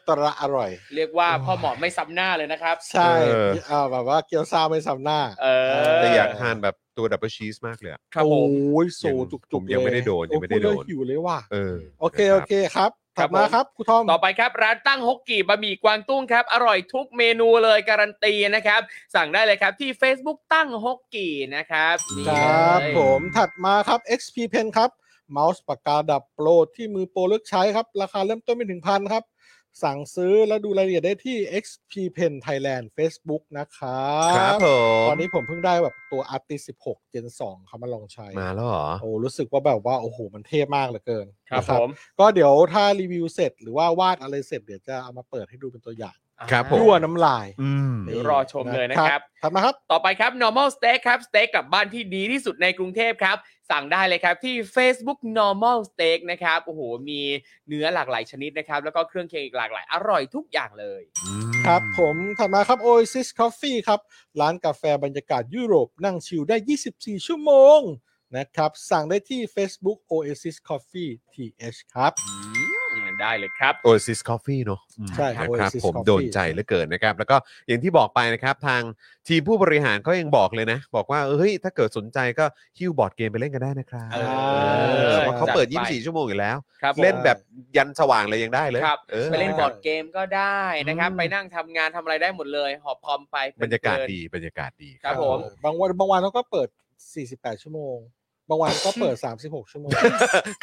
E: ตรอร่อย
D: เรียกว่า
C: โอ้ย
D: พ่อหมอไม่ซ้ำหน้าเลยนะครับ
E: ใช่
C: เออ
E: เอ่อแบบว่าเกี๊ยวซาไม่ซ้ำหน้า
D: เออ
C: แต่อยากทานแบบตัวดับเบิลชีสมากเลยอะ
D: ครับผม
E: โอ้ยโซ
C: ยัง
E: จุกๆ
C: ผมยังไม่ได้โดน
E: เล
C: ยังไม่ได้โดน
E: อ้พูแล้วหิวเลยว่ะ
C: เออ
E: โอเค
C: นะ
E: โอ
C: รับ
E: เคครับ
D: ครับผม
E: ถัดมาครับครูทอม
D: ต่อไปครับ ร้านตั้งฮกกี่บะหมี่กวางตุ้งครับ อร่อยทุกเมนูเลยการันตีนะครับ สั่งได้เลยครับที่ Facebook ตั้งฮกกี่นะครับนี่
E: ค
D: เลย
E: รับผมถัดมาครับ XP Pen ครับเมาส์ปากกาดับโปรที่มือโปรเลือกใช้ครับ ราคาเริ่มต้นไม่ถึงพันครับ สั่งซื้อแล้วดูรายละเอียดได้ที่ XP Pen Thailand Facebook นะครับ
C: ครับผม
E: ตอนนี้ผมเพิ่งได้แบบตัว Artist 16 Gen 2เขามาลองใช้
C: มาแล้วเหรอ
E: โอ้รู้สึกว่าแบบว่า โอ้โห มันเท่มากเหลือเกิน
D: ครับ
E: นะ
D: ผม
E: ก็เดี๋ยวถ้ารีวิวเสร็จหรือว่าวาดอะไรเสร็จเดี๋ยวจะเอามาเปิดให้ดูเป็นตัวอย่าง
C: ครับผม
E: ยั่วน้ำลาย
C: อืม
D: เดี๋ยวรอชมเลยนะครับ
E: ถัดมาครับ
D: ต่อไปครับ normal steak ครับ สเต็กกลับบ้านที่ดีที่สุดในกรุงเทพครับ สั่งได้เลยครับที่ Facebook normal steak นะครับ โอ้โห มีเนื้อหลากหลายชนิดนะครับ แล้วก็เครื่องเคียงอีกหลากหลาย อร่อยทุกอย่างเลย
E: ครับผมถัดมาครับ Oasis Coffee ครับ ร้านกาแฟบรรยากาศยุโรปนั่งชิลได้ 24 ชั่วโมงนะครับ สั่งได้ที่ Facebook Oasis Coffee TH ครับ
D: อืมได้เลยครับ
C: Oasis Coffee เนอะ
E: ใช่ครับ
C: นะครับ
E: Oasis
C: ผม
E: Coffee
C: โดนใจเหลือเกินนะครับ แล้วก็อย่างที่บอกไปนะครับ ทางทีมผู้บริหารก็ยังบอกเลยนะ บอกว่า เอ้ย ถ้าเกิดสนใจก็ฮิ้วบอร์ดเกมไปเล่นกันได้นะครับ
D: เอ
E: อ
C: เออเพราะเขาเปิด
D: จัดไป
C: 24 ชั่วโมงอยู่แล้ว
D: ครับผม
C: เล่นแบบยันสว่างเลยยังได้เลย
D: ครับ
C: ออ
D: ไปเล่นบอร์ดเกมก็ได้นะครับ
C: อืม
D: ไปนั่งทำงานทำอะไรได้หมดเลย หอบคอมไปเพลิ
C: บ
D: นๆ
C: รรยากาศดีบรรยากาศดี
D: ครับผม
E: บางวันบางวันเขาก็เปิด 48 ชั่วโมง บางวันก็เปิด 36 ชั่วโมง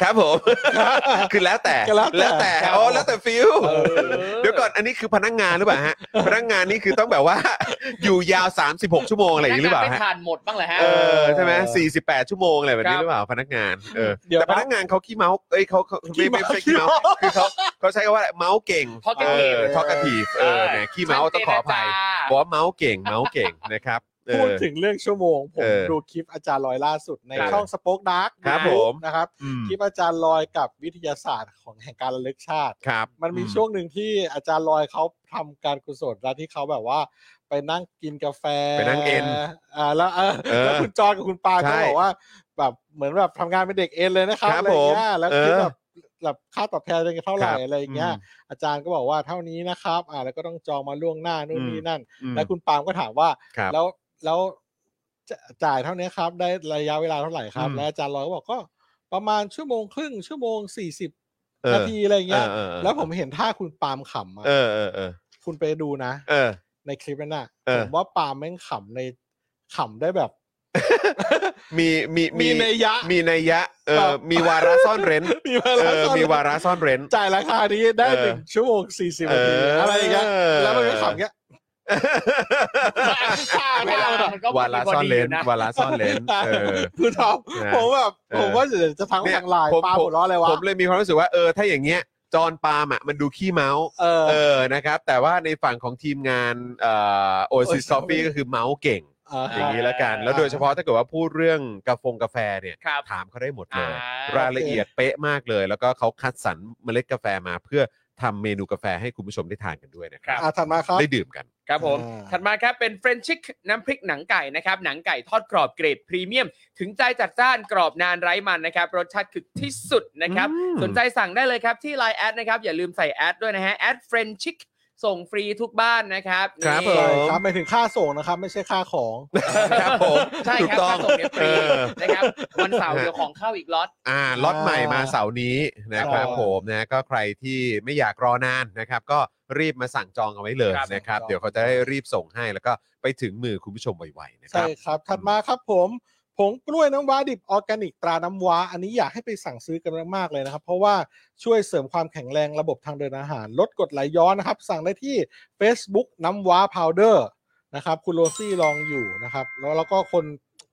C: ครับผม คือแล้วแต่
E: ก็แล้วแต่
C: แล้วแต่
E: ครับ
C: อ๋อแล้วแต่ฟิล
E: เออ
C: เดี๋ยวก่อนอันนี้คือพนักงานหรือเปล่าฮะ พนักงานนี่คือต้องแบบว่า อยู่ยาว 36 ชั่วโมงอะไรอย่างนี้หรือเปล่า
D: พนักงนไม่
C: ฮะ
D: ทานหมดบ้างเหรอฮะ
C: เออใช่ไหม48 ชั่วโมงอะไรแบบนี้
D: ครับ
C: หรือเปล่าพนักงานเออ
E: เดี๋ยว
C: แต่พนักงานเขาขี้เมาส์เอ้ยเขาเขาไม่ไม่ใช่ขี้เมาส์คือเขาเขาใช้คำว่าเมาส์เก่ง
D: พอ
C: เอ
D: แกิ
C: อทอกระถีบเออแหมขี้เมาส์ต้องขออภัยบอกว่าเมาส์เก่งเมาส์เก่งนะครับ เอ
E: พูด
C: อ
E: ถึงเรื่องชั่วโมง ผ
C: เอ
E: ม
C: อ
E: ดูคลิปอาจารย์ลอยล่าสุดใน
C: เออ
E: ช่องสป็อกดาร์ก
C: ครับผม
E: นะครับ
C: อืม
E: คลิปอาจารย์ลอยกับวิทยาศาสตร์ของแห่งการระลึกชาติ
C: ครับ
E: มันมีช่วงหนึ่งที่อาจารย์ลอยเขาทำการกุศลแล้วที่เขาแบบว่า ไปนั่งกินกาแฟ
C: ไปนั่งเอ็น
E: อ่าแล้วเออ
C: เออ
E: แล้วคุณจอนกับคุณปา
C: ใช่
E: ก็บอกว่า แบบเหมือนแบบทำงานเป็นเด็กเอ็นเลยนะครับ
C: ครั
E: อะ
C: บ
E: ไรเงี้ย
C: ผม
E: แล้วคือ
C: เออ
E: แบบแบบค่าตอบแทนจะเท่าไหร่
C: ครับ
E: อะไรอย่างเงี้ย
C: อืม
E: อาจารย์ก็บอกว่าเท่านี้นะครับ อ่า แล้วก็ต้องจองมาล่วงหน้านู่น
C: อืม
E: นี่นั่น
C: อืม
E: แล้วคุณปาล์มก็ถามว่า
C: ครับ
E: แล้วแล้วจะจ่ายเท่านี้ครับ ได้ระยะเวลาเท่าไหร่ครับ
C: อืม
E: แล้วอาจารย์ลอยก็บอกก็ประมาณชั่วโมงครึ่งชั่วโมงสี่สิบ
C: เออ
E: นาทีอะไรเงี้ย
C: ออออ
E: แล้วผมเห็นท่าคุณปาล์มขำอะ
C: เออเออเออ
E: คุณไปดูนะ
C: เออ
E: ในคลิปนั้นน่ะ
C: เออ
E: ผมว่าปาล์มแม่งขำในขำได้แบบ
C: มีมี
E: มีในยยะ
C: มีนัยยะเอ
E: ครั
C: อบ มีวาระซ่อนเร้น
E: มี
C: เอ
E: วาระ
C: อ
E: ซ่อน
C: มีวาระซ่อนเร้น
E: จ่ายราคานี้ได้
C: เออ
E: หนึ่งชั่วโมงสี่สิบ
C: เอ
E: นา
C: อ
E: ทีอะไรอย่างเงี้ยแล้วมันก็ขำเงี้ยท่า
D: เว
E: ท่า
D: ลา
E: แบบ
D: มันก็
C: วาระซ่อนเร้นวาระซ่อนเร้นเออ
E: คือทอม
C: นะ
E: ผมแบบ
C: เออ
E: ผมว่าเดี๋ยวจะทั้ง
C: เนี่ย
E: ทางไลน์ปาล์มหัวเร้ออะไรวะ
C: ผมเลยมีความรู้สึกว่าเออถ้าอย่างเงี้ยจอนปาล์มอ่ะมันดูขี้เมาส์
E: เออ
C: เออนะครับ แต่ว่าในฝั่งของทีมงานเอ่อโอซิ
E: Oasis
C: สซอฟฟี่ก็คือเมาส์เก่ง
E: เออ
C: อ
E: อ
C: ย่างนี้ละกัน แล้วโดยเฉพาะถ้าเกิดว่าพูดเรื่องกาแฟงกาแฟเนี่ย
D: ครับ
C: ถามเขาได้หมดเลย
D: อ่าร
C: รายละเอียดเป๊ะมากเลย แล้วก็เขาคัดสรรเมล็ดกาแฟมาเพื่อทำเมนูกาแฟให้คุณผู้ชมได้ทานกันด้วยนะครั
E: อ่ะถัดมาครับ
C: ได้ดื่มกัน
D: ครับผม
E: อ่า
D: ถัดมาครับ เป็นเฟรนชิกน้ำพริกหนังไก่นะครับ หนังไก่ทอดกรอบเกรดพรีเมียม ถึงใจจัดจ้านกรอบนานไร้มันนะครับ รสชาติคือที่สุดนะครับ
C: อืม
D: สนใจสั่งได้เลยครับที่ Line แอดนะครับ อย่าลืมใส่แอดด้วยนะฮะ แอดเฟรนชิกส่งฟรีทุกบ้านนะครับ
C: ครับ
D: นี่
C: ผม
E: ครับหมายถึงค่าส่งนะครับ ไม่ใช่ค่าของ
C: ครับผม
D: ใช่
C: ถูก
D: ครับ
C: ต้อ
D: ค่าง ส่งเนี่ยฟ
C: เอ
D: รี
C: อ
D: นะครับ วันเสาร์เดี๋ยวของเข้าอีกล็อต
C: อ่าล็อตใหม่มาเสาร์นี้นะค
E: ครั
C: รับบ ผมนะก็ใครที่ไม่อยากรอนานนะครับ ก็รีบมาสั่งจองเอาไว้เลย
D: ครับ
C: นะครับ
E: จอง
C: เดี๋ยวเขาจะได้รีบส่งให้แล้วก็ไปถึงมือคุณผู้ชมไวๆนะค
E: ใช่
C: รับ
E: ครับ ถัดมาครับผมผงกล้วยน้ำว้าดิบออร์แกนิกตราน้ำว้า อันนี้อยากให้ไปสั่งซื้อกันมากๆเลยนะครับ เพราะว่าช่วยเสริมความแข็งแรงระบบทางเดินอาหาร ลดกรดไหลย้อนนะครับ สั่งได้ที่ Facebook น้ำว้าพาวเดอร์นะครับคุณโรซี่ลองอยู่นะครับ แล้วแล้วก็คน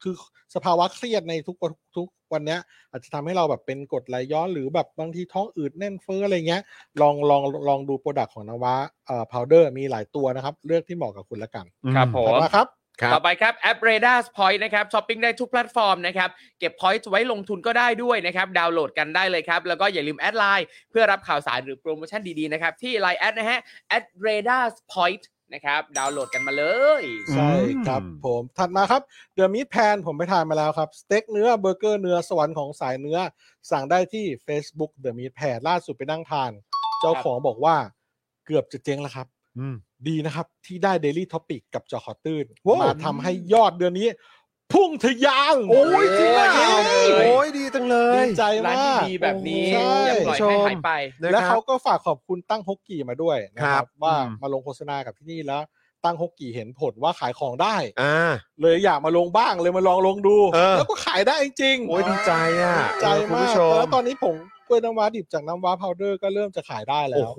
E: คือสภาวะเครียดในทุกวันทุกวันเนี้ยอาจจะทำให้เราแบบเป็นกรดไหลย้อนหรือแบบบางทีท้องอืดแน่นเฟ้ออะไรเงี้ยลองลองลองดูโปรดักต์ของน้ำว้าเอ่อพาวเดอร์มีหลายตัวนะครับ เลือกที่เหมาะกับคุณละกัน
D: ครับผม
E: ถัดมาครับ
C: ครับ
D: ต่อไปครับแอป r a d a r Point นะครับช้อปปิ้งได้ทุกแพลตฟอร์มนะครับ เก็บ Point ไว้ลงทุนก็ได้ด้วยนะครับ ดาวน์โหลดกันได้เลยครับ แล้วก็อย่าลืมแอดไลน์เพื่อรับข่าวสารหรือโปรโมชั่นดีๆนะครับ ที่ Line แอดนะฮะ at r a d a r Point นะครับ ดาวน์โหลดกันมาเลย
E: ใช่ครับ
C: อืม
E: ผมถัดมาครับเดอะมิตแพนผมไปทานมาแล้วครับ สเต็กเนื้อเบอร์เกอร์เนื้อสวรรค์ของสายเนื้อ สั่งได้ที่ Facebook The Meat Pan ล่าสุดไปนั่งทาน เจ้าของบอกว่าเกือบจะเจ๊งแล้วครับ
C: อืม
E: ดีนะครับ ที่ได้ Daily Topic กับจอขอตื้น
C: โว้
E: มาทำให้ยอดเดือนนี้ พุ่งทะยาน
C: โอ้ยจริงอ่ะ
E: โอ้ย
C: โอ้ยดีจังเลย
E: ดีใจ
D: ร้าน
E: มาก
D: ดีๆแบบนี้
E: ใช่
D: อย่าปล่อยให้หายไป
E: และเขาก็ฝากขอบคุณตั้งฮกกี่มาด้วยนะค
C: ครั
E: รั
C: บบ
E: ว่า
C: อืม
E: มาลงโฆษณากับที่นี่แล้ว ตั้งฮกกี่เห็นผลว่าขายของได้
C: อ่า
E: เลยอยากมาลงบ้างเลยมาลองลงดู
C: เออ
E: แล้วก็ขายได้จริงๆ
C: โอ้ยดีใจอ่ะ
E: ดีใจ
C: คุณ
E: มาก
C: ผู้ชม
E: แล้วตอนนี้ผมกล้วยน้ำว้าดิบจากน้ำว้าพาวเดอร์ก็เริ่มจะขายได้แล้
C: โอ้
E: ว
C: โห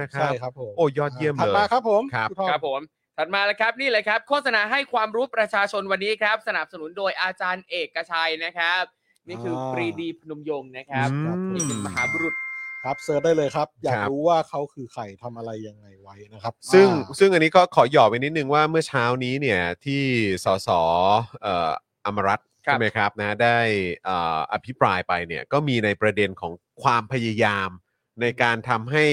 C: นะครั
E: ใช่
C: บ
E: ครับผม
C: โอ้ยอดเยี่ยม
E: ถั
C: เล
E: ด
C: ย
E: มาครับผม
C: ครับ
E: ณทอม
D: ครับผม ถัดมาแล้วครับนี่เลยครับ โฆษณาให้ความรู้ประชาชนวันนี้ครับ สนับสนุนโดยอาจารย์เอกชัยนะครับ นี่คือ
E: อ่า
D: ปรีดีพนมยงค์นะครับ
C: อืม
D: นี่เป็นมหาบุรุษ
E: ครับเซิร์ชได้เลยครับ อยาก
C: ครับ
E: รู้ว่าเขาคือใครทำอะไรยังไงไว้นะครับ
C: ซึ่ง
E: อ่า
C: ซึ่งอันนี้ก็ขอหยอดไว้นิดนึงว่าเมื่อเช้านี้เนี่ยที่สสเอ่ออมรัตน์
D: ครับ
C: ใช่ไหมครับนะได้เอ่ออภิปรายไปเนี่ยก็มีในประเด็นของความพยายาม ในการทำให้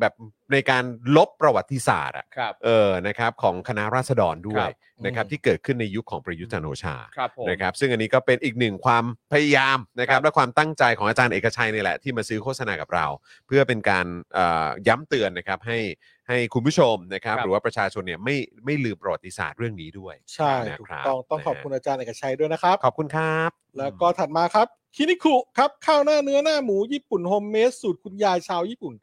C: แบบในการลบประวัติศาสตร์อะ
D: ครับ
C: เออนะครับของคณะราษฎรด้ว
D: ครั
C: ย
D: บ
C: นะครับ
E: อืม
C: ที่เกิดขึ้นในยุคของประยุทธ์จันทร์โอชา
D: ครับผม
C: นะครับซึ่งอันนี้ก็เป็นอีกหนึ่งความพยายามนะครับและความตั้งใจของอาจารย์เอกชัยนี่แหละที่มาซื้อโฆษณากับเรา เพื่อเป็นการเอ่อย้ำเตือนนะครับให้ให้คุณผู้ชมนะครับ
D: ครับ
C: หรือว่าประชาชนเนี่ยไม่ไม่ลืมประวัติศาสตร์เรื่องนี้ด้วย
E: ใช่
C: นะ
E: ถูก
C: ครับ
E: ต้องต้องขอบคุณอาจารย์เอกชัยด้วยนะครับ
C: ขอบคุณครับ
E: แล้วก็ถัดมาครับคินิคุครับข้าวหน้าเนื้อหน้าหมูญี่ปุ่นโฮมเมดสูตรคุณยายชาวญี่ปุ่น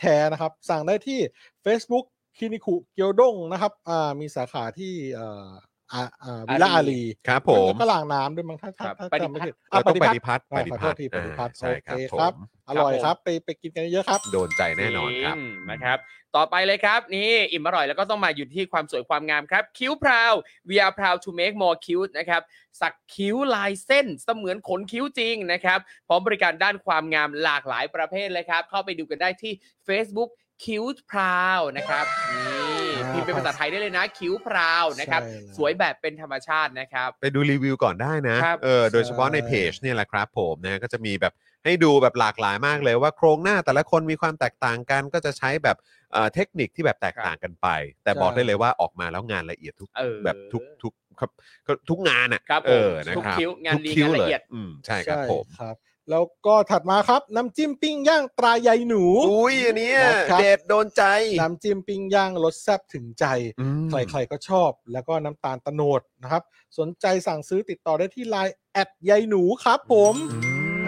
E: แท้ๆนะครับ สั่งได้ที่ Facebook คินิคุเกียวด้งนะครับอ่ามีสาขาที่เอ่ออ่าอ่าวิลล่าอารี
C: ครับผม
E: ก็ลางน้ำด้วยมั้งถ้าถ้า
D: ครับ
E: ถ้า
D: ปฏิ
E: จำ
D: พัฒ
E: ไม่
D: น์
E: ผิด
C: เรา
E: อ่ะ
C: ต้องป
E: พัฒ
C: ฏิ
E: น์
C: พัฒน์
E: อ่า
C: ปฏิ
E: ขอโท
C: พั
E: ษ
C: ฒน์
E: ทีปฏิพั
C: อ่า
E: ฒน์
C: ใช่
E: โอเค
C: ค
E: ค
C: รั
E: รั
C: บบ ผม
E: อร่อยครับ ไปไปกินกันเยอะๆครับ
C: โดนใจแน่นอนครับ
D: มนะครับ ต่อไปเลยครับ นี่อิ่มอร่อยแล้วก็ต้องมาอยู่ที่ความสวยความงามครับ คิ้วพราว we are proud to make more cute นะครับ สักคิ้วลายเส้นเสมือนขนคิ้วจริงนะครับ พร้อมบริการด้านความงามหลากหลายประเภทเลยครับ เข้าไปดูกันได้ที่ Facebook คิ้วพราวนะครับนี่
E: อ่า
D: พิมพ์เป็นภาษาไทยได้เลยนะ คิ้วพราวนะครับ
E: ใช่แล้ว
D: สวยแบบเป็นธรรมชาตินะครับ
C: ไปดูรีวิวก่อนได้นะครับ เออโดยเฉพาะใน
E: ใช่
C: เพจเนี่ยแหละครับผมนะก็จะมีแบบ ให้ดูแบบหลากหลายมากเลยว่าโครงหน้าแต่ละคนมีความแตกต่างกันก็จะใช้แบบเอ่อเทคนิคที่แบบแตกต่างกันไป แต่
E: ใช่
C: บอกได้เลยว่าออกมาแล้วงานละเอียดทุก
D: เออ
C: แบบทุกทุกครับก็ทุกงานอ่ะ
D: ครับผม
C: เออนะครับ
D: ทุกคิ้วงานดี
C: ทุกคิ้ว
D: งานละ
C: ย
D: เอียด
C: อืมใช่ครับผม
E: ครับ แล้วก็ถัดมาครับ น้ำจิ้มปิ้งย่างตรายายหนู
C: อุ้ยอันเนี้ย
E: นะครับ
C: เด็ดโดนใจ
E: น้ำจิ้มปิ้งย่างรสแซ่บถึงใจ
C: อืม
E: ใครๆก็ชอบ แล้วก็น้ำตาลตะโนดนะครับ สนใจสั่งซื้อติดต่อได้ที่ไลน์แอดยายหนูครับผม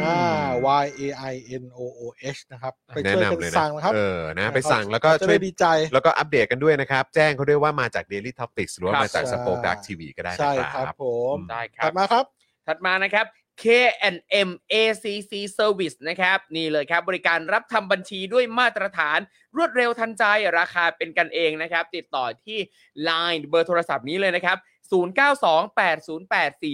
E: อ่า y a i n o o h นะครับ ไป
C: แนะ
E: ช่วยกัน
C: นำเลยนะ
E: สั่งนะครับ
C: เออนะไปสั่งแล้วก็
E: จะ
C: ช่วย
E: ได้ดีใจ
C: แล้วก็อัปเดตกันด้วยนะครับ แจ้งเขาด้วยว่ามาจาก Daily Topics หรือว่า
D: ครับ
C: มาจาก
E: ใช่
C: สปอคดักทีวีก็ได้
E: ใช่
C: นะค
E: ครั
C: รั
E: บบ ผม
D: ได้ครั
E: ถั
D: บ
E: ดมาครับ
D: ถัดมานะครับ K&M ACC Service นะครับ นี่เลยครับ บริการรับทำบัญชีด้วยมาตรฐาน รวดเร็วทันใจราคาเป็นกันเองนะครับ ติดต่อที่ Line เบอร์โทรศัพท์นี้เลยนะครับ 0928084572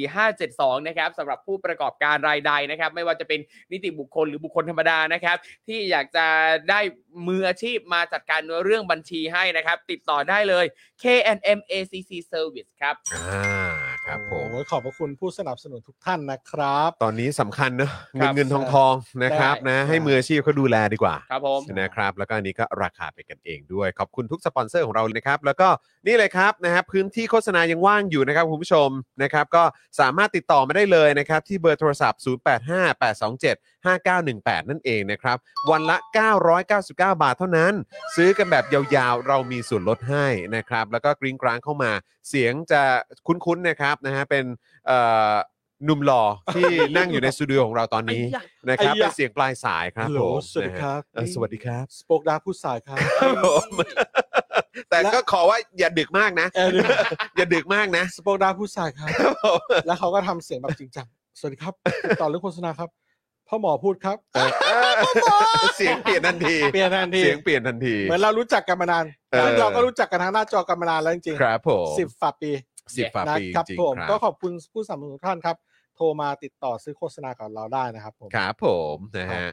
D: นะครับสำหรับผู้ประกอบการรายใดนะครับ ไม่ว่าจะเป็นนิติบุคคลหรือบุคคลธรรมดานะครับ ที่อยากจะได้มืออาชีพมาจัดการเรื่องบัญชีให้นะครับ ติดต่อได้เลย K&M ACC Service ครับ
C: อ่าครับผม
E: โอ้โหขอบพระคุณผู้สนับสนุนทุกท่านนะครับ
C: ตอนนี้สำคัญเนอะ
D: ค
C: เงิ
D: รั
C: น
D: บ
C: เงินทองทองนะครับ
D: ได้
C: นะให้มืออาชีพเขาดูแลดีกว่า
D: ครับผม
C: นะครับ แล้วก็อันนี้ก็ราคาไปนกันเองด้วย ขอบคุณทุกสปอนเซอร์ของเราเลยนะครับ แล้วก็นี่เลยครับนะฮะพื้นที่โฆษณายังว่างอยู่นะครับคุณผู้ชมนะครับ ก็สามารถติดต่อมาได้เลยนะครับ ที่เบอร์โทรศัพท์ 0858275918 นั่นเองนะครับ วันละ 999 บาทเท่านั้น ซื้อกันแบบยาวๆ เรามีส่วนลดให้นะครับ แล้วก็กริ้งกร้างเข้ามา เสียงจะคุ้นๆ นะครับนะฮะ เป็นเอ่อหนุ่มหล่อที่ นั่งอยู่ในสตูดิโอของเราตอนนี้นะครับ
E: ไอ้ยะ
C: เป็นเสียงปลายสายครับ
E: ฮัลโหล
C: ผม
E: สวัสดีค
C: นะฮะ
E: รับ
C: เอ่อสวัสดีครับ
E: สปกดาผู้สายครับ
C: ครับผม แต่ก็ขอว่าอย่าดึก มากนะ
E: เออดึก
C: อย่าดึกมาก นะ
E: สปกดาผู้สายครับ
C: ครับผม
E: แล้วเขาก็ทำเสียงแบบจริงจัง สวัสดีครับติดต่อเรื่องโฆษณาครับ พ่อหมอพูดครับ
C: เออเออ เสียงเปลี่ยนทันที
E: เปลี่ยนทันที
C: เสียงเปลี่ยนทันที
E: เหมือนเรารู้จักกันมานาน
C: เออ
E: แล้วเราก็รู้จักกันทางหน้าจอกันมานานแล้วจริง
C: ครับผม
E: สิบฝาปี
C: สิบฝา
E: นะ
C: ปี
E: ครับ
C: จริง
E: ผม
C: ๆค
E: ก็
C: รับ
E: ขอบคุณผู้สนับสนุนทุกท่านครับ โทรมาติดต่อซื้อโฆษณากับเราได้นะครับผม
C: ครับผมนะฮะ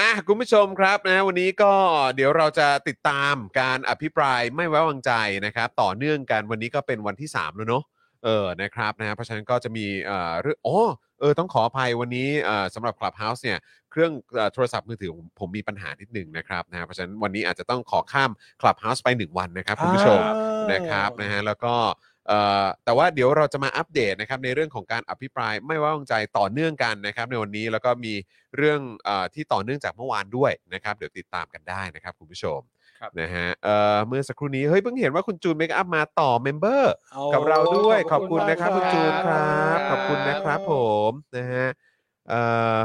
C: อ่ะคุณผู้ชมครับนะวันนี้ก็เดี๋ยวเราจะติดตามการอภิปรายไม่ไว้วางใจนะครับ ต่อเนื่องกันวันนี้ก็เป็นวันที่ 3 แล้วเนาะเออนะครับนะฮะเพราะฉะนั้นก็จะมีเอ่อเรื่องอ๋อเออต้องขออภัยวันนี้เอ่อสำหรับ Clubhouse เนี่ย เครื่องเอ่อโทรศัพท์มือถือผมผมมีปัญหานิดหนึ่งนะครับนะฮะเพราะฉะนั้นวันนี้อาจจะต้องขอข้าม Clubhouse ไป 1 วันนะครับคุณผู้ชม นะครับนะฮะแล้วก็เอ่อแต่ว่าเดี๋ยวเราจะมาอัปเดตนะครับในเรื่องของการอภิปรายไม่ไว้วางใจต่อเนื่องกันนะครับในวันนี้แล้วก็มีเรื่องเออที่ต่อเนื่องจากเมื่อวานด้วยนะครับเดี๋ยวติดตามกันได้นะครับคุณผู้ชม
D: ครับ
C: นะฮะเอ่อเมื่อสักครู่นี้เฮ้ยเพิ่งเห็นว่าคุณจูนเมคอัพมาต่อเมมเบอร์
E: เอา
C: กับเราด้วยข
E: ข
C: อ
E: อ
C: บบคุ
E: คุ
C: ณ
E: ณ
C: นะครับ คุณ
E: มาก
C: จูนค
E: ครั
C: รับ
E: บ
C: ขอบคุณนะครับผมนะฮะเอ่อ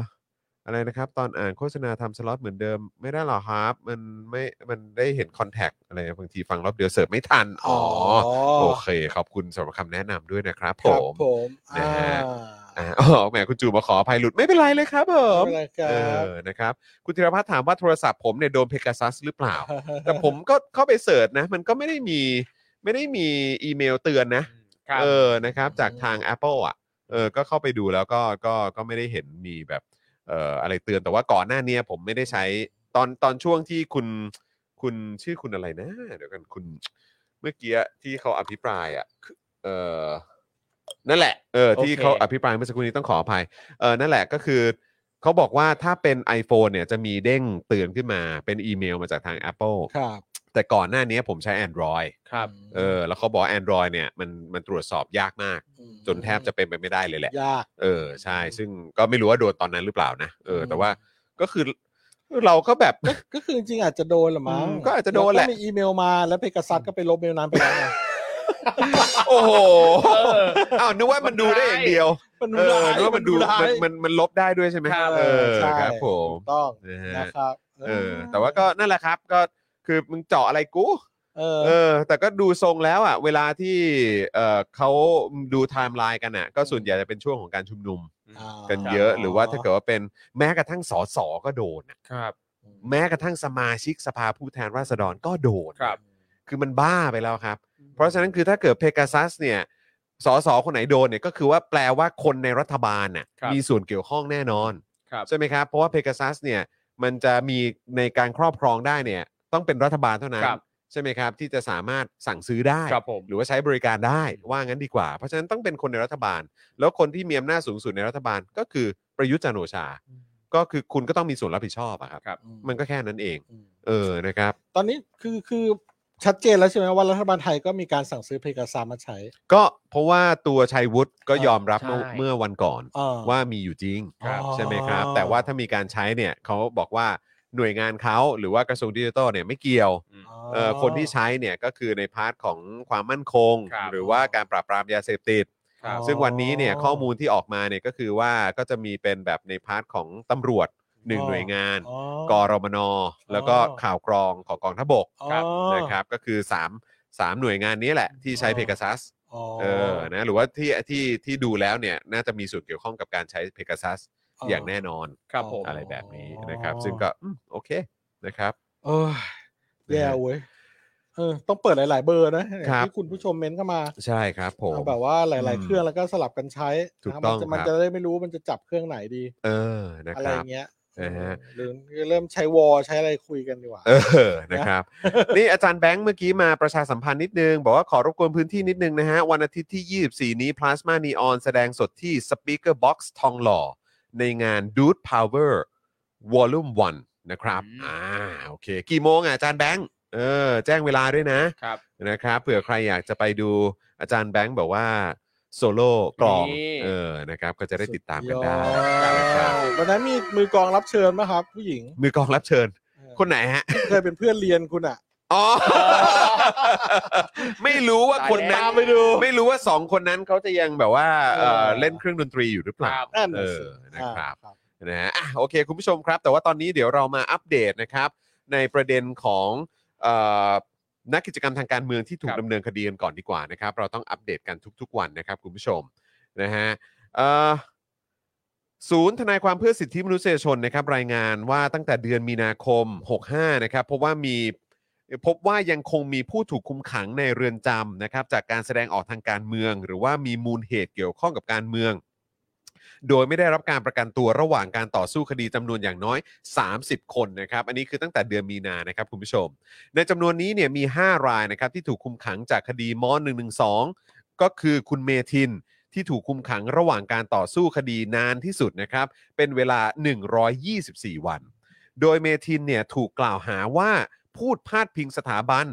C: อะไรนะครับ ตอนอ่านโฆษณาทำสล็อตเหมือนเดิมไม่ได้หรอครับ มันไม่มันได้เห็นคอนแทคอะไรบางทีฟังรอบเดียวเสิร์ฟไม่ทัน อ๋ออโอเค ขอบคุณสำหรับคำแนะนำด้วยนะครับ
E: ค
C: ผ
E: รับ
C: ม
E: ผม
C: นะฮะ
E: อ่า
C: อ่าอ๋อแหมคุณจูนมาขออภัยหลุดไม่เป็นไรเลยครับผม
E: ไม่เป็นไรค
C: เอ
E: รับ
C: อนะครับ คุณธีรพัฒน์ถามว่าโทรศัพท์ผมเนี่ยโดนเพกาซัสหรือเปล่า แต่ผมก็เข้าไปเสิร์ชนะ มันก็ไม่ได้มีไม่ได้มีอีเมลเตือนนะ
D: ครับ
C: เออ นะครับ จากทาง Apple อ่ะ เออ ก็เข้าไปดูแล้วก็ ก็ ก็ไม่ได้เห็นมีแบบ เอ่อ อะไรเตือน แต่ว่าก่อนหน้าเนี้ยผมไม่ได้ใช้ ตอน ตอนช่วงที่คุณ คุณชื่อคุณอะไรนะ เดี๋ยวกัน คุณ เมื่อกี้ที่เขาอภิปรายอ่ะ เออนั่นแหละ เออ ที่
D: โอเค
C: เขาอภิปรายเมื่อสักครู่นี้ต้องขออภัย เออ นั่นแหละ ก็คือ เขาบอกว่าถ้าเป็น iPhone เนี่ย จะมีเด้งเตือนขึ้นมา เป็นอีเมลมาจากทาง Apple
E: ครับ
C: แต่ก่อนหน้าเนี้ยผมใช้ Android
D: ครับ
C: เออ แล้วเขาบอกว่า Android เนี่ย มัน มันตรวจสอบยากมาก จนแทบจะเป็นไปไม่ได้เลยแหละ
E: ยาก
C: เออ ใช่ ซึ่งก็ไม่รู้ว่าโดนตอนนั้นหรือเปล่านะ เออ แต่
E: อืม
C: ว่าก็คือเราก็แบบ
E: ก็คือจริงๆอาจจะโดนแหละมั้ง
C: อืมก็อาจจะโดนแหละ
E: วก็มีอีเมลมาแล้วเพกาซัสก็ไปลบเมลนั้นไปแล้วไง
C: โอ้โห
D: เออ
C: อ้าวนึกว่ามันดูได้อย่างเดียว
E: มัน
C: เอ
E: ดู
C: อ
E: ร้าย
C: นึกว่ามันดู
E: ร้าย
C: มันมันมันลบได้ด้วยใช่ไหม
D: ครับ
C: เออ
E: ใช่
C: ครับผม
E: ถูกต้อง
C: นะ
E: นะ
C: ฮะ
E: ครับ
C: เออ แต่ว่าก็นั่นแหละครับ ก็คือมึงเจาะอะไรกู
E: เออ
C: เออ แต่ก็ดูทรงแล้วอ่ะ เวลาที่เออเขาดูไทม์ไลน์กันอ่ะ ก็ส่วนใหญ่จะเป็นช่วงของการชุมนุมกันเยอะ หรือว่าถ้าเกิดว่าเป็นแม้กระทั่งสสก็โดนอะ
D: ครับ
C: แม้กระทั่งสมาชิกสภาผู้แทนราษฎรก็โดน
D: ครับ
C: คือมันบ้าไปแล้วครับ เพราะฉะนั้นคือถ้าเกิดเพกาซัสเนี่ย สสคนไหนโดนเนี่ยก็คือว่าแปลว่าคนในรัฐบาลน่ะ
D: ครับ
C: มีส่วนเกี่ยวข้องแน่นอน
D: ครับ
C: ใช่ไหมครับ เพราะว่าเพกาซัสเนี่ยมันจะมีในการครอบครองได้เนี่ย ต้องเป็นรัฐบาลเท่านั้น
D: ครับ
C: ใช่ไหมครับ ที่จะสามารถสั่งซื้อได้
D: ครับผม
C: หรือว่าใช้บริการได้ว่างั้นดีกว่า เพราะฉะนั้นต้องเป็นคนในรัฐบาล แล้วคนที่มีอำนาจสูงสุดในรัฐบาลก็คือประยุทธ์จันทร์โอชา ก็คือคุณก็ต้องมีส่วนรับผิดชอบอะครับ
D: ครับ
C: มันก็แค่นั้นเอง
E: อืม
C: เออนะครับ
E: ตอนนี้คือคือชัดเจนแล้วใช่ไหมว่ารัฐบาลไทยก็มีการสั่งซื้อเพกาซามาใช้
C: ก็เพราะว่าตัวชัยวุฒิก็
E: เออ
C: ยอมรับเมื่อ
D: ใช่
C: เมื่อวันก่อน
E: เออ
C: ว่ามีอยู่จริง
E: ครับ
C: ใช่ไหมครับ แต่ว่าถ้ามีการใช้เนี่ยเขาบอกว่าหน่วยงานเขาหรือว่ากระทรวงดิจิทัลเนี่ยไม่เกี่ยว เอ่อคนที่ใช้เนี่ยก็คือในพาร์ทของความมั่นคง
D: ครับ
C: หรือว่าการปราบปรามยาเสพติด
D: ครับ
C: ซึ่งวันนี้เนี่ยข้อมูลที่ออกมาเนี่ยก็คือว่าก็จะมีเป็นแบบในพาร์ทของตำรวจหนึ่ง
E: อ๋อ
C: หน่วยงาน
E: อ๋อ
C: กรมน แล้วก็ข่าวกรองของกองทพบก
E: ครับอ๋อ
C: นะครับก็คือ3 3หน่วยงานนี้แหละที่ใช้เพก a ซัส
E: อ๋อ
C: เออนะหรือว่าที่ที่ที่ดูแล้วเนี่ยน่าจะมีส่วนเกี่ยวข้องกับการใช้เพก a ซัสอย่างแน่นอน
D: ครับผม
C: อะไรแบบนี้นะครับ ซึ่งก็อืมโอเคนะครับ
E: เออแย่เว้ยเออต้องเปิดหลาย ๆ เบอร์นะอย่าง
C: ครับ
E: ที่คุณผู้ชมเม้นเข้ามา
C: ใช่ครับผม
E: เอาแบบว่าหลาย
C: อืม
E: ๆเครื่องแล้วก็สลับกันใช้
C: ถูก
E: นะ
C: ต้อง
E: มันจะมั
C: ค
E: น
C: รับ
E: จะได้ไม่รู้ว่ามันจะจับเครื่องไหนดี
C: เออนะ
E: อะ
C: ค
E: ไร
C: รับ
E: เงี้ย
C: นะฮะ
E: หรือเริ่มใช้วอลใช้อะไรคุยกันดีกว่า
C: เออ นะครับ นี่อาจารย์แบงค์เมื่อกี้มาประชาสัมพันธ์นิดนึง บอกว่าขอรบกวนพื้นที่นิดนึงนะฮะ วันอาทิตย์ที่ 24 นี้ Plasma Neon แสดงสดที่ Speaker Box ทองหล่อ ในงาน Dude Power Volume 1 นะครับ
D: อืม
C: อ่า โอเค กี่โมงอ่ะอาจารย์แบงค์ เออ แจ้งเวลาด้วยนะ
D: ครับ
C: นะครับเผื่อใครอยากจะไปดูอาจารย์แบงค์แบบว่า โซโล่กลอง
D: นี่
C: เออ นะครับ ก็จะได้ติดตามกันได้นะครับ
E: วันนั้นมีมือกลองรับเชิญไหมครับ ผู้หญิง
C: มือกลองรับเชิญ คน
E: เอ
C: ไหนฮะ
E: อเคยเป็นเพื่อนเรียนคุณอ่ะ
C: อ๋อ ไม่รู้ว่าคนนั้น
D: ตามไปดู
C: ไม่รู้ว่าสองคนนั้นเขาจะยังแบบว่าเอ่อ
E: เออ
C: เล่นเครื่องดนตรีอยู่หรือเปล่า
D: ครับ
E: นั่นน่ะสิ
C: เออนะครับ
E: อ่า
C: นะฮะอ่ะโอเค คุณผู้ชมครับ แต่ว่าตอนนี้เดี๋ยวเรามาอัปเดตนะครับ ในประเด็นของเอ่อนักกิจกรรมทางการเมืองที่ถู
D: ค
C: ก
D: รับ
C: ดำเนินคดีกันก่อนดีกว่านะครับ เราต้องอัปเดตกันทุกๆวันนะครับคุณผู้ชมนะฮะเอ่อศูนย์ทนายความเพื่อสิทธิมนุษยชนนะครับ รายงานว่าตั้งแต่เดือนมีนาคม 65 นะครับพบว่ามีพบว่ายังคงมีผู้ถูกคุมขังในเรือนจำนะครับจากการแสดงออกทางการเมือง หรือว่ามีมูลเหตุเกี่ยวข้องกับการเมือง โดยไม่ได้รับการประกันตัวระหว่างการต่อสู้คดีจำนวนอย่างน้อย 30 คนนะครับ อันนี้คือตั้งแต่เดือนมีนานะครับคุณผู้ชม ในจำนวนนี้เนี่ยมี 5 รายนะครับที่ถูกคุมขังจากคดีม .112 ก็คือคุณเมทินที่ถูกคุมขังระหว่างการต่อสู้คดีนานที่สุดนะครับ เป็นเวลา 124 วัน โดยเมทินเนี่ยถูกกล่าวหาว่าพูดพาดพิงสถาบัน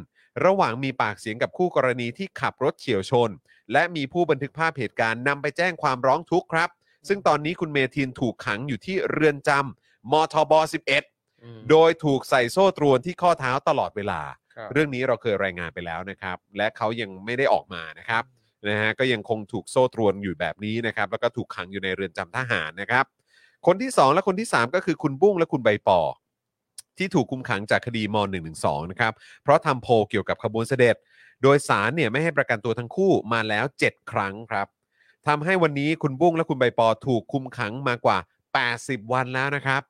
C: ระหว่างมีปากเสียงกับคู่กรณีที่ขับรถเฉียวชน และมีผู้บันทึกภาพเหตุการณ์นำไปแจ้งความร้องทุกข์ครับ ซึ่งตอนนี้คุณเมทินถูกขังอยู่ที่เรือนจำมทบ 11 โดยถูกใส่โซ่ตรวนที่ข้อเท้าตลอดเวลา
D: ครับ
C: เรื่องนี้เราเคยรายงานไปแล้วนะครับ และเขายังไม่ได้ออกมานะครับนะฮะก็ยังคงถูกโซ่ตรวนอยู่แบบนี้นะครับ แล้วก็ถูกขังอยู่ในเรือนจำทหารนะครับ คนที่ 2 และคนที่ 3 ก็คือคุณบุ้งและคุณใบปอ ที่ถูกคุมขังจากคดีม .112 นะครับ เพราะทำโพลเกี่ยวกับขบวนเสด็จ โดยสารเนี่ยไม่ให้ประกันตัวทั้งคู่มาแล้ว 7 ครั้งครับทำให้วันนี้คุณบุ้งและคุณใบปอถูกคุมขังมากว่า 80 วันแล้วนะครับ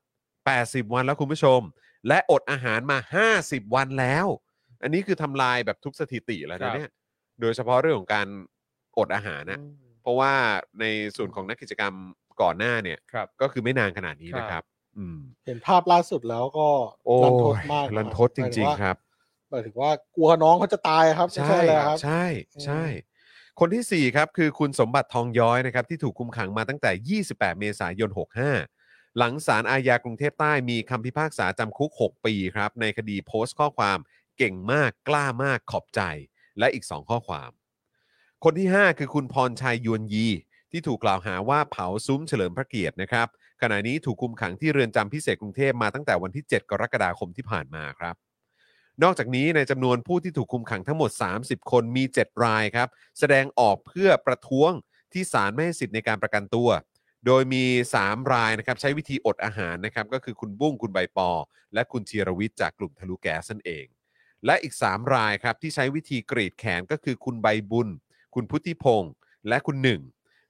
C: 80 วันแล้วคุณผู้ชม และอดอาหารมา 50 วันแล้ว อันนี้คือทำลายแบบทุกสถิติแล้ว
D: ครั
C: นะ
D: บ
C: เนี่ย โดยเฉพาะเรื่องของการอดอาหารนะ เพราะว่าในส่วนของนักกิจกรรมก่อนหน้าเนี่ย
D: ครับ
C: ก็คือไม่นานขนาดนี้นะครับ อืม
E: เห็นภาพล่าสุดแล้วก็
C: โอ้ย
E: รันทดมากะ
C: รันทดจริงๆครับ
E: หมายถึงว่าหมายถึงว่ากลัวน้องเขาจะตายครับไม่
C: ใช่
E: ใช่อะไรครับ
C: ใช่ใช่ คนที่ 4 ครับ คือคุณสมบัติทองย้อยนะครับ ที่ถูกคุมขังมาตั้งแต่ 28 เมษายน 65 หลังศาลอาญากรุงเทพใต้มีคำพิพากษาจำคุก 6 ปีครับ ในคดีโพสต์ข้อความเก่งมากกล้ามากขอบใจ และอีก 2 ข้อความ คนที่ 5 คือคุณพรชัยยวนยี ที่ถูกกล่าวหาว่าเผาซุ้มเฉลิมพระเกียรตินะครับ ขณะนี้ถูกคุมขังที่เรือนจำพิเศษกรุงเทพมาตั้งแต่วันที่ 7 กรกฎาคมที่ผ่านมาครับ นอกจากนี้ในจำนวนผู้ที่ถูกคุมขังทั้งหมด 30 คนมี 7 รายครับ แสดงออกเพื่อประท้วงที่ศาลไม่ให้สิทธิ์ในการประกันตัว โดยมี 3 รายนะครับ ใช้วิธีอดอาหารนะครับ ก็คือคุณบุ้งคุณใบปอ และคุณชีรวิทย์จากกลุ่มทะลุแก๊สนั่นเอง และอีก 3 รายครับ ที่ใช้วิธีกรีดแขนก็คือคุณใบบุญ คุณพุทธิพงศ์และคุณหนึ่ง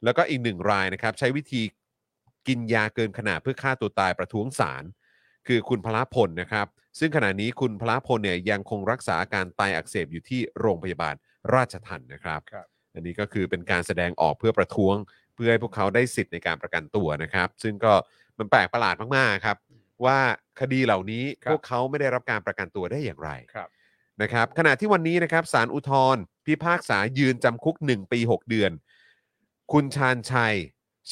C: แล้วก็อีกหนึ่งรายนะครับ ใช้วิธีกินยาเกินขนาดเพื่อฆ่าตัวตายประท้วงศาล คือคุณพละพลนะครับ ซึ่งขณะนี้คุณพละพลเนี่ยยังคงรักษาอาการไตอักเสบอยู่ที่โรงพยาบาลราชทันนะครับ
D: ครับ
C: อันนี้ก็คือเป็นการแสดงออกเพื่อประท้วง เพื่อให้พวกเขาได้สิทธิ์ในการประกันตัวนะครับ ซึ่งก็มันแปลกประหลาดมากๆครับ ว่าคดีเหล่านี้
D: ครับ
C: พวกเขาไม่ได้รับการประกันตัวได้อย่างไร
D: ครับ
C: นะครับ ขณะที่วันนี้นะครับสารอุทธรพิพากษายืนจำคุก 1 ปี 6 เดือน คุณชาญชัย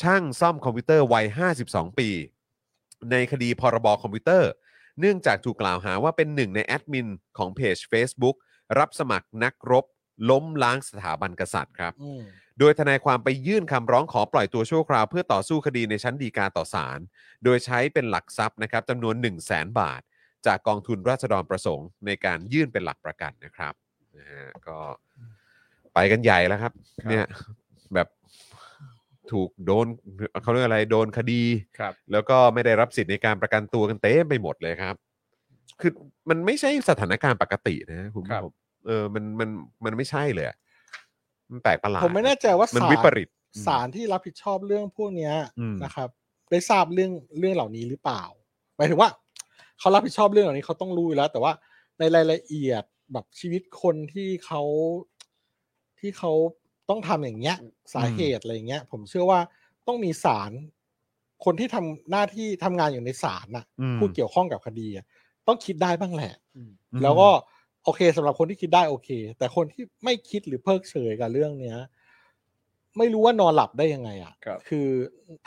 C: ช่างซ่อมคอมพิวเตอร์วัย 52 ปี ในคดีพรบคอมพิวเตอร์ เนื่องจากถูกกล่าวหาว่าเป็นหนึ่งในแอดมินของเพจ Facebook รับสมัครนักรบ ล้มล้างสถาบันกษัตริย์ครับ
E: อืม
C: โดยทนายความไปยื่นคำร้องขอปล่อยตัวชั่วคราว เพื่อต่อสู้คดีในชั้นฎีกาต่อศาล โดยใช้เป็นหลักทรัพย์นะครับจำนวน 1 0 0 0 0แบาท จากกองทุนราษฎรประสงค์ ในการยื่นเป็นหลักประกันนะครับนะฮะก็ไปกันใหญ่แล้วครับ เนี่ยแบบถูกโดนเขาเรียกอะไรโดนคดี
D: ครับ
C: แล้วก็ไม่ได้รับสิทธิ์ในการประกันตัวกันเต็มไปหมดเลยครับ คือมันไม่ใช่สถานการณ์ปกตินะคุณผู้
D: ครับ
C: ชมเออ มัน มัน มันไม่ใช่เลยอะมันแปลกประหลาด
E: ผมไม่แน่ใจว่า
C: มัน
E: ศาล
C: วิปริต
E: ศาลที่รับผิดชอบเรื่องพวกเนี้ย
C: อืม
E: นะครับได้ทราบเรื่องเรื่องเหล่านี้หรือเปล่าหมายถึงว่าเขารับผิดชอบเรื่องเหล่านี้เขาต้องรู้อยู่แล้ว แต่ว่าในรายละเอียดแบบชีวิตคนที่เขาที่เขาต้องทำอย่างเงี้ย สาเหตุอะไรอย่างเงี้ย ผมเชื่อว่าต้องมีศาลคนที่ทำหน้าที่ทำงานอยู่ในศาลน่ะ
C: อืม
E: ผู้เกี่ยวข้องกับคดีอะต้องคิดได้บ้างแหละ
D: อืม
E: แล้วก็โอเคสำหรับคนที่คิดได้โอเค แต่คนที่ไม่คิดหรือเพิกเฉยกับเรื่องเนี้ย ไม่รู้ว่านอนหลับได้ยังไงอะ่ะ
D: ครับ
E: คือ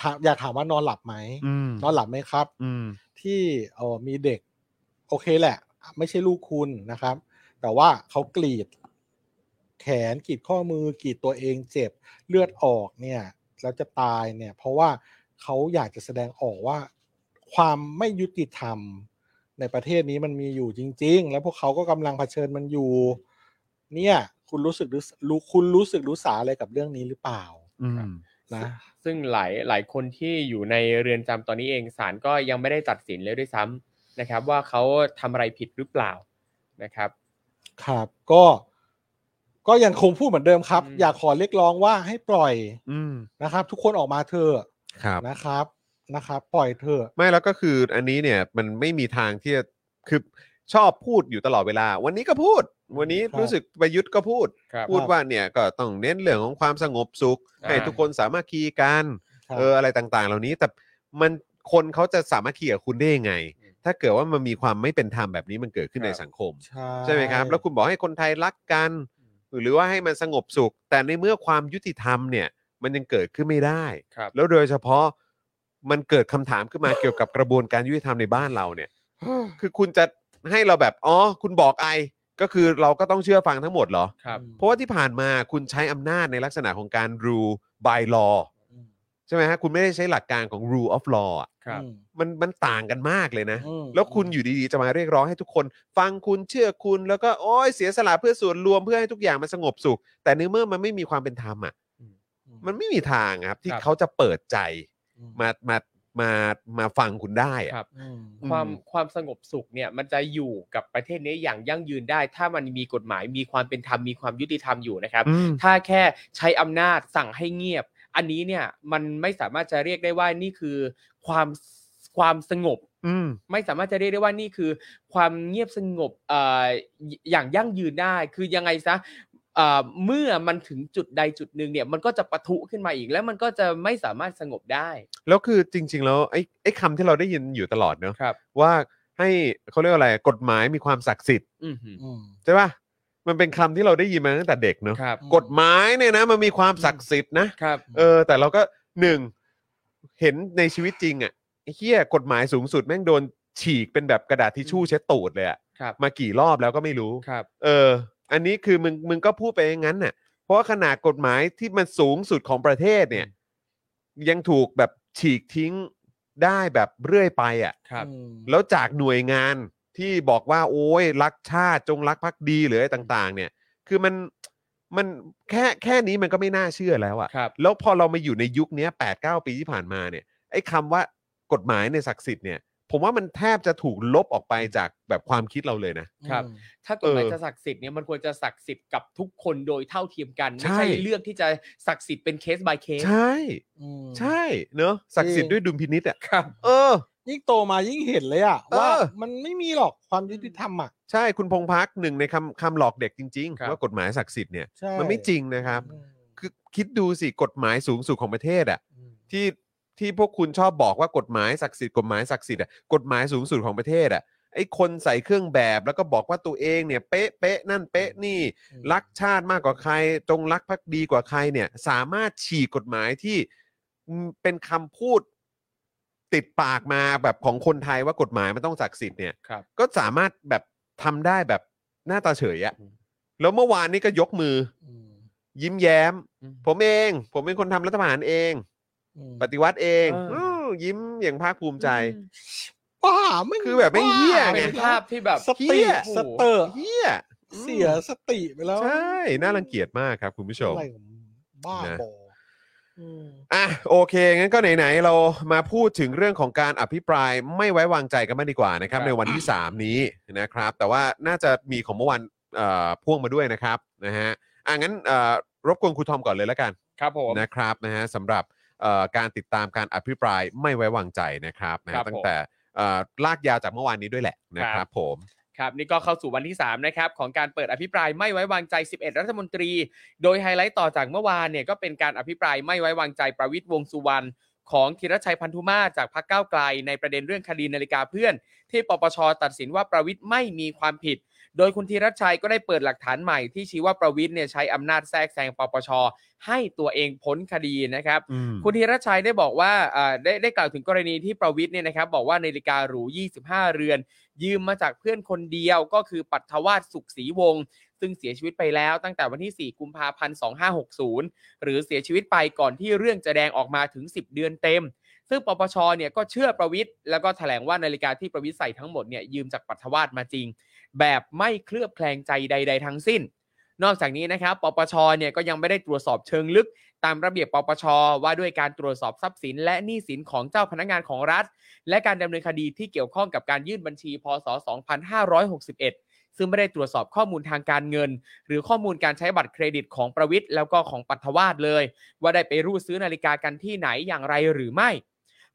E: ถามอยากถามว่านอนหลับไหม
C: อืม
E: นอนหลับไหมครับ
C: อืม
E: ที่เออมีเด็ก โอเคแหละ ไม่ใช่ลูกคุณนะครับ แต่ว่าเขากรีด แขนกรีดข้อมือกรีดตัวเองเจ็บเลือดออกเนี่ย แล้วจะตายเนี่ย เพราะว่าเขาอยากจะแสดงออกว่า ความไม่ยุติธรรมในประเทศนี้มันมีอยู่จริง ๆ แล้วพวกเขาก็กำลังเผชิญมันอยู่ เนี่ย คุณรู้สึกรู้รู้คุณรู้สึกรู้สาอะไรกับเรื่องนี้หรือเปล่า
C: อืม
E: นะ
D: ซึ่งหลายหลายคนที่อยู่ในเรือนจำตอนนี้เองศาลก็ยังไม่ได้ตัดสินเลยด้วยซ้ำนะครับ ว่าเขาทำอะไรผิดหรือเปล่านะครับ
E: ครับก็ก็ยังคงพูดเหมือนเดิมครับ
D: อืม
E: อยากขอเรียกร้องว่าให้ปล่อย
C: อืม
E: นะครับ ทุกคนออกมาเถอะ
C: ครับ
E: นะครับนะครับ ปล่อยเถอะ
C: ไม่แล้วก็คืออันนี้เนี่ยมันไม่มีทางที่จะคือชอบพูดอยู่ตลอดเวลา วันนี้ก็พูด วันนี้รู้สึกประยุทธ์ก็พูด
D: ครับ
C: พูดว่าเนี่ยก็ต้องเน้นเรื่องของความสงบสุข
D: อ่า
C: ให้ทุกคนสามารถคีกัน
E: ครับ
C: เอออะไรต่างๆ เหล่านี้แต่มันคนเขาจะสามารถเขี่ยคุณได้ยังไง
D: อืม
C: ถ้าเกิดว่ามันมีความไม่เป็นธรรมแบบนี้มันเกิดขึ้น
D: ครั
C: ใน
D: บ
C: สังคม
E: ใช่
C: ใช่ไหมครับ แล้วคุณบอกให้คนไทยรักกัน หรือว่าให้มันสงบสุข แต่ในเมื่อความยุติธรรมเนี่ย มันยังเกิดขึ้นไม่ได้
D: ครับ
C: แล้วโดยเฉพาะมันเกิดคำถามขึ้นมา เกี่ยวกับกระบวนการยุติธรรมในบ้านเรา เนี่ย คือคุณจะให้เราแบบอ๋อคุณบอกไอก็คือเราก็ต้องเชื่อฟังทั้งหมดเหรอ
D: ครับ
E: อืม
C: เพราะว่าที่ผ่านมาคุณใช้อำนาจในลักษณะของการ rule by law
E: อืม
C: ใช่ไหมฮะ คุณไม่ได้ใช้หลักการของ rule of law อะ
D: ครับ
E: อืม
C: มันมันต่างกันมากเลยนะ
E: อืม
C: แล้วคุณอยู่ดีๆ จะมาเรียกร้องให้ทุกคน ฟังคุณเชื่อคุณแล้วก็โอ้ยเสียสละเพื่อส่วนรวมเพื่อให้ทุกอย่างมันสงบสุข แต่ในเมื่อมันไม่มีความเป็นธรรมอ่ะมันไม่มีทางครับ ที่
D: ครับ
C: เขาจะเปิดใจ
E: อื
C: มามามามาฟังคุณได้อะ
D: ครับ
E: อืม
D: ความ
C: อืม
D: ความสงบสุขเนี่ยมันจะอยู่กับประเทศนี้อย่างยั่งยืนได้ ถ้ามันมีกฎหมายมีความเป็นธรรมมีความยุติธรรมอยู่นะครับ
C: อืม
D: ถ้าแค่ใช้อำนาจสั่งให้เงียบ อันนี้เนี่ยมันไม่สามารถจะเรียกได้ว่านี่คือความความสงบ
C: อืม
D: ไม่สามารถจะเรียกได้ว่านี่คือ ความเงียบสงบเอ่ออย่างยั่งยืนได้ คือยังไงซะเอ่อเมื่อมันถึงจุดใดจุดหนึ่งเนี่ยมันก็จะปะทุขึ้นมาอีกแล้วมันก็จะไม่สามารถสงบได้
C: แล้วคือจริง ๆ แล้วไอ้ไอ้คำที่เราได้ยินอยู่ตลอดเนอะ
D: ครับ
C: ว่าให้เขาเรียกว่าอะไรกฎหมายมีความศักดิ์สิทธิ์
D: อือหือ
E: อืม
C: ใช่ป่ะมันเป็นคำที่เราได้ยินมาตั้งแต่เด็กเนอะ
D: ครับ
C: กฎหมายเนี่ยนะมันมีความศักดิ์สิทธิ์นะครับ เออแต่เราก็หนึ่งเห็นในชีวิตจริงอ่ะไอ้เฮียกฎหมายสูงสุดแม่งโดนฉีกเป็นแบบกระดาษทิชชู่เช็ดตูดเลยอะ
D: ครับ
C: มากี่รอบแล้วก็ไม่รู้
D: ครับ
C: เออ อันนี้คือมึงมึงก็พูดไปอย่างนั้นน่ะ เพราะว่าขนาดกฎหมายที่มันสูงสุดของประเทศเนี่ย ยังถูกแบบฉีกทิ้งได้แบบเรื่อยไปอ่ะ
D: ครับ
C: แล้วจากหน่วยงานที่บอกว่าโอ้ยรักชาติจงรักภักดีหรืออะไรต่าง ๆ เนี่ย คือมันมันแค่แค่นี้มันก็ไม่น่าเชื่อแล้วอ่ะ
D: ครับ
C: แล้วพอเรามาอยู่ในยุคเนี้แปดเก้าปีที่ผ่านมาเนี่ยไอ้คำว่ากฎหมายในยศักดิ์สิทธิ์เนี่ย ผมว่ามันแทบจะถูกลบออกไปจากแบบความคิดเราเลยนะ
D: ครับ ถ้ากฎหมาย
C: เออ
D: จะศักดิ์สิทธิ์เนี่ยมันควรจะศักดิ์สิทธิ์กับทุกคนโดยเท่าเทียมกัน ไม่
C: ใช่
D: ใช่เลือกที่จะศักดิ์สิทธิ์เป็นเคส by เคส
C: ใช่ ใช่เนอะศักดิ์สิทธิ์ด้วยดุลพินิษอ่ะ
D: ครับ
C: เออ
E: ยิ่งโตมายิ่งเห็นเลยอ่ะว่า
C: เออ
E: มันไม่มีหรอกความยุติธรรมอ่ะ
C: ใช่คุณพงพักหนึ่งในคำคำหลอกเด็กจริง
D: ครับ
C: ๆ ว่ากฎหมายศักดิ์สิทธิ์เนี่ย
E: ใช่
C: มันไม่จริงนะครับ
E: อืม
C: คือคิดดูสิกฎหมายสูงสุดของประเทศอ่ะ
E: อืม
C: ที่ที่พวกคุณชอบบอกว่ากฎหมายศักดิ์สิทธิ์กฎหมายศักดิ์สิทธิ์อ่ะกฎหมายสูงสุดของประเทศอ่ะไอ้คนใส่เครื่องแบบแล้วก็บอกว่าตัวเองเนี่ยเป๊ะเป๊ะนั่นเป๊ะนี่ รักชาติมากกว่าใคร จงรักภักดีกว่าใครเนี่ย สามารถฉีกกฎหมายที่อืมเป็นคำพูด ติดปากมาแบบของคนไทยว่ากฎหมายมันต้องศักดิ์สิทธิ์เนี่ย
D: ครับ
C: ก็สามารถแบบทำได้แบบหน้าตาเฉยอะแล้วเมื่อวานนี้ก็ยกมือยิ้มแย้ม ผมเอง ผมเป็นคนทำรัฐประหารเอง ปฏิวัติเอง
D: เออ
C: เออยิ้มอย่างภาคภูมิใจ
E: ป้าไม่
C: คือแบบไม่เหี้ยไง
D: เป็นภาพที่แบบ
E: สติ
C: เหี้ย
E: สเตอร์
C: เฮีย
E: เสียสติไปแล้ว
C: ใช่ น่ารังเกียจมากครับคุณผู้ชม
E: อะไรของบ้า
C: นะ
E: บออืม
C: อ่ะโอเค งั้นก็ไหนๆเรามาพูดถึงเรื่องของการอภิปรายไม่ไว้วางใจกันบ้างดีกว่านะครับ
D: ครับ
C: ในวันที่ 3 นี้นะครับ แต่ว่าน่าจะมีของเมื่อวานเอ่อพ่วงมาด้วยนะครับนะฮะอ่ะงั้นเอ่อรบกวนครูทอมก่อนเลยแล้วกัน
D: ครับผม
C: นะครับนะฮะสำหรับเอ่อการติดตามการอภิปรายไม่ไว้วางใจนะครับนะฮะ
D: ครับผม
C: ตั้งแต่เอ่อลากยาวจากเมื่อวานนี้ด้วยแหละนะค
D: ครั
C: รับบ ผม
D: ครับนี่ก็เข้าสู่วันที่3นะครับของการเปิดอภิปรายไม่ไว้วางใจ 11 รัฐมนตรี โดยไฮไลท์ต่อจากเมื่อวานเนี่ยก็เป็นการอภิปรายไม่ไว้วางใจประวิตยวงษ์สุวรรณของธีรชัยพันธุมาตรจากพรรคก้าวไกล ในประเด็นเรื่องคดีนาฬิกาเพื่อน ที่ปปชตัดสินว่าประวิตยไม่มีความผิด โดยคุณธีรชัยก็ได้เปิดหลักฐานใหม่ที่ชี้ว่าประวิตยเนี่ยใช้อำนาจแทรกแซงปปชให้ตัวเองพ้นคดีนะครับ คุณธีรชัยได้บอกว่าอ่าได้ได้กล่าวถึงกรณีที่ประวิทย์เนี่ยนะครับ บอกว่านาฬิกาหรู 25 เรือน ยืมมาจากเพื่อนคนเดียวก็คือปัทวาสสุขศรีวงศ์ซึ่งเสียชีวิตไปแล้วตั้งแต่วันที่ 4 กุมภาพันธ์ 2560 หรือเสียชีวิตไปก่อนที่เรื่องจะแดงออกมาถึง 10 เดือนเต็ม ซึ่งปปชเนี่ยก็เชื่อประวิทย์แล้วก็แถลงว่านาฬิกาที่ประวิทย์ใส่ทั้งหมดเนี่ยยืมจากปัทวาสมาจริง แบบไม่เคลือบแคลงใจใด ๆ ทั้งสิ้น นอกจากนี้นะครับปปชเนี่ยก็ยังไม่ได้ตรวจสอบเชิงลึก ตามระเบียบปปชว่าด้วยการตรวจสอบทรัพย์สิน และหนี้สินของเจ้าพนักงานของรัฐ และการดำเนินคดีที่เกี่ยวข้องกับการยื่นบัญชี พศ 2561 ซึ่งไม่ได้ตรวจสอบข้อมูลทางการเงิน หรือข้อมูลการใช้บัตรเครดิตของประวิทย์แล้วก็ของปัทวาสเลย ว่าได้ไปรูดซื้อนาฬิกากันที่ไหนอย่างไรหรือไม่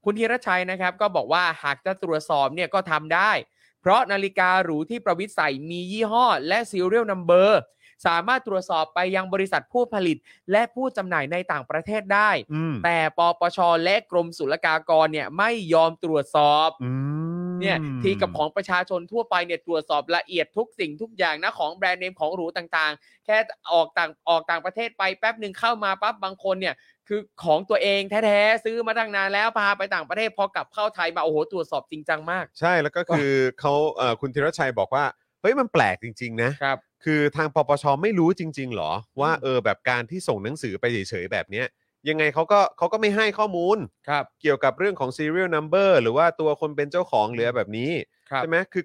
D: คุณธีรชัยนะครับก็บอกว่าหากจะตรวจสอบเนี่ยก็ทำได้ เพราะนาฬิกาหรูที่ประวิทย์ใส่มียี่ห้อ และซีเรียลนัมเบอร์ สามารถตรวจสอบไปยังบริษัทผู้ผลิต และผู้จำหน่ายในต่างประเทศได้
B: อืม
D: แต่ปปชและกรมศุลกากรเนี่ยไม่ยอมตรวจสอบ
B: อืม
D: เนี่ยทีกับของประชาชนทั่วไปเนี่ยตรวจสอบละเอียดทุกสิ่งทุกอย่างนะของแบรนด์เนมของหรูต่างๆ แค่ออกต่างออกต่างประเทศไปแป๊บหนึ่งเข้ามาปั๊บบางคนเนี่ยคือของตัวเองแท้ๆซื้อมาตั้งนานแล้วพาไปต่างประเทศพอกลับเข้าไทยมาโอ้โหตรวจสอบจริงจังมาก
C: ใช่แล้วก็คือเขาเอ่อคุณธีรชัยบอกว่า เฮ้ยมันแปลกจริง ๆ นะ
D: ครับ
C: คือทางปปชไม่รู้จริง ๆ หรอ ว่าเออแบบการที่ส่งหนังสือไปเฉยๆแบบเนี้ยยังไงเขาก็เขาก็ไม่ให้ข้อมูล
D: ครับ
C: เกี่ยวกับเรื่องของ serial number หรือว่าตัวคนเป็นเจ้าของหรืออะไรแบบนี้
D: ครับ
C: ใช่ไหมคือ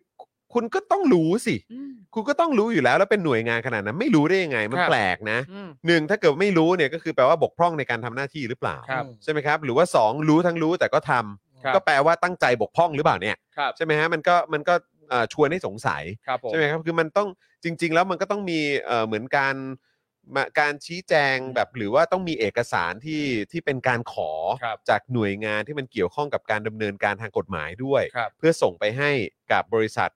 C: คุณก็ต้องรู้สิ
D: อืม
C: คุณก็ต้องรู้อยู่แล้วแล้วเป็นหน่วยงานขนาดนั้นไม่รู้ได้ยังไงมัน
D: ครับ
C: แปลกนะ
D: อืม
C: หนึ่งถ้าเกิดไม่รู้เนี่ยก็คือแปลว่าบกพร่องในการทำหน้าที่หรือเปล่า
D: ครับ
C: ใช่ไหมครับ หรือว่า 2 รู้ทั้งรู้แต่ก็ทำ
D: ครับ
C: ก็แปลว่าตั้งใจบกพร่องหรือเปล่าเนี่ย
D: ครับ
C: ใช่ไหมฮะมันก็มันก็เอ่อชวนให้สงสัย
D: ครับผม
C: ใช่ไหมครับคือมันต้องจริง ๆ แล้วมันก็ต้องมีเอ่อเหมือนการมาการชี้แจงแบบหรือว่าต้องมีเอกสารที่ที่เป็นการขอ
D: ครับ
C: จากหน่วยงานที่มันเกี่ยวข้องกับการดำเนินการทางกฎหมายด้วย
D: ครับ
C: เพื่อส่งไปให้กับบริษัท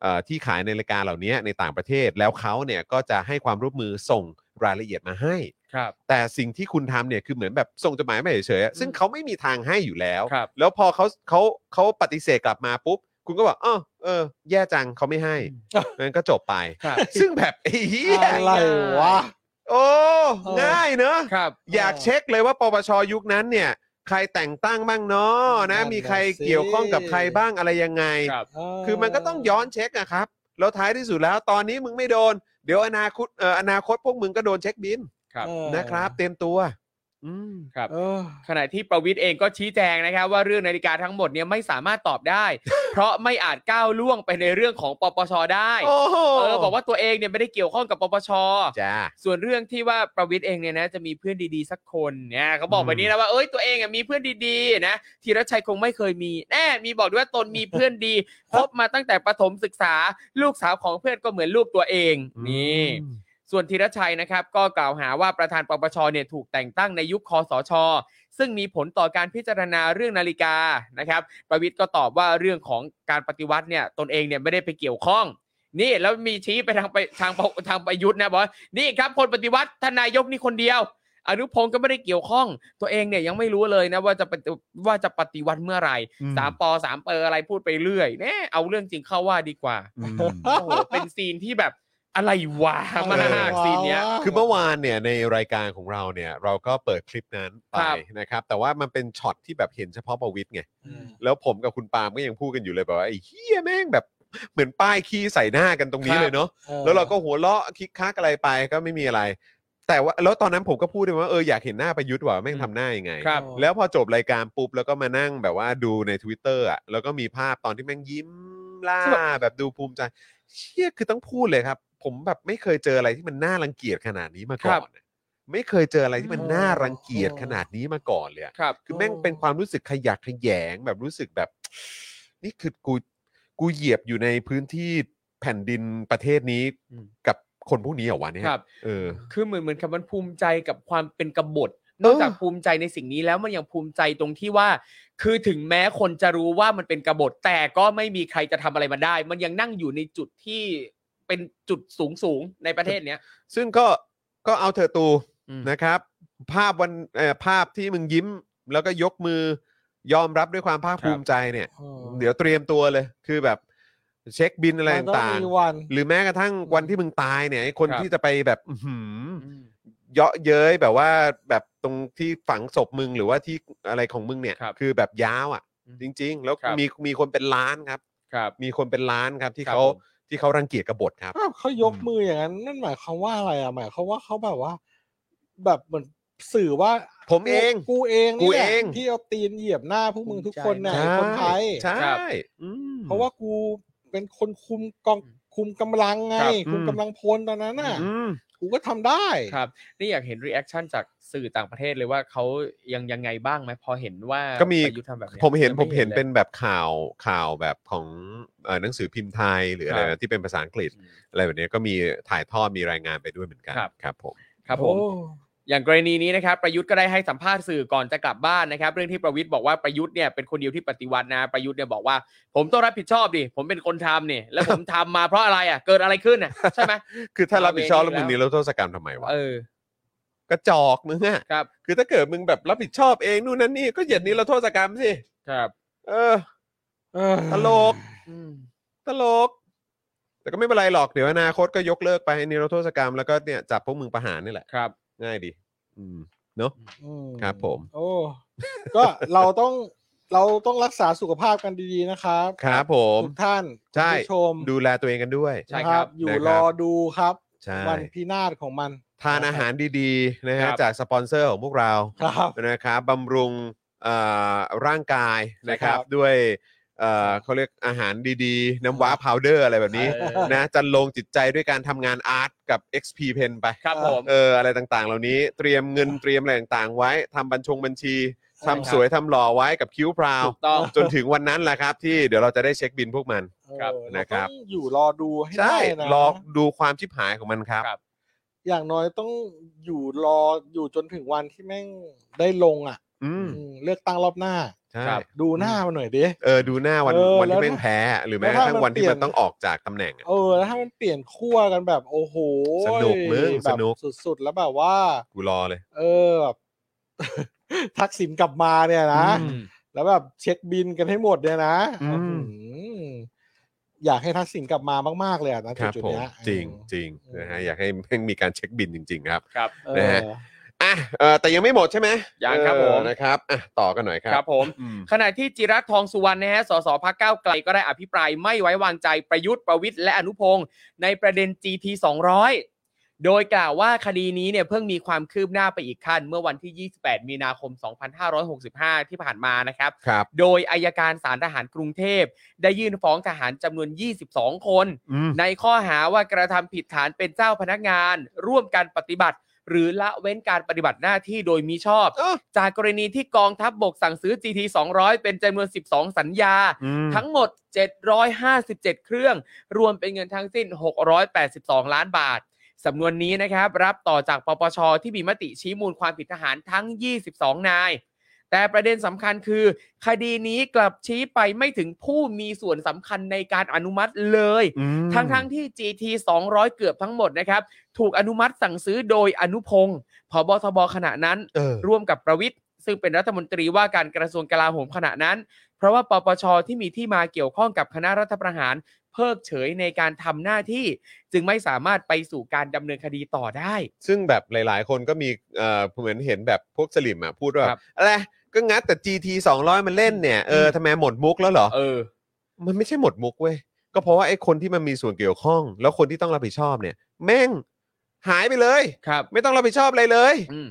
C: เอ่อที่ขายในรายการเหล่านี้ในต่างประเทศแล้วเขาเนี่ยก็จะให้ความร่วมมือส่งรายละเอียดมาให้
D: ครับ
C: แต่สิ่งที่คุณทำเนี่ยคือเหมือนแบบส่งจดหมายมาเฉยๆอะซึ่งเขาไม่มีทางให้อยู่แล้ว
D: ครับ
C: แล้วพอเขาเขาเขาปฏิเสธกลับมาปุ๊บ คุณก็บอกอ้อเออ แย่จังเขาไม่ให้
E: อืม
C: มันก็จบไป
D: ครับ
C: ซึ่งแบบไอ้เหี้ย
E: อะไรวะ
C: โอ้
E: เออ
C: ง่ายเนอะ
D: ครับ
C: อยากเช็คเลยว่าปปชยุคนั้นเนี่ย ใครแต่งตั้งบ้างเนาะนะ
E: นั่นน่ะ
C: มีใคร
E: สิ
C: เกี่ยวข้องกับใครบ้างอะไรยังไง
D: ครับ
E: เ
C: คือมันก็ต้องย้อนเช็คอะครับแล้วท้ายที่สุดแล้วตอนนี้มึงไม่โดน เดี๋ยวอนาคตเอ่ออนาคตพวกมึงก็โดนเช็คบิน
D: ครับ
E: เออ
C: นะครับ เตรียมตัว อืม
D: ครับ
E: เออ
D: ขณะที่ประวิทย์เองก็ชี้แจงนะครับ ว่าเรื่องนาฬิกาทั้งหมดเนี่ยไม่สามารถตอบ ได้ เพราะไม่อาจก้าวล่วงไปในเรื่องของปปชได้
C: โอ้โห
D: เออบอกว่าตัวเองเนี่ยไม่ได้เกี่ยวข้องกับปปช
C: จ้า
D: ส่วนเรื่องที่ว่าประวิทย์เองเนี่ยนะจะมีเพื่อนดีๆสักคนเนี่ยเขาบอก
C: อืม
D: แบบนี้นะว่าเอ้ยตัวเองอ่ะมีเพื่อนดีๆนะธีรชัยคงไม่เคยมีแน่มีบอกด้วยว่าตนมีเพื่อนดีคบมาตั้งแต่ประถมศึกษาลูกสาวของเพื่อนก็เหมือนลูกตัวเองนี่ ส่วนธีรชัยนะครับก็กล่าวหาว่าประธานปปชเนี่ยถูกแต่งตั้งในยุคคอสช ซึ่งมีผลต่อการพิจารณาเรื่องนาฬิกานะครับ ประวิทย์ก็ตอบว่าเรื่องของการปฏิวัติเนี่ยตนเองเนี่ยไม่ได้ไปเกี่ยวข้อง นี่แล้วมีชี้ไปทางไปทางทางประยุทธ์นะบอกว่านี่ครับคนปฏิวัติทานนายกนี่คนเดียว อนุพงศ์ก็ไม่ได้เกี่ยวข้อง ตัวเองเนี่ยยังไม่รู้เลยนะว่าจะปฏิว่าจะปฏิวัติเมื่อไหร่
B: อืม
D: สามปอสามเปอร์อะไรพูดไปเรื่อยเนี่ยเอาเรื่องจริงเข้าว่าดีกว่า
B: อืม
D: โอ้โหเป็นซีนที่แบบ อะไรวะ
E: อะไรวะ
D: มากซีนเนี้ย
C: คือเมื่อวานเนี่ยในรายการของเราเนี่ยเราก็เปิดคลิปนั้นไป
D: ครับ
C: นะครับ แต่ว่ามันเป็นช็อตที่แบบเห็นเฉพาะประวิทย์ไง
E: อืม
C: แล้วผมกับคุณปาล์มก็ยังพูดกันอยู่เลยแบบว่าไอ้เฮียแม่งแบบเหมือนป้ายขี้ใส่หน้ากันตรงนี้เลยเนาะ แล้วเราก็หัวเราะคิกคักอะไรไปก็ไม่มีอะไร แต่ว่าแล้วตอนนั้นผมก็พูดเลยว่าเอออยากเห็นหน้าประยุทธ์ว่าแม่งทำหน้ายังไง
D: ครับ
C: แล้วพอจบรายการปุ๊บแล้วก็มานั่งแบบว่าดูใน Twitter อ่ะแล้วก็มีภาพตอนที่แม่งยิ้มล่าแบบดูภูมิใจ เชี่ยคือต้องพูดเลยครับ ผมแบบไม่เคยเจออะไรที่มันน่ารังเกียจขนาดนี้มาก่อนอะไม่เคยเจออะไรที่มันน่ารังเกียจขนาดนี้มาก่อนเลยอะ
D: ครับ
C: คือแม่งเป็นความรู้สึกขยักขยแยงแบบรู้สึกแบบ นี่คือกูกูเหยียบอยู่ในพื้นที่แผ่นดินประเทศนี้
D: อืม
C: กับคนพวกนี้เหรอวะเนี่ย
D: ครับ
C: เออ
D: คือเหมือนเหมือนคำมันภูมิใจกับความเป็นกบฏ
C: เออ
D: นอกจากภูมิใจในสิ่งนี้แล้วมันยังภูมิใจตรงที่ว่า คือถึงแม้คนจะรู้ว่ามันเป็นกบฏแต่ก็ไม่มีใครจะทำอะไรมันได้ มันยังนั่งอยู่ในจุดที่เป็นจุดสูงสูงๆในประเทศเนี้ย
C: ซึ่งก็ก็เอาเธอะตู
D: อืม
C: นะครับ ภาพวันเอ่อภาพที่มึงยิ้ม แล้วก็ยกมือยอมรับด้วยความภาคภูมิใจเนี่ย
E: เออ
C: เดี๋ยวเตรียมตัวเลย คือแบบเช็คบินอะไร
E: มัน
C: ต่าง
E: มีวัน
C: ๆหรือแม้กระทั่งวันที่มึงตายเนี่ยไอ้คน
D: ครับ
C: ที่จะไปแบบ อื้อหือ เยาะเย้ยแบบว่าแบบตรงที่ฝังศพมึงหรือว่าที่อะไรของมึงเนี่ย
D: ครับ
C: อแบบยาวอะ่ะ
D: อืม
C: จริง ๆ แล้ว
D: ครับ
C: มีมีคนเป็นล้านครับ
D: ครับ
C: มีคนเป็นล้านครับที่
D: ครับ
C: เขา
D: ผม
C: ที่เขารังเกียจกบฏครับ
E: อ้าวเขายกมืออย่างนั้นนั่นหมายความว่าอะไรอ่ะหมายความว่าเขาแบบว่า แบบเหมือนสื่อว่า
C: ผมเอง
E: กูเองนี่แห
C: กู
E: ละ
C: เอง
E: ที่เอาตีนเหยียบหน้าพวกมึงทุกคนน่ะ
C: ใช่
E: ไอ้คนไทย
C: ใช่
D: ครับ
C: อืม
E: เพราะว่ากูเป็นคนคุมกองคุมกำลังไง
D: ครับ
E: คุม
C: อืม
E: กำลังพลตอนนั้นน่ะ
C: อืม
E: กูก็ทำได้
D: ครับนี่อยากเห็นรีแอคชั่นจากสื่อต่างประเทศเลยว่าเขายังยังไงบ้างไหมพอเห็นว่า
C: ก็มี
D: ประยุทธ์ทำแบบย
C: ผมเห็น
D: ยัง
C: ผ
D: ไ
C: มเห็น
D: ลย
C: เป็นแบบข่าวข่าวแบบของเอ่อหนังสือพิมพ์ไทยหรืออะไร
D: ครั
C: นะ
D: บ
C: ที่เป็นภาษาอังกฤษ
D: อืม
C: อะไรแบบเนี้ยก็มีถ่ายทอดมีรายงานไปด้วยเหมือนกัน
D: ครับ
C: ครับผม
D: ครับผ
E: โอ้
D: ม อย่างกรณีนี้นะครับประยุทธ์ก็ได้ให้สัมภาษณ์สื่อก่อนจะกลับบ้านนะครับ เรื่องที่ประวิทย์บอกว่าประยุทธ์เนี่ยเป็นคนเดียวที่ปฏิวัตินะประยุทธ์เนี่ยบอกว่า ผมต้องรับผิดชอบดิผมเป็นคนทำเนี่ยแล้วผมทำมาเพราะอะไรอ่ะเกิดอะไรขึ้นอ่ะใช่ไหม
C: คือถ้ารับผิดชอบแล้ว
D: เอาเวร
C: มึง
D: อีก
C: นี่
D: แล้ว
C: แล้วโทษกรรมทำไมวะ
D: เออก
C: ระจอกมึงอะ
D: ครับ
C: คือถ้าเกิดมึงแบบรับผิดชอบเองนู่นนั่นนี่ก็เหยียดนิรโทษกรรมสิ
D: ครับ
C: เออ
E: เออ
C: ตลก
D: อืม
C: ตลก แต่ก็ไม่เป็นไรหรอก เดี๋ยวอนาคตก็ยกเลิกไปนิรโทษกรรมแล้วก็เนี่ยจับพวกมึงประหารนี่แหละ
D: ครับ
C: ง่ายดี อืม
E: อืม
C: ครับผม
E: โอ้ก็ เราต้องเราต้องรักษาสุขภาพกันดีๆนะครับ
C: ครับผม
E: ทุกท่าน
C: ใช่
E: คุณผู้ชม
C: ดูแลตัวเองกันด้วย
D: ใช่
E: นะ
D: ครับ
E: อยู่
C: นะครับ
E: รอดูครับ
C: ใช่
E: วันพินาศของมัน
C: ทานอาหารดีๆนะ
D: ครั
C: ฮะ
D: บ
C: จากสปอนเซอร์ของพวกเรา
E: ครับ
C: นะครับบำรุงเอ่อร่างกายนะครับ
E: ใช่ครับ
C: ด้วยเอ่อเขาเรียกอาหารดีๆ น้ำว้าพาวเดอร์อะไรแบบนี้
D: เออ
C: นะจันลงจิตใจด้วยการทำงานอาร์ตกับ XP Pen ไป
D: ครับผม
C: เอออะไรต่างๆ เหล่านี้เตรียมเงินเตรียมอะไรต่างๆ ไว้ทำบัญชงบัญชี
E: ใช่
C: ทำ
E: ครับ
C: สวยทำหล่อไว้กับคิ้วพราว
D: ถูกต้อง
C: จนถึงวันนั้นแหละครับ ที่เดี๋ยวเราจะได้เช็คบินพวกมัน
D: ครับ
E: เออเา
C: นะครับ
E: ต้องอยู่รอดูให้
C: ใช่
E: ได้นะ
C: รอดูความชิบหายของมันครับ
D: ครับ
E: อย่างน้อยต้องอยู่รออยู่จนถึงวันที่แม่งได้ลงอ่ะ
C: อืม
E: อืมเลือกตั้งรอบหน้า
C: ใช่
D: ครับ
E: ดูหน้ามันหน่อยดิ
C: เออดูหน้าวัน
E: เออ
C: วันที่
E: แล้ว
C: แม่งแพ้ หรือแม้ก
E: แล้ว
C: ระ
E: ถ้า
C: ทั่งวัน
E: มัน
C: ที่
E: เปลี่ยน
C: มันต้องออกจากตำแหน่งอะ
E: เออแล้วถ้ามันเปลี่ยนขั้วกันแบบโอ้โห
C: สนุกมึง
E: แบ
C: ส
E: บ
C: นุก
E: สุดๆ แล้วแบบว่า
C: กูรอเลย
E: เออแบบ ทักษิณกลับมาเนี่ยนะ
C: อืม
E: แล้วแบบเช็คบินกันให้หมดเนี่ยนะ
C: อืม
E: อื้อหืออยากให้ทักษิณกลับมามากๆเลยอ่ะนะครับ จุด
C: ผ
E: ๆ
C: ม
E: เนี้ย
C: จริง
E: เออ
C: จริง
E: อืม
C: นะฮะอยากให้แม่งมีการเช็คบินจริง ๆ ครับ
D: ครับ
E: เออ
C: นะฮะ อ่ะเออแต่ยังไม่หมดใช่ไหม
D: ยังครับ
C: เออ
D: ผม
C: นะครับอ่ะต่อกันหน่อยครั
D: ครับ บผม
C: อืม
D: ขณะที่จิรัตน์ทองสุวรรณนะฮะ สสพักก้าวไกลก็ได้อภิปรายไม่ไว้วางใจประยุทธ์ประวิทย์และอนุพงศ์ในประเด็น GT 200 โดยกล่าวว่าคดีนี้เนี่ยเพิ่งมีความคืบหน้าไปอีกขั้น เมื่อวันที่ 28 มีนาคม 2565 ที่ผ่านมานะครับ
C: ครับ
D: โดยอายการสารทหารกรุงเทพ ได้ยื่นฟ้องทหารจำนวน 22 คน
C: อืม
D: ในข้อหาว่ากระทำผิดฐานเป็นเจ้าพนักงาน ร่วมการปฏิบัติ หรือละเว้นการปฏิบัติหน้าที่โดยมิชอบ
C: เอ้อ
D: จากกรณีที่กองทัพบบกสั่งซื้อ GT 200 เป็นจำนวน 12 สัญญา
C: อืม
D: ทั้งหมด 757 เครื่อง รวมเป็นเงินทั้งสิ้น 682 ล้านบาท สำนวนนี้นะครับ รับต่อจากปปช ที่มีมติชี้มูลความผิดทหารทั้ง 22 นาย แต่ประเด็นสำคัญคือ คดีนี้กลับชี้ไปไม่ถึงผู้มีส่วนสำคัญในการอนุมัติเลย
C: อืม
D: ทั้งทั้งๆที่ GT 200 เกือบทั้งหมดนะครับ ถูกอนุมัติสั่งซื้อโดยอนุพงศ์ผบทบขณะนั้น
C: เออ
D: ร่วมกับประวิทย์ซึ่งเป็นรัฐมนตรีว่าการกระทรวงกลาโหมขณะนั้น เพราะว่าปปชที่มีที่มาเกี่ยวข้องกับคณะรัฐประหาร เพิกเฉยในการทำหน้าที่จึงไม่สามารถไปสู่การดำเนินคดีต่อได้
C: ซึ่งแบบหลาย ๆ คนก็มีเอ่อเหมือนเห็นแบบพวกสลิมอ่ะพูดว่า
D: ครับ
C: อะไรก็งัดแต่ GT 200 มันเล่นเนี่ยเออ
D: อืม
C: ทำไมหมดมุกแล้วเหรอ
D: เออ
C: มันไม่ใช่หมดมุกเว้ย ก็เพราะว่าไอ้คนที่มันมีส่วนเกี่ยวข้อง แล้วคนที่ต้องรับผิดชอบเนี่ย แม่งหายไปเลย
D: ครับ
C: ไม่ต้องรับผิดชอบอะไรเลย
D: อืม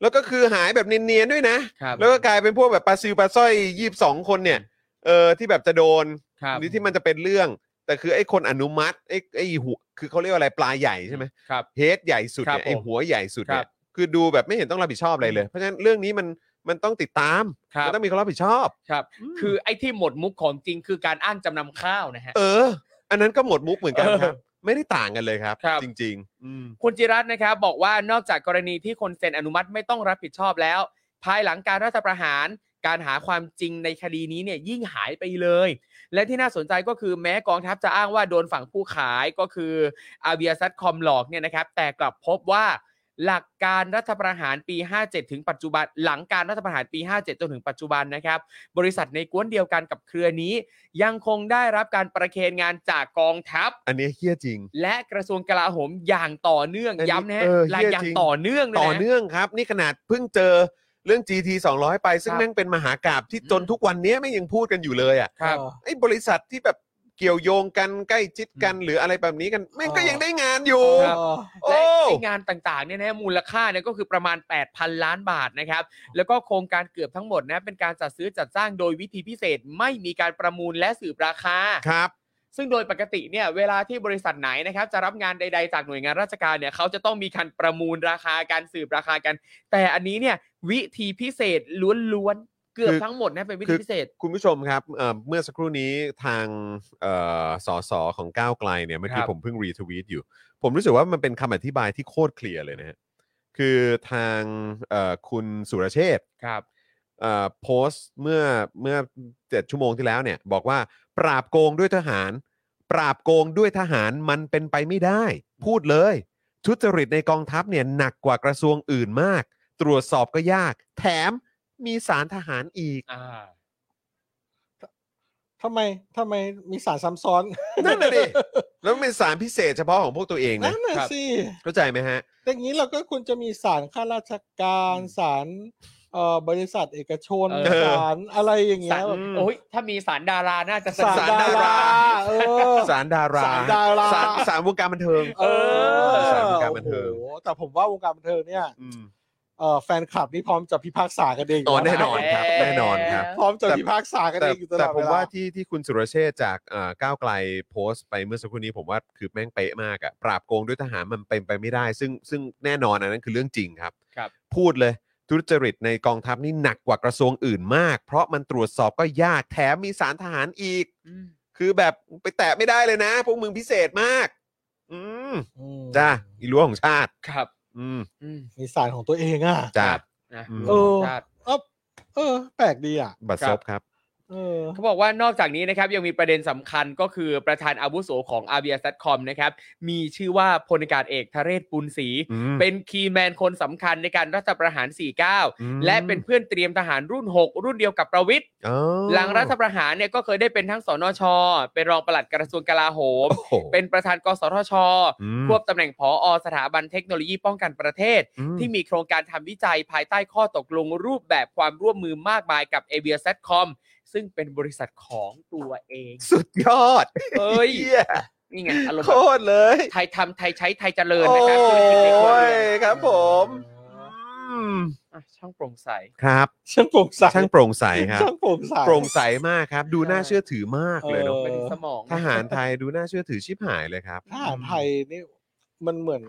C: แล้วก็คือหายแบบเนียนๆด้วยนะ
D: ครับ
C: แล้วก็กลายเป็นพวกแบบปลาซิวปลาสร้อยยี่สองคนเนี่ยเออที่แบบจะโดน
D: ครับ
C: หรือที่มันจะเป็นเรื่อง แต่คือไอ้คนอนุมัติไอ้ไอ้หัวคือเขาเรียกว่าอะไรปลาใหญ่ใช่ไหม
D: ครับ
C: เฮดใหญ่สุด
D: ครับ
C: เนี่ยไอ้
D: ผม
C: หัวใหญ่สุดเนี่
D: ครั
C: ย
D: บ
C: คือดูแบบไม่เห็นต้องรับผิดชอบอะไรเลย เพราะฉะนั้นเรื่องนี้มันมันต้องติดตาม
D: ครั
C: มั
D: บ
C: นต้องมีคนรับผิดชอบ
D: ครับ คือไอ้ที่หมดมุกของจริงคือการอ้างจำนำข้าวนะฮะ
C: เออ อันนั้นก็หมดมุกเหมือนกันครับ ไม่ได้ต่างกันเลยครับ
D: ครับ
C: จริง ๆ อืม
D: คุณจิรัตน์นะครับบอกว่านอกจากกรณีที่คนเซ็นอนุมัติไม่ต้องรับผิดชอบแล้ว ภายหลังการรัฐประหาร การหาความจริงในคดีนี้เนี่ยยิ่งหายไปเลย และที่น่าสนใจก็คือแม้กองทัพจะอ้างว่าโดนฝั่งผู้ขายก็คืออาเบียซัตคอมหลอกเนี่ยนะครับ แต่กลับพบว่า หลักการรัฐประหารปี 57 ถึงปัจจุบัน หลังการรัฐประหารปี 57 จนถึงปัจจุบันนะครับ บริษัทในกวนเดียวกันกับเครือนี้ ยังคงได้รับการประเคนงานจากกองทัพ
C: อันนี้เฮี้ยจริง
D: และกระทรวงกลาโหมอย่างต่อเนื่อง
C: อันนี้
D: ย้ำนะฮะ
C: เออ
D: หลั
C: เหี้ย
D: อย่าง
C: จริง
D: ต่อเนื่องด้วยะ
C: ต่อเนื่องครับ นี่ขนาดเพิ่งเจอเรื่อง GT 200 ไปซึ่ง
D: ครับ
C: แม่งเป็นมหากราบที่
D: อืม
C: จนทุกวันเนี้ยแม่งยังพูดกันอยู่เลยอ่ะ
D: ครับ
E: เออ
C: ไอ้บริษัทที่แบบเกี่ยวโยงกันใกล้จิตกัน หรืออะไรแบบนี้กันแม่งก็
E: อ๋อ
C: ยังได้งานอยู่
D: ครับ
E: เออ
C: โอ้
D: และไอ้งานต่างๆเนี่ยนะมูลค่าเนี่ยก็คือประมาณ 8,000 ล้านบาทนะครับ แล้วก็โครงการเกือบทั้งหมดนะเป็นการจัดซื้อจัดสร้างโดยวิธีพิเศษไม่มีการประมูลและสืบราคา
C: ครับ
D: ซึ่งโดยปกติเนี่ยเวลาที่บริษัทไหนนะครับจะรับงานใด ๆ จากหน่วยงานราชการเนี่ยเขาจะต้องมีการประมูลราคาการสืบราคากัน แต่อันนี้เนี่ยวิธีพิเศษล้วนๆเกือบทั้งหมดนะเป็นวิธีพิเศษ
C: คุณผู้ชมครับเอ่อเมื่อสักครู่นี้ทางเอ่อสสของก้าวไกลเนี่ยเมื่อกี้
D: ครับ
C: ผมเพิ่งรีทวีตอยู่ ผมรู้สึกว่ามันเป็นคำอธิบายที่โคตรเคลียร์เลยนะฮะคือทางเอ่อคุณสุรเชษฐ์
D: ครับ
C: เอ่อโพสต์เมื่อเมื่อเจ็ดชั่วโมงที่แล้วเนี่ยบอกว่าปราบโกงด้วยทหาร ปราบโกงด้วยทหารมันเป็นไปไม่ได้ พูดเลย ทุจริตในกองทัพเนี่ยหนักกว่ากระทรวงอื่นมาก ตรวจสอบก็ยาก แถมมีสารทหารอีก
D: อ่า
E: ทำไมทำไมมีสารซ้ำซ้อน
C: นั่นน่ะดิ แล้วมันเป็นสารพิเศษเฉพาะของพวกตัวเองนะ
E: นั่นน่ะ
D: ครับ
E: สิ
C: เข้าใจไหมฮะ
E: อย่างนี้เราก็ควรจะมีสารข้าราชการสารเอ่อบริษัทเอกชน
D: เออ
E: สารอะไรอย่างเงี้
D: สาย ร
E: แบบ
D: โอ้ยถ้ามีสารดาราน่าจะส
E: สา
D: นุ
C: สา
D: ก
E: รดา
C: รดารา
E: ราเออ
C: สารดารา
E: สารดารา
C: สารสารวงการบันเทิง
E: เออ
C: สารวงการบันเทิง
E: โอ้โหแต่ผมว่าวงการบันเทิงเนี่ย
C: อืม
E: เอ่อแฟนคลับนี่พร้อมจะพิพากษากันเอง
C: อ๋อ
E: ล้วะ
C: แน่นอนครับ แน่นอนครับ
E: พร้อมจะ
C: แต่
E: พิพากษากัน
C: แต่
E: เองอยู่ตล
C: แต่
E: อด
C: ผ
E: เว
C: ม
E: ลา
C: ว่าที่ที่คุณสุรเชษฐ์จากเอ่อก้าวไกลโพสต์ไปเมื่อสักครู่นี้ผมว่าคือแม่งเป๊ะมากอะปราบโกงด้วยทหารมันเป็นไปไม่ได้ ซึ่งซึ่งแน่นอนอันนั้นคือเรื่องจริงครับ
D: ครับ
C: พูดเลยทุจริตในกองทัพนี่หนักกว่ากระทรวงอื่นมาก เพราะมันตรวจสอบก็ยากแถมมีสารทหารอีก
D: อืม
C: คือแบบไปแตะไม่ได้เลยนะพวกมึงพิเศษมาก อืม
E: อืม
C: จ้าอีรั้วของชาติ
D: ครับ
C: อืม
D: อืม
E: มีสารของตัวเองอ่ะ
C: จ้า
D: ครับ นะ
C: อืม
D: รวมชาติ
E: เออเออ แปลกดีอ่ะ
C: บัตรซบครับ
E: เออ
D: เขาบอกว่านอกจากนี้นะครับยังมีประเด็นสำคัญก็คือประธานอาวุโสของอาเบียซัตคอมนะครับมีชื่อว่าพลอากาศเอกทะเรศปุณศรี
C: อืม
D: เป็นคีย์แมนคนสำคัญในการรัฐประหาร
C: อืม
D: 49 และเป็นเพื่อนเตรียมทหารรุ่น 6 รุ่นเดียวกับประวิทย์
C: อ๋อ
D: หลังรัฐประหารเนี่ยก็เคยได้เป็นทั้งสนช เป็นรองปลัดกระทรวงกลาโหม
C: โอ้โห
D: เป็นประธานกสทช
C: อืม
D: ควบตำแหน่งผอสถาบันเทคโนโลยีป้องกันประเทศ
C: อืม
D: ที่มีโครงการทำวิจัยภายใต้ข้อตกลงรูปแบบความร่วมมือมากมายกับ a v i a s a t c o m ซึ่งเป็นบริษัทของตัวเอง
C: สุดยอด
D: เอ้ย
C: เหี้ย
D: นี่ไงอารมณ์
C: โค
D: แบบ
C: ตรเลย
D: ไทยทำไทยใช้ไทยเจริญ
C: โอ
D: นะครับธุรกิจในครัว้
C: ย
D: เรือน
C: ครับผมอืม
D: อ่ะช่างโปร่งใส
C: ครับ
E: ช่างโปร่งใส
C: ช่างโปร่งใสครับ
E: ช่างโปร่งใส
C: โปร่งใสมากครับ ดูน่า
D: ใช่
C: เชื่อถือมากเลยเนาะ
E: เออ
D: ไม่ได้สมอง
C: ทหารไทยดูน่าเชื่อถือชิบหายเลยครับ
E: ทหารไทยนี่มันเหมือน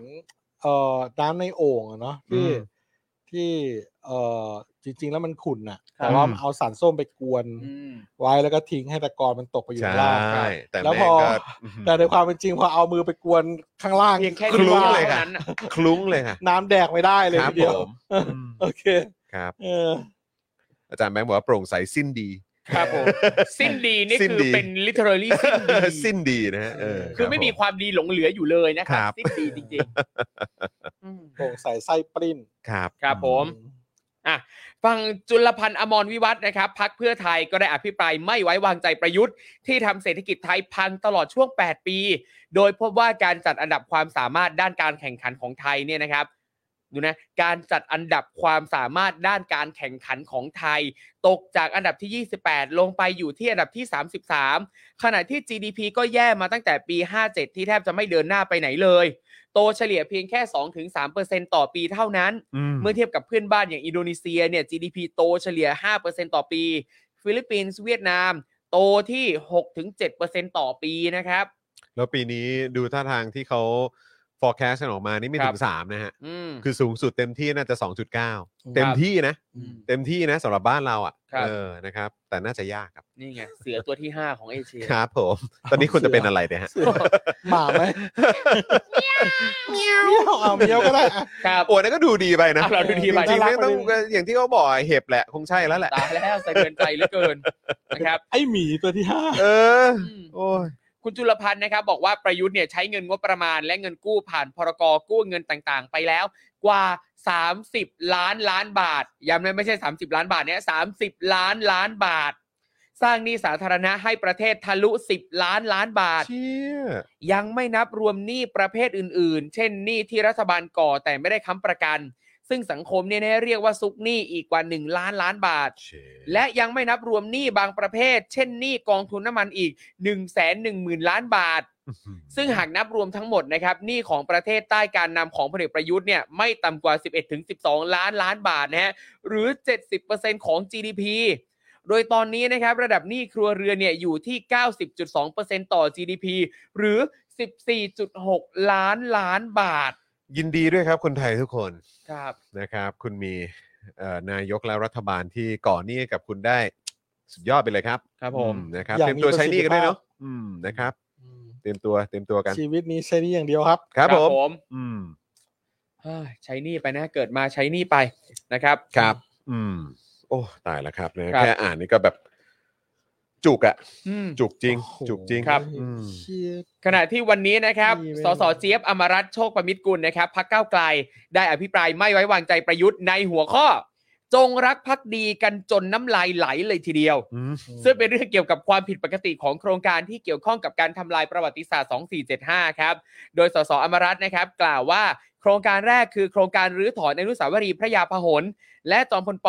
E: เอ่อน้ำในโอ่งอะเนาะที่
C: อืม
E: ที่เอ่อจริง ๆ แล้วมันขุ่นอะ
C: ครับ
E: แต่ว่าเอาสารส้มไปกวน
D: อืม
E: ไว้แล้วก็ทิ้งให้ตะกอนมันตกไปอยู่
C: ใช่
E: ข้างล่าง
C: แต่
E: แล้ว
C: แม่
E: พ
C: ง
E: อ
C: ก็
E: แต่ในความเป็นจริงพอเอามือไปกวนข้างล่าง
D: เพียงแค่
C: ค
D: นี้
C: ลุ้ง
E: ข้า
C: เลย
E: งาง
C: ค่ะ
D: นั้นน่ะ
C: คลุ้งเลยค่ะ
E: น้ำแดกไม่ได้เลย
C: ครั
E: ทีเดี
C: ผ
E: ยว
C: ม
E: อืมโอเค
C: ครับ
E: เออ
C: อาจารย์แบงค์บอกว่าโปร่งใสสิ้นดี
D: ครับผม สิ้นดีนี่
C: สิ้น
D: คือ
C: ดี
D: เป็น literally สิ้นดี
C: สิ้นดีนะฮะเออ
D: คือไม่
C: รับผ
D: มีความดีหลงเหลืออยู่เลยนะค
C: ค
D: รั
C: รับ บ
D: สิ้นดีจริงๆอืม
E: โปร่งใสไส้ปริ้น
C: ครับ
D: ครับผม อ่ะ ฝั่งจุลพันธ์อมรวิวัฒน์นะครับพักเพื่อไทยก็ได้อภิปรายไม่ไว้วางใจประยุทธ์ ที่ทำเศรษฐกิจไทยพังตลอดช่วง 8 ปี โดยพบว่าการจัดอันดับความสามารถด้านการแข่งขันของไทยเนี่ยนะครับดูนะการจัดอันดับความสามารถด้านการแข่งขันของไทย ตกจากอันดับที่ 28 ลงไปอยู่ที่อันดับที่ 33 ขณะที่ GDP ก็แย่มาตั้งแต่ปี 57 ที่แทบจะไม่เดินหน้าไปไหนเลย โตเฉลี่ยเพียงแค่ 2-3%ต่อปีเท่านั้น เมื่อเทียบกับเพื่อนบ้านอย่างอินโดนีเซียเนี่ย GDP โตเฉลี่ย 5%ต่อปี ฟิลิปปินส์เวียดนาม โตที่ 6-7%ต่อปีนะครับ
C: แล้วปีนี้ดูท่าทางที่เขา forecast กันออกมานี่ไม่
D: ครั
C: ถึ
D: บ
C: ง 3 นะฮะ
D: อืม
C: คือสูงสุดเต็มที่น่าจะ 2.9 เต็มที่นะ
E: อืม
C: เต็มที่นะสำหรับบ้านเราอ่ะ
D: ครับ
C: เออนะครับ แต่น่าจะยากครับ
D: นี่ไง เสือตัวที่ 5 ของเอเชีย
C: ครับผม ตอนนี้คุณจะเป็นอะไรเนี่ยฮะ
E: หมาไหมเมียวเมียวเอาเมียวก็ได้อ่ะ
D: ครับ
C: โอ้ยนั่นก็ดูดีไปนะ
D: อ่ะเราดูดีไป
C: จริงๆไม่ต้อง
E: น่ารักไปเลย
C: อย่างที่เขาบอกอะเห็บแหละคงใช่แล้วแหละ
D: ตายแล้วสะเทือนใจเหลือเกินนะครับ
E: ไอหมีตัวที่ห้า
C: เออ
D: อืม
C: โอ้ย
D: คุณจุลพันธ์นะครับบอกว่าประยุทธ์เนี่ยใช้เงินงบประมาณและเงินกู้ผ่านพรกกู้เงินต่างๆ ไปแล้ว กว่า 30 ล้านล้านบาทย้ำนะไม่ใช่ 30 ล้านบาทเนี่ย30 ล้านล้านบาท สร้างหนี้สาธารณะให้ประเทศทะลุ 10 ล้านล้านบาท
C: เชี่ย
D: ยังไม่นับรวมหนี้ประเภทอื่นๆ เช่นหนี้ที่รัฐบาลก่อแต่ไม่ได้ค้ำประกัน ซึ่งสังคมเนี่ยเรียกว่าซุกหนี้อีกกว่า 1 ล้านล้านบาท และยังไม่นับรวมหนี้บางประเภท เช่นหนี้กองทุนน้ำมันอีก 1 1 0 0 0 0 ล้านบาท ซึ่งหากนับรวมทั้งหมดนะครับหนี้ของประเทศใต้การนำของพลเอกประยุทธ์เนี่ยไม่ต่ำกว่า 11-12 ล้านล้านบาทนะฮะหรือ 70%ของ GDP โดยตอนนี้นะครับระดับหนี้ครัวเรือนเนี่ยอยู่ที่ 90.2%ต่อ GDP หรือ 14.6 ล้านล้านบาท
C: ยินดีด้วยครับคนไทยทุกคน
D: ครับ
C: นะครับ คุณมีเอ่อนายกและรัฐบาลที่ก่อนหนี้ให้กับคุณได้สุดยอดไปเลยครับ
D: ครับผม
C: อืนะครับ
E: อย่าง
C: เตรียมตัว
E: มีประ
C: ใช้หนี้กันด้วย
E: สิทธิภาพ
C: เนาะอืมนะครับ เตรียมตัวเตรียมตัวกัน
E: ชีวิตนี้ใช้นี่อย่างเดียวครับ
C: ครับผม
D: ม
C: อืม
D: เฮ้ยใช้หนี้ไปนะเกิดมาใช้หนี้ไปนะครับ
C: อืมโอ้ตายแล้วครับนะครับ แค่อ่านนี่ก็แบบ จุกอะ
D: อืม
C: จุกจริง
E: โอ้โห
C: จุกจริง
D: ครับ
C: อืม
E: เชี่ย
D: ขณะที่วันนี้นะครับ
E: ดีเว้ย
D: สสเจี๊ยบอมรัตน์โชคประมิตรกุลนะครับพักเก้าวไกล ได้อภิปรายไม่ไว้วางใจประยุทธ์ในหัวข้อ จงรักภักดีกันจนน้ำลายไหลเลยทีเดียว
C: อืม
D: ซึ่งเป็นเรื่องเกี่ยวกับความผิดปกติของโครงการที่เกี่ยวข้องกับการทำลายประวัติศาสตร์ 2475 ครับ โดยสสอมรัตน์นะครับ กล่าวว่าโครงการแรกคือโครงการรื้อถอนอนุสาวรีย์พระยาพหล และจอมพลป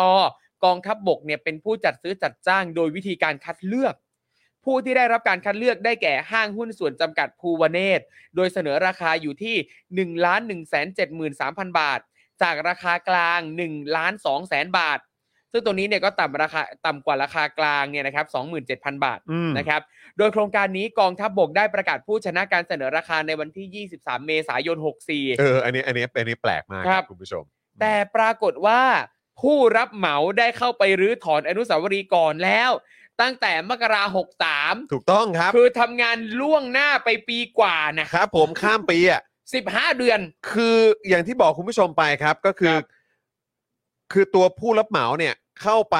D: กองทัพบบกเนี่ยเป็นผู้จัดซื้อจัดจ้างโดยวิธีการคัดเลือก ผู้ที่ได้รับการคัดเลือกได้แก่ห้างหุ้นส่วนจำกัดภูวเนศโดยเสนอราคาอยู่ที่ 1 1 7 3 0 0 บาท จากราคากลาง 1 2 0 0 0 0 บาท ซึ่งตัวนี้เนี่ยก็ต่ำราคาต่ำกว่าราคากลางเนี่ยนะครับ27,000 บาท
C: อืม
D: นะครับ โดยโครงการนี้กองทัพบบกได้ประกาศผู้ชนะการเสนอราคาในวันที่ 23 เมษายน 64
C: เออ อันนี้อันนี้อันนี้แปลกมากค
D: ครั
C: รับบ คุณผู้ชม
D: แต่ปรากฏว่าผู้รับเหมาได้เข้าไปรื้อถอนอนุสาวรีย์ก่อนแล้ว ตั้งแต่มกราหกสาม
C: ถูกต้องครับ
D: คือทำงานล่วงหน้าไปปีกว่านะครับ
C: ผมข้ามปีอ่ะ
D: สิบห้าเดือน
C: คืออย่างที่บอกคุณผู้ชมไปครับก็คือ
D: ครับ
C: คือตัวผู้รับเหมาเนี่ยเข้าไป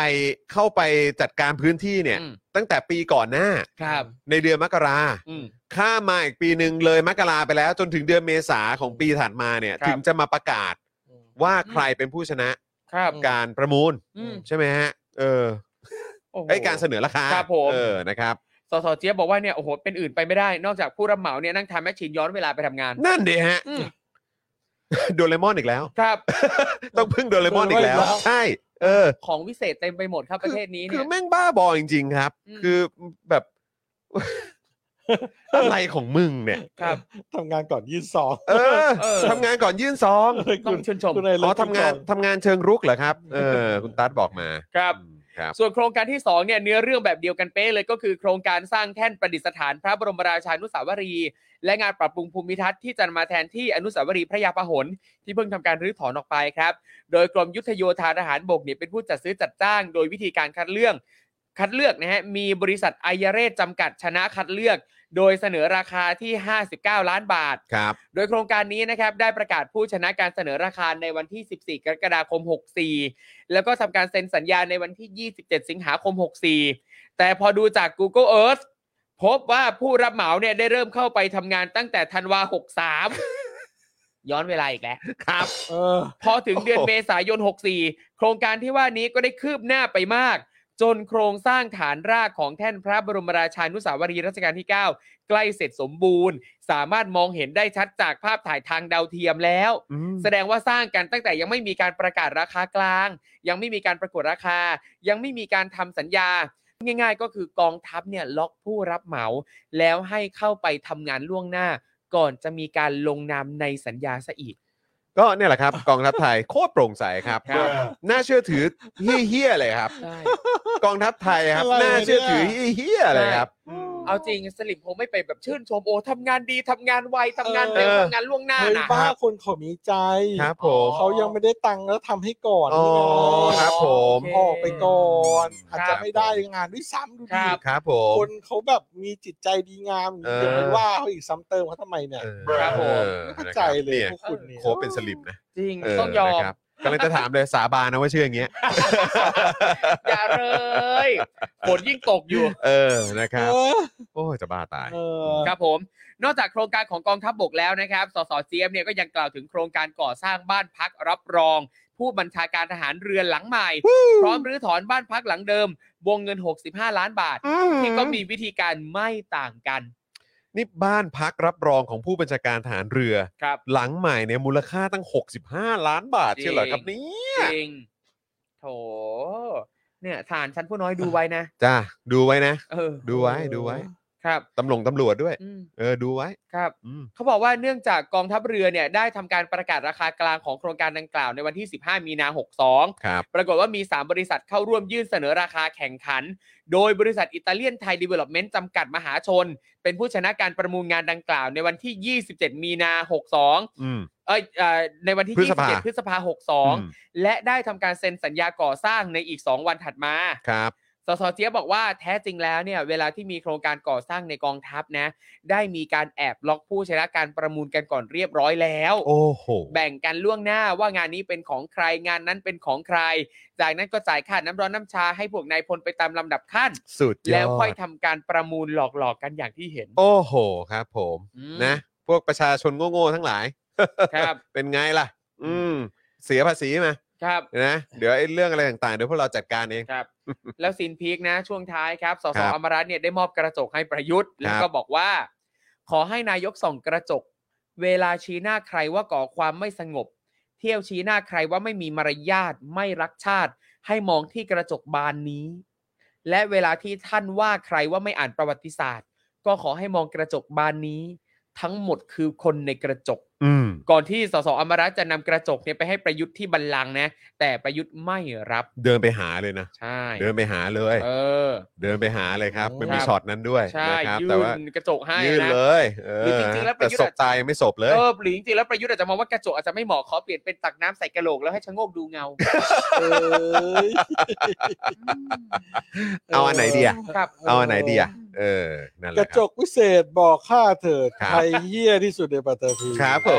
C: เข้าไปจัดการพื้นที่เนี่ย
D: อืม
C: ตั้งแต่ปีก่อนหน้า
D: ครับ
C: ในเดือนมกรา
D: อืม
C: ข้ามมาอีกปีหนึ่งเลยมกราไปแล้ว จนถึงเดือนเมษาของปีถัดมาเนี่ย
D: ครับ
C: ถึงจะมาประกาศว่าใครเป็นผู้ชนะครับการประมูล
D: อืม
C: ใช่ไหมฮะ เออ
D: โโห
C: ไอยการเสนอราคา
D: ครับผม
C: เออนะครับ
D: สสเจี๊ยบบอกว่าเนี่ยโอ้โหเป็นอื่นไปไม่ได้ นอกจากผู้รับเหมาเนี่ยนั่งทำแมชชีนย้อนเวลาไปทำงาน
C: นั่นเดีฮะ
D: อืม
C: โดเรมอนอีกแล้ว
D: ครับ
C: ต้องพึ่งโดเรมอนอีกแล้ว
E: โดเรมอนอีกแล้ว
C: ใช่ เออ
D: ของวิเศษเต็มไปหมดครับประเทศนี้
C: คื
D: เนี่
C: อย แม่งบ้าบอจริง ๆ ครับ
D: อืม
C: คือแบบ อะไรของมึงเนี่ย
D: ครับ
E: ทำงานก่อนยี่สอง
C: เออ
D: เออ
C: ทำงานก่อนยื่นซอง
D: ต้องชื่นชม
E: คุณไอ้
C: อ๋
E: เลิ
C: อ
E: ฟ
C: ทำงานทำงานเชิงรุกเหรอครับ เออ คุณตั๊ดบอกมา
D: ครับ
C: อืมครับ
D: ส่วนโครงการที่2เนี่ยเนื้อเรื่องแบบเดียวกันเป๊ะเลยก็คือโครงการสร้างแท่นประดิษฐานพระบรมราชานุสาวรีย์และงานปรับปรุงภูมิทัศน์ที่จะมาแทนที่อนุสาวรีย์พระยาพหลที่เพิ่งทำการรื้อถอนออกไปครับ โดยกรมยุทธโยธาทหารบกเนี่ยเป็นผู้จัดซื้อจัดจ้าง โดยวิธีการคัดเลือกคัดเลือกนะฮะมีบริษัทไอยาเรศจำกัดชนะคัดเลือก โดยเสนอราคาที่ 59 ล้านบาท
C: ครับ
D: โดยโครงการนี้นะครับได้ประกาศผู้ชนะการเสนอราคาในวันที่ 14 กรกฎาคม 64 แล้วก็ทำการเซ็นสัญญาในวันที่ 27 สิงหาคม 64 แต่พอดูจาก Google Earth พบว่าผู้รับเหมาเนี่ยได้เริ่มเข้าไปทำงานตั้งแต่ธันวา 63 ย้อนเวลาอีกแล้ว
C: ครับ
E: เออ
D: พอถึงเดือน
C: โอ้โห
D: เมษายน 64 โครงการที่ว่านี้ก็ได้คืบหน้าไปมาก จนโครงสร้างฐานรากของแท่นพระบรมราชานุสาวรีย์รัชกาลที่ 9 ใกล้เสร็จสมบูรณ์ สามารถมองเห็นได้ชัดจากภาพถ่ายทางดาวเทียมแล้ว แสดงว่าสร้างกันตั้งแต่ยังไม่มีการประกาศราคากลาง ยังไม่มีการประกวดราคา ยังไม่มีการทำสัญญา ง่ายๆ ก็คือกองทัพเนี่ยล็อกผู้รับเหมา แล้วให้เข้าไปทำงานล่วงหน้า ก่อนจะมีการลงนามในสัญญาซะอีก
C: ก็เนี่ยแหละครับกองทัพไทยโคตรโปร่งใสครับ
D: ครับ
C: น่าเชื่อถือเฮี้ยๆเลยครับ
D: ใช่
C: กองทัพไทยครับ
E: อะไรเนี่ย
C: น่าเชื่อถือเฮี้ยๆเลยครับ
D: เอาจริงสลิมคงไม่ไปแบบชื่นชมโอ้ทำงานดีทำงานไวทำงานเร็ว
C: เออ
D: ทำงานล่วงหน้า
E: เฮ้ย
D: นะ
E: บ้าคนเขามีใจ
C: ครับผม
E: เขายังไม่ได้ตังค์แล้วทำให้ก่อน
C: อ๋อ ครับผม
D: โ
E: ออกไปก่อนอาจ
D: ครั
E: จะ
D: บ
E: ไม่ได้งานด้วยซ้ำดู
D: ครั
E: ดิ
D: บ
C: ครับผม
E: คนเขาแบบมีจิตใจดีงามอ
C: เอ
E: ย่างนี้
C: อ
E: เดี๋ยวไม่ว่าเขาอีกซ้ำเติมเขาทำไมเนี่ย
C: เออ
D: ครับผม
C: เออ
E: ไม่เข้า
C: นะครับ
E: ใจเลย
C: นี่
E: พวกคุณเนี่ย
C: โค้ชเป็นสลิปนะ
D: จริง
C: เออ
D: ต้องยอม
C: นะครับกำลังจะถามเลยสาบานนะว่าชื่ออย่างเงี้ย
D: อย่าเลยฝนยิ่งตกอยู่
C: เออนะครับ โอ้ยจะบ้าตาย
E: เออ
D: ครับผม นอกจากโครงการของกองทัพบบกแล้วนะครับ สสเซียมเนี่ยก็ยังกล่าวถึงโครงการก่อสร้างบ้านพักรับรอง ผู้บัญชาการทหารเรือหลังใหม่ พร้อมรื้อถอนบ้านพักหลังเดิม วงเงิน 65 ล้านบาท ที่ก็มีวิธีการไม่ต่างกัน
C: นี่บ้านพักรับรองของผู้บัญชาการฐานเรือ
D: ครับ
C: หลังใหม่เนี่ยมูลค่าตั้ง 65 ล้านบาท
D: จริง
C: ใช่เหรอครับเนี่ย
D: จริงโถเนี่ยฐานชั้นผู้น้อยดูไว้นะ
C: จ้าดูไว้นะ
D: เออ
C: ดูไว้ดูไว้
D: ครับ
C: ตำรวจตำรวจด้วย
D: อืม
C: เออดูไว้
D: ครับ
C: อืม
D: เขาบอกว่าเนื่องจากกองทัพเรือเนี่ยได้ทำการประกาศราคากลางของโครงการดังกล่าวในวันที่ 15 มีนา 62
C: ครับ
D: ปรากฏว่ามี 3 บริษัทเข้าร่วมยื่นเสนอราคาแข่งขัน โดยบริษัทอิตาเลียนไทยดีเวล็อปเมนต์จำกัดมหาชน เป็นผู้ชนะการประมูลงานดังกล่าวในวันที่ 27 มีนา 62
C: อืม
D: เอ้ยเอ่อในวันที่
C: พฤษภา
D: 27 พฤษภา
C: ม
D: 62 และได้ทำการเซ็นสัญญาก่อสร้างในอีก 2 วันถัดมา
C: ครับ
D: สสเจี๊ยบบอกว่าแท้จริงแล้วเนี่ยเวลาที่มีโครงการก่อสร้างในกองทัพนะ ได้มีการแอบล็อกผู้ชนะการประมูลกันก่อนเรียบร้อยแล้ว
C: โอ้โห
D: แบ่งกันล่วงหน้าว่างานนี้เป็นของใครงานนั้นเป็นของใคร จากนั้นก็จ่ายค่าน้ำร้อนน้ำชาให้พวกนายพลไปตามลำดับขั้น
C: สุดยอด
D: แล้วค่อยทำการประมูลหลอกๆกันอย่างที่เห็น
C: โอ้โหครับผม
D: อืม
C: นะ พวกประชาชนโง่ๆทั้งหลาย
D: ครับ
C: เป็นไงล่ะ อืม เสียภาษีมา
D: ครับ
C: นะเดี๋ยวไอ้เรื่องอะไรต่างๆ เดี๋ยวพวกเราจัดการเอง
D: ครับ แล้วซินพีคนะ ช่วงท้ายครับส
C: ค
D: ส
C: รับ
D: อมรัตน์เนี่ยได้มอบกระจกให้ประยุทธ์ แล้ว
C: ครั
D: ก็
C: บ
D: บอกว่า ขอให้นายกส่องกระจก เวลาชี้หน้าใครว่าก่อความไม่สงบ เที่ยวชี้หน้าใครว่าไม่มีมารยาทไม่รักชาติ ให้มองที่กระจกบานนี้ และเวลาที่ท่านว่าใครว่าไม่อ่านประวัติศาสตร์ ก็ขอให้มองกระจกบานนี้ ทั้งหมดคือคนในกระจก
C: อืม
D: ก่อนที่สสอมรัตน์จะนำกระจกเนี่ยไปให้ประยุทธ์ที่บัลลังก์นะ แต่ประยุทธ์ไม่รับ
C: เดินไปหาเลยนะ
D: ใช่
C: เดินไปหาเลย
D: เออ
C: เดินไปหาเลยครับ
E: ครับ
C: มันมีช็อตนั้นด้วย
D: ใช่
C: นะครับ
D: ยื่
C: แต่ว่าน
D: กระจกให้
C: ยื่น
D: นะ
C: เลยเอ
D: หรือจริงๆแล้วประ
C: แต่
D: ยุท
C: ศ
D: ธ์อาจจะ
C: พตายยังไม่ศพเลย
D: เออหรือจริงๆแล้วประยุทธ์อาจจะมองว่ากระจกอาจจะไม่เหมาะขอเปลี่ยนเป็นตักน้ำใส่กระโหลกแล้วให้ชะโงกดูเงา
E: เอ้ย
C: เอาอันไหนดีอะ
D: ครับ
C: เอาอันไหนดีอ่ะเออนั่นแห
E: ก
C: ละ
E: ระ
C: ค
E: จ
C: รับ
E: กวิเศษบอกข้าเถิด
C: ครับ
E: ใครเหี้ยที่สุดในปัตตภี
C: ครับผ
D: เอ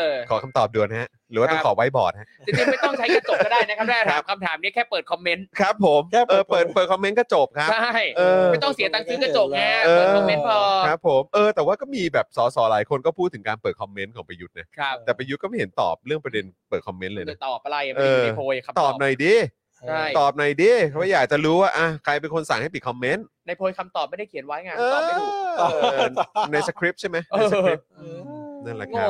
C: ม
D: อ
C: ขอคำตอบด่วนฮะ หรือว่าต้อง
D: ครับ
C: ขอไว้บอร์ดฮะ
D: จริงๆไม่ต้องใช้กระจกก็ได้นะครับ ได้
C: ค
D: ถา
C: รั
D: ม
C: บ
D: คำถามนี้แค่เปิดคอมเมนต์
C: ครับผม
E: แค่
C: เออเปิดเปิดคอมเมนต์ก็จบครับ
D: ใช่
C: เออ
D: ไม่ต้องเสียตังค์ซื้อกระจกไง
C: เออ
D: เปิดคอมเมนต์พอ
C: ครับผม เออ แต่ว่าก็มีแบบสสหลายคนก็พูดถึงการเปิดคอมเมนต์ของประยุทธ์นะครับ แต่ประยุทธ์ก็ไม่เห็นตอบเรื่องประเด็นเปิดคอมเมนต์เลย
D: จะ
C: นะ
D: ตอบอะไรอะ
C: เออ
D: ไม่ได้อยู่ในโพยครับ
C: ตอบหน่อยดิ
D: ใช่
C: ตอบหน่อยดิเพราะอยากจะรู้ว่าอ่ะใครเป็นคนสั่งให้ปิดคอมเมนต์
D: ในโพยคำตอบไม่ได้เขียนไว้ไง
C: เอ
D: ต
C: อ
D: อบไม่ถูก
C: ในสคริปต์ใช่ไหม
D: เอ
C: ใน
D: อ
C: สคริปต์
E: เออ
C: นั่นแหละ
D: ง
C: ครับ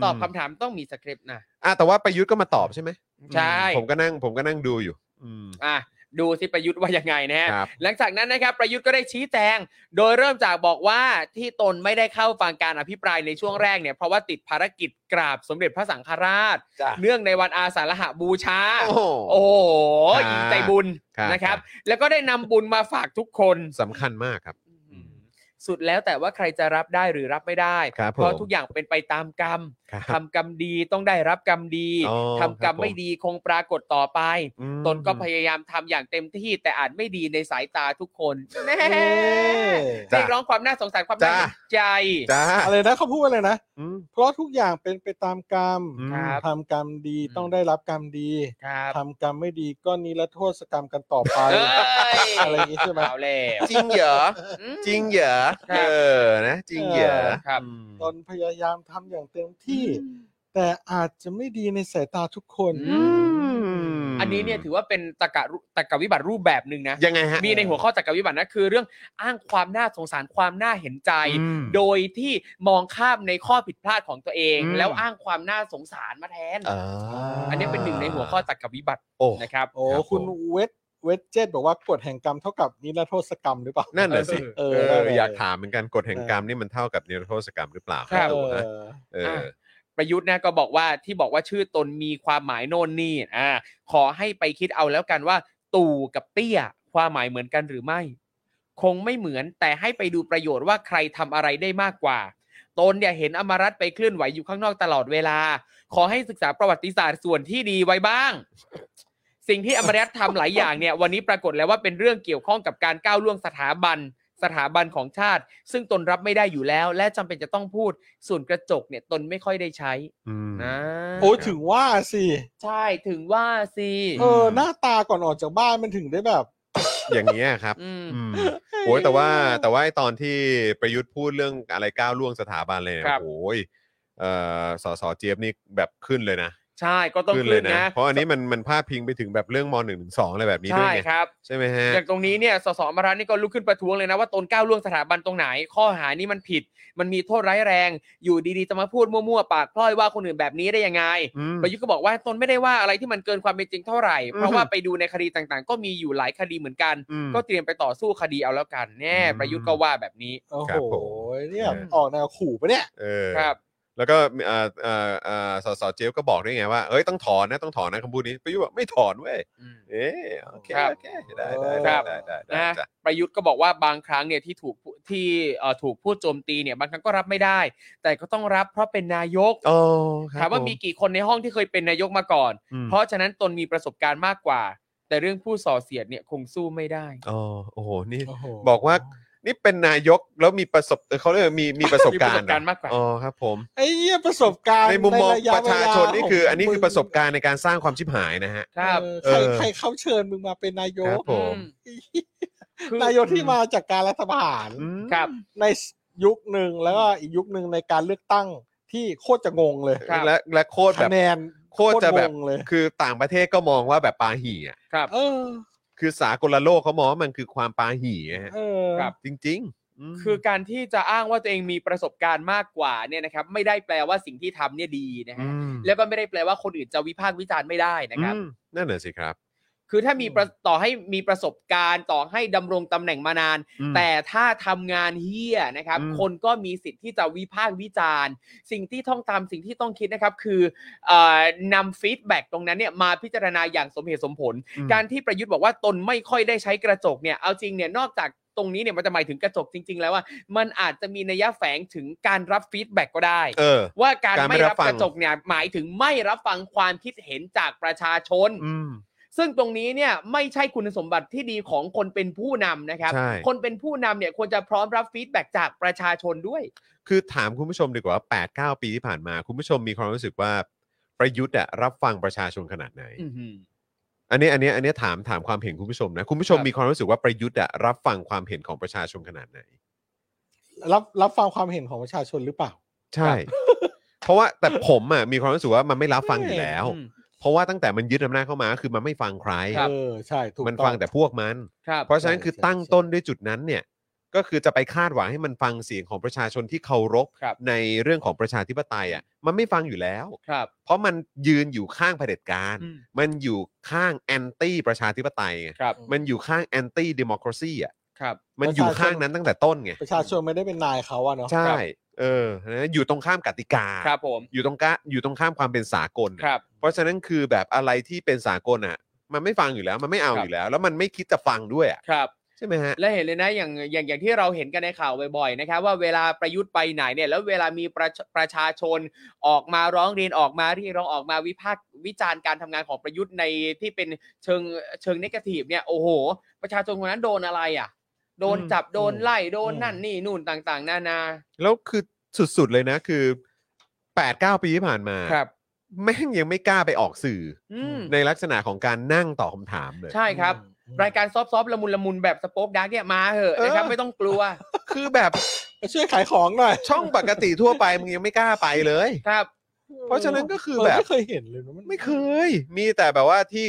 D: งตอบ
C: อืม
D: คำถามต้องมีสคริปต์นะ
C: อ่ะแต่ว่าประยุทธ์ก็มาตอบใช่ไหม
D: ใช่
C: ผมก็นั่งผมก็นั่งดูอยู่อืม
D: อ่ะดูสิประยุทธ์ว่ายังไงนะฮะ
C: ครับ
D: หลังจากนั้นนะครับประยุทธ์ก็ได้ชี้แจง โดยเริ่มจากบอกว่าที่ตนไม่ได้เข้าฟังการอภิปรายในช่วงแรกเนี่ยเพราะว่าติดภารกิจกราบสมเด็จพระสังฆราช
C: จ้ะ
D: เนื่องในวันอาสาฬหบูชา
C: โอ้โห
D: โอ้โห
C: ครับ
D: อิ่มใจบุญ
C: ครับ
D: นะครับ แล้วก็ได้นำบุญมาฝากทุกคน
C: สำคัญมากครับ
D: สุดแล้วแต่ว่าใครจะรับได้หรือรับไม่ได้
C: ครับผม
D: เพราะทุกอย่างเป็นไปตามกรรม
C: ครับ
D: ทำกรรมดีต้องได้รับกรรมดี
C: อ๋อ
D: ทำกรรม
C: ครับผม
D: ไม่ดีคงปรากฏต่อไป
C: อืม
D: ตนก็พยายามทำอย่างเต็มที่แต่อาจไม่ดีในสายตาทุกคนแน่
E: เอ้ย
C: จ้ะ
D: เรียกร้องความน่าสงสารความน่า
C: จ้ะ
D: เห็นใจ
C: จ้า
E: อะไรนะเขาพูดอะไรนะ
C: อืม
E: เพราะทุกอย่างเป็นไปตามกรรม
D: ครับ
E: ทำกรรมดีต้องได้รับกรรมดี
D: ครับ
E: ทำกรรมไม่ดีก็นิรโทษกรรมกันต่อไป
D: เอ้ย
E: อะไรอย่างงี้ใช่ไหม
D: เอาแล้ว
C: จริงเหรอ
D: อืม
C: จริงเหรอ เออนะจริงเหรอ
D: ครับ
E: ตนพยายามทำอย่างเต็มที่ แต่อาจจะไม่ดีในสายตาทุกคน
D: อื อันนี้เนี่ยถือว่าเป็นตะกะรุตะกะวิบัติรูปแบบหนึ่งนะ
C: ยังไงฮะ
D: มีในหัวข้อตะกะวิบัตินะคือ เรื่องอ้างความน่าสงสารความน่าเห็นใจ
B: อืม
D: โดยที่มองข้ามในข้อผิดพลาดของตัวเอง
B: อืม
D: แล้วอ้างความน่าสงสารมาแทน
C: อ่า
D: อันนี้เป็นหนึ่งในหัวข้อตะกะวิบัติ
C: โอ้
D: นะครับ
E: โอ้คุณเวทเวทเจตบอกว่ากฎแห่งกรรมเท่ากับนิรโทษกรรมหรือเปล่า
C: นั่นน่ะสิ
E: เอ
C: เอ
E: อ
C: ออยากถามเหมือนกันกฎแห่งกรรมนี่มันเท่ากับนิรโทษกรรมหรือเปล่า
D: ครับ
E: เอ
C: ผมนะ
E: อ
C: เออ
D: ประยุทธ์นะก็บอกว่าที่บอกว่าชื่อตนมีความหมายโน่นนี่อ่าขอให้ไปคิดเอาแล้วกันว่า ตู่กับเตี้ย ความหมายเหมือนกันหรือไม่ คงไม่เหมือนแต่ให้ไปดูประโยชน์ว่าใครทำอะไรได้มากกว่า ตนเนี่ยเห็นอมรัตน์ไปเคลื่อนไหวอยู่ข้างนอกตลอดเวลา ขอให้ศึกษาประวัติศาสตร์ส่วนที่ดีไว้บ้าง สิ่งที่อมรัตน์ทำหลายอย่างเนี่ย วันนี้ปรากฏแล้วว่าเป็นเรื่องเกี่ยวข้องกับการก้าวล่วงสถาบัน สถาบันของชาติ ซึ่งตนรับไม่ได้อยู่แล้ว และจำเป็นจะต้องพูดส่วนกระจกเนี่ยตนไม่ค่อยได้ใช้
B: อืม
D: นะ
E: โอ้ยถึงว่าสิ
D: ใช่ถึงว่าสิ
E: เออ หน้าตาก่อนออกจากบ้านมันถึงได้แบบ
C: อย่างเงี้ยครับ
D: อืม
B: อืม
C: โอ้ยแต่ว่าแต่ว่าไอ้ตอนที่ประยุทธ์พูดเรื่องอะไรก้าวล่วงสถาบันเลยเนี่ย
D: ครับ
C: โอ้ยเอ่อสสเจี๊ยบนี่แบบขึ้นเลยนะ
D: ใช่ก็ต้อง
C: เล
D: ขึ้
C: ย
D: นนะ
C: เพราะอันนี้มันมันพาดพิงไปถึงแบบเรื่องมหนึ่งถึงสองอะไรแบบนี้ด้ว
D: ใช่
C: ยไง
D: ครับ
C: ใช่ไหมฮะ
D: อย่างตรงนี้เนี่ยสสอมรัตน์นี่ก็ลุกขึ้นประท้วงเลยนะว่าตนก้าวล่วงสถาบันตรงไหน ข้อหานี้มันผิด มันมีโทษร้ายแรง อยู่ดีๆจะมาพูดมั่วๆปากพล่อยว่าคนอื่นแบบนี้ได้ยังไง
B: อืม
D: ประยุทธ์ก็บอกว่าตนไม่ได้ว่าอะไรที่มันเกินความเป็นจริงเท่าไหร่ เพ
B: อื
D: ราะ
B: ม
D: ว่าไปดูในคดีต่างๆ ก็มีอยู่หลายคดีเหมือนกัน
B: อืม
D: ก็เตรียมไปต่อสู้คดีเอาแล้วกันแน่
B: อืม
D: ประยุทธ์ก็ว่าแบบนี้
E: โอ้
C: ค
E: โห
C: รับผม
E: เนี่ย
C: เออ
E: ออกแนวขู่ปะเนี่ย
C: เออ
D: ครับ
C: แล้วก็เอ่อเอ่อเอ่อสสเจี๊ยบก็บอกด้วยไงว่าเอ้ยต้องถอนนะต้องถอนนะคำพูดนี้ประยุทธ์บอกไม่ถอนเว้ยเอ๊ะโอเค
D: ครับ
C: โอเคได้ได้
E: ครั
C: ได้
E: บ
C: ได้ได้ได้
D: นะ
C: จ้ะ
D: ประยุทธ์ก็บอกว่าบางครั้งเนี่ยที่ถูกผู้ที่เอ่อถูกพูดโจมตีเนี่ยบางครั้งก็รับไม่ได้ แต่ก็ต้องรับเพราะเป็นนายก
C: โอ้ครับ
D: ถามว่ามีกี่คนในห้องที่เคยเป็นนายกมาก่อน
B: อืม
D: เพราะฉะนั้นตนมีประสบการณ์มากกว่า แต่เรื่องผู้ส่อเสียดเนี่ยคงสู้ไม่ได้
C: อ๋อโอ้โหนี่
E: โโห
C: บอกว่า นี่เป็นนายกแล้วมีประสบเขาเรียกว่ามีมีประสบการ
D: มีประส
C: ณ์
D: บ
C: เหอ
D: การณ์มากกว่า
C: อ๋อครับผม
E: ไอ้เหี้ยประสบการณ์
C: ในมุมมอง
E: ย
C: ประชาชนนี่คือ
E: เวลาขง
C: อันนี้คือประสบการณ์ในการสร้างความชิบหายนะฮะ
D: ครับ
E: เออ
C: เออ
E: ใครใครเข้าเชิญมึงมาเป็นนาย
C: ครั
E: ก
C: บผม
D: คือน
E: ายกที่มาจากการรัฐประหาร
B: อืม
D: ครับ
E: ในยุคหนึ่งแล้วก็อีกยุคหนึ่งในการเลือกตั้งที่โคตรจะงงเลย
D: ครับ
C: และและโคตรแบ
E: คะ
C: บ
E: แนน
C: โคตรจะแบบ
E: งงเลย
C: คือต่างประเทศก็มองว่าแบบปาหี่อ่ะ
D: ครับ
E: เออ
C: คือสากลโลกเขามองว่ามันคือความปาหี่อะฮะ
E: เออ
D: ครับ
C: จริงๆม
D: คือการที่จะอ้างว่าตัวเองมีประสบการณ์มากกว่าเนี่ยนะครับไม่ได้แปลว่าสิ่งที่ทำเนี่ยดีนะฮะ
B: อืม
D: แล้วก็ไม่ได้แปลว่าคนอื่นจะวิพากษ์วิจารณ์ไม่ได้นะครับ
B: อืม
C: นั่นน่ะสิครับ
D: คือถ้ามีประ
E: อืม
D: ต่อให้มีประสบการณ์ต่อให้ดำรงตำแหน่งมานาน
B: อืม
D: แต่ถ้าทำงานเฮี้ยนะครับ
B: อืม
D: คนก็มีสิทธิ์ที่จะวิพากษ์วิจารณ์ สิ่งที่ต้องตามสิ่งที่ต้องคิดนะครับ คือเออนำฟีดแบ็ตรงนั้นเนี่ยมาพิจารณาอย่างสมเหตุสมผล
B: อืม
D: การที่ประยุทธ์บอกว่าตนไม่ค่อยได้ใช้กระจกเนี่ยเอาจริงเนี่ยนอกจากตรงนี้เนี่ยมันจะหมายถึงกระจกจริง ๆ แล้วว่า มันอาจจะมีนัยแฝงถึงการรับฟีดแบ็กก็ได้
C: เออ
D: ว่าการ
C: การไม่
D: ไม่
C: รั
D: รั
C: บบ ฟัง
D: กระจกเนี่ยหมายถึงไม่รับฟังความคิดเห็นจากประชาชน
B: อืม
D: ซึ่งตรงนี้เนี่ยไม่ใช่คุณสมบัติที่ดีของคนเป็นผู้นำนะครับ
C: ใช่
D: คนเป็นผู้นำเนี่ยควรจะพร้อมรับฟีดแบ็กจากประชาชนด้วย
C: คือถามคุณผู้ชมดีกว่า8ปดปีที่ผ่านมา คุณผู้ชมมีความรู้สึกว่าประยุทธ์อะรับฟังประชาชนขนาดไหน อันนี้อันนี้อันนี้ถามถามความเห็นคุณผู้ชมนะคุณผู้ชม
D: ครับ
C: มีความรู้สึกว่าประยุทธ์อะรับฟังความเห็นของประชาชนขนาดไหน
E: รับรับฟังความเห็นของประชาชนหรือเปล่า
C: ใช่ เพราะว่าแต่ผมอ่ะมีความรู้สึกว่ามันไม่รับฟังอยู่แล้ว
D: อืม
C: เพราะว่าตั้งแต่มันยึดอำนาจเข้ามาคือมันไม่ฟังใคร
D: ครับ
E: เออ ใช่ ถูก
C: มัน
E: ต้อง
C: ฟังแต่พวกมัน
D: ครับ
C: เพราะฉะนั้นคือ
E: ใช่
C: ตั้งต้นด้วยจุดนั้นเนี่ย ก็คือจะไปคาดหวังให้มันฟังเสียงของประชาชนที่เคารพ
D: ครับ
C: ในเรื่องของประชาธิปไตยอ่ะมันไม่ฟังอยู่แล้ว
D: ครับ
C: เพราะมันยืนอยู่ข้างเผด็จการ
D: อืม
C: มันอยู่ข้างแอนตี้ประชาธิปไตยไง
D: ครับ
C: มันอยู่ข้างแอนตี้ดิโมคราซีอ่ะ
D: ครับ
C: มันอยู่
E: ประชาชน
C: ข้างนั้นตั้งแต่ต้นไง
E: ประชาชนไม่ได้เป็นนายเขาอะเนาะ
C: ใช่ เออนะอยู่ตรงข้ามกติกา
D: ครับผม
C: อยู่ตรงกะอยู่ตรงข้ามความเป็นสากลน่ะ
D: ครับ
C: เพราะฉะนั้นคือแบบอะไรที่เป็นสากลอ่ะ มันไม่ฟังอยู่แล้ว มันไม่เอา
D: ครับ
C: อยู่แล้ว แล้วมันไม่คิดจะฟังด้วยอ่ะ
D: ครับ
C: ใช่ไหมฮะ
D: และเห็นเลยนะอย่างอย่างอย่างที่เราเห็นกันในข่าวบ่อยๆนะครับว่าเวลาประยุทธ์ไปไหนเนี่ยแล้วเวลามีประชประชาชนออกมาร้องเรียนออกมาเรียกร้องออกมาวิพากษ์วิจารณ์การทำงานของประยุทธ์ในที่เป็นเชิงเชิงนกาทีฟเนี่ยโอ้โห ประชาชนคนนั้นโดนอะไรอ่ะ โดน
B: อืม
D: จับโดน
E: อืม
D: ไล่โดน
E: อืม
D: นั่นนี่นู่นต่างๆ นานา
C: แล้วคือสุดๆเลยนะคือ8ปดปีที่ผ่านมาแม่งยังไม่กล้าไปออกสื่อ
D: อืม
C: ในลักษณะของการนั่งตอบคำถามเลย
D: ใช่ครับ
E: อืม
D: รายการซอฟต์ๆละมุนละมุนแบบสป็อกดักเนี่ยมาเหอะนะครับ
C: เออ
D: ไม่ต้องกลัว
C: คือแบบ
E: ไปช่วยขายของหน่อย
C: ช่องปกติทั่วไปมึงยังไม่กล้าไปเลย
D: ครับ
C: เพราะฉะนั้นก็คือ
E: เรา
C: แบบ
E: ไม่เคยเห็นเลยนะมัน
C: ไม่เคย มีแต่แบบว่าที่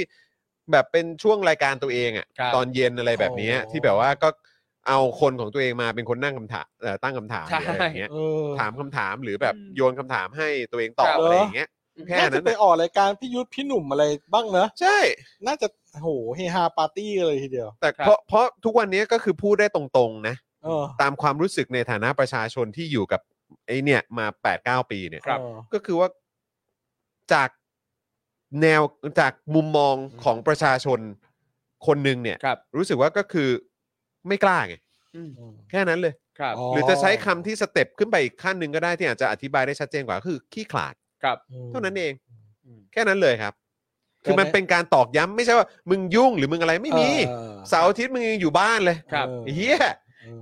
C: แบบเป็นช่วงรายการตัวเองอะ
D: ครับ
C: ตอนเย็นอะไรแบบเนี้ย
E: โอ้
C: ที่แบบว่าก็เอาคนของตัวเองมาเป็นคนนั่งคำถามเอ่อตั้งคำถามหรืออะไรอย่างเงี้ย
E: เออ
C: ถามคำถามหรือแบบโยนคำถามให้ตัวเองตอบ
D: ครับ
C: อะไรอย่างเงี้ยแค่
E: น่าจะ
C: นั้น
E: ไป
C: น่ะ
E: ออกรายการพี่ยุทธพี่หนุ่มอะไรบ้างเนอะ
C: ใช่
E: น่าจะโอ้โหเฮฮาปาร์ตี้เลยทีเดียว
C: แต่
D: ครับ
C: เพราะเพราะทุกวันนี้ก็คือพูดได้ตรงๆนะ
E: เออ
C: ตามความรู้สึกในฐานะประชาชนที่อยู่กับไอเนี่ยมา 8 9 ปีเนี่ย
D: ครับ
E: เออ
C: ก็คือว่าจากแนวจากมุมมองของประชาชนคนหนึ่งเนี่ย
D: ครับ
C: รู้สึกว่าก็คือไม่กล้าไง
D: อืม
C: แค่นั้นเลย
D: ครับ
E: อ๋อ
C: หรือจะใช้คำที่สเต็ปขึ้นไปอีกขั้นหนึ่งก็ได้ที่อาจจะอธิบายได้ชัดเจนกว่าก็คือขี้ขลาด
D: ครับ
C: เท่านั้นเอง
D: อืม
C: แค่นั้นเลยครับ คือมันเป็นการตอกย้ำไม่ใช่ว่า มึงยุ่งหรือมึงอะไรไม่มี
E: เออ
C: เสาร์อาทิตย์มึงยังอยู่บ้านเลย
D: ครับ
E: เออ
C: เฮีย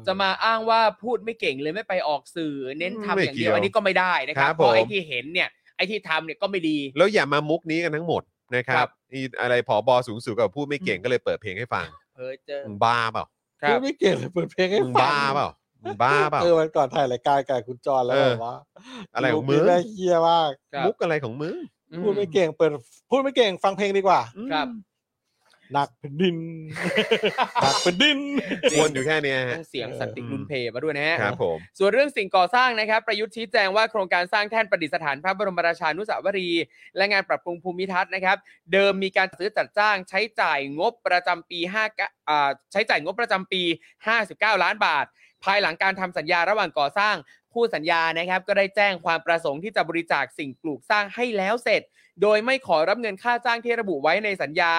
D: จะมาอ้างว่าพูดไม่เก่งเลยไม่ไปออกสื่อเน้นทำ
C: ไม่
D: อย่างเดียว
C: เกี่ยว
D: อันนี้ก็ไม่ได้นะค
C: ค
D: รั
C: รั
D: บบ เพราะไอ้
C: ผม
D: ที่เห็นเนี่ยไอ้ที่ทำเนี่ยก็ไม่ดี
C: แล้วอย่ามามุกนี้กันทั้งหมดนะค
D: ค
C: รั
D: รั
C: บบ อีอะไรผอบอสูงสุดกับพูดไม่เก่งก็เลยเปิดเพลงให้ฟัง
D: เพอเจอ
C: มึงบ้าเปล่า
D: ครั
E: พู
D: บ
E: ดไม่เก่งเลยเปิดเพลงให้
C: มึง
E: ฟัง
C: บ้าเปล่ามึงบ้าเปล่า
E: เออวันก่อนถ่ายรายการกับคุณจอนแล้ว
C: เออ
E: แบบว่า
C: อะไรของมึ
E: ลู
C: ง
E: กนี่น่าเฮียมาก
D: ครับ
C: มุกอะไรของมึง
D: อื
E: พูดไม่เก่งเปิดพูดไม่เก่งฟังเพลงดีกว่า
D: ครับ
E: หนักแผ่น ดินหนักแผ่นดิน
C: วนอยู่แค่เนี้ย
D: ต้
C: ฮะ
D: องเสียงสันติ
C: เออ
D: รุนเพมาด้วยนะฮะ
C: ครับผม
D: ส่วนเรื่องสิ่งก่อสร้างนะครับ ประยุทธ์ชี้แจงว่าโครงการสร้างแท่นประดิษฐานพระบรมราชานุสาวรีย์และงานปรับปรุงภูมิทัศน์นะครับ เดิมมีการซื้อจัดจ้างใช้จ่ายงบประจำปี5อ่าใช้จ่ายงบประจำปี 59 ล้านบาท ภายหลังการทำสัญญาระหว่างก่อสร้างคู่สัญญานะครับ ก็ได้แจ้งความประสงค์ที่จะบริจาคสิ่งปลูกสร้างให้แล้วเสร็จ โดยไม่ขอรับเงินค่าจ้างที่ระบุไว้ในสัญญา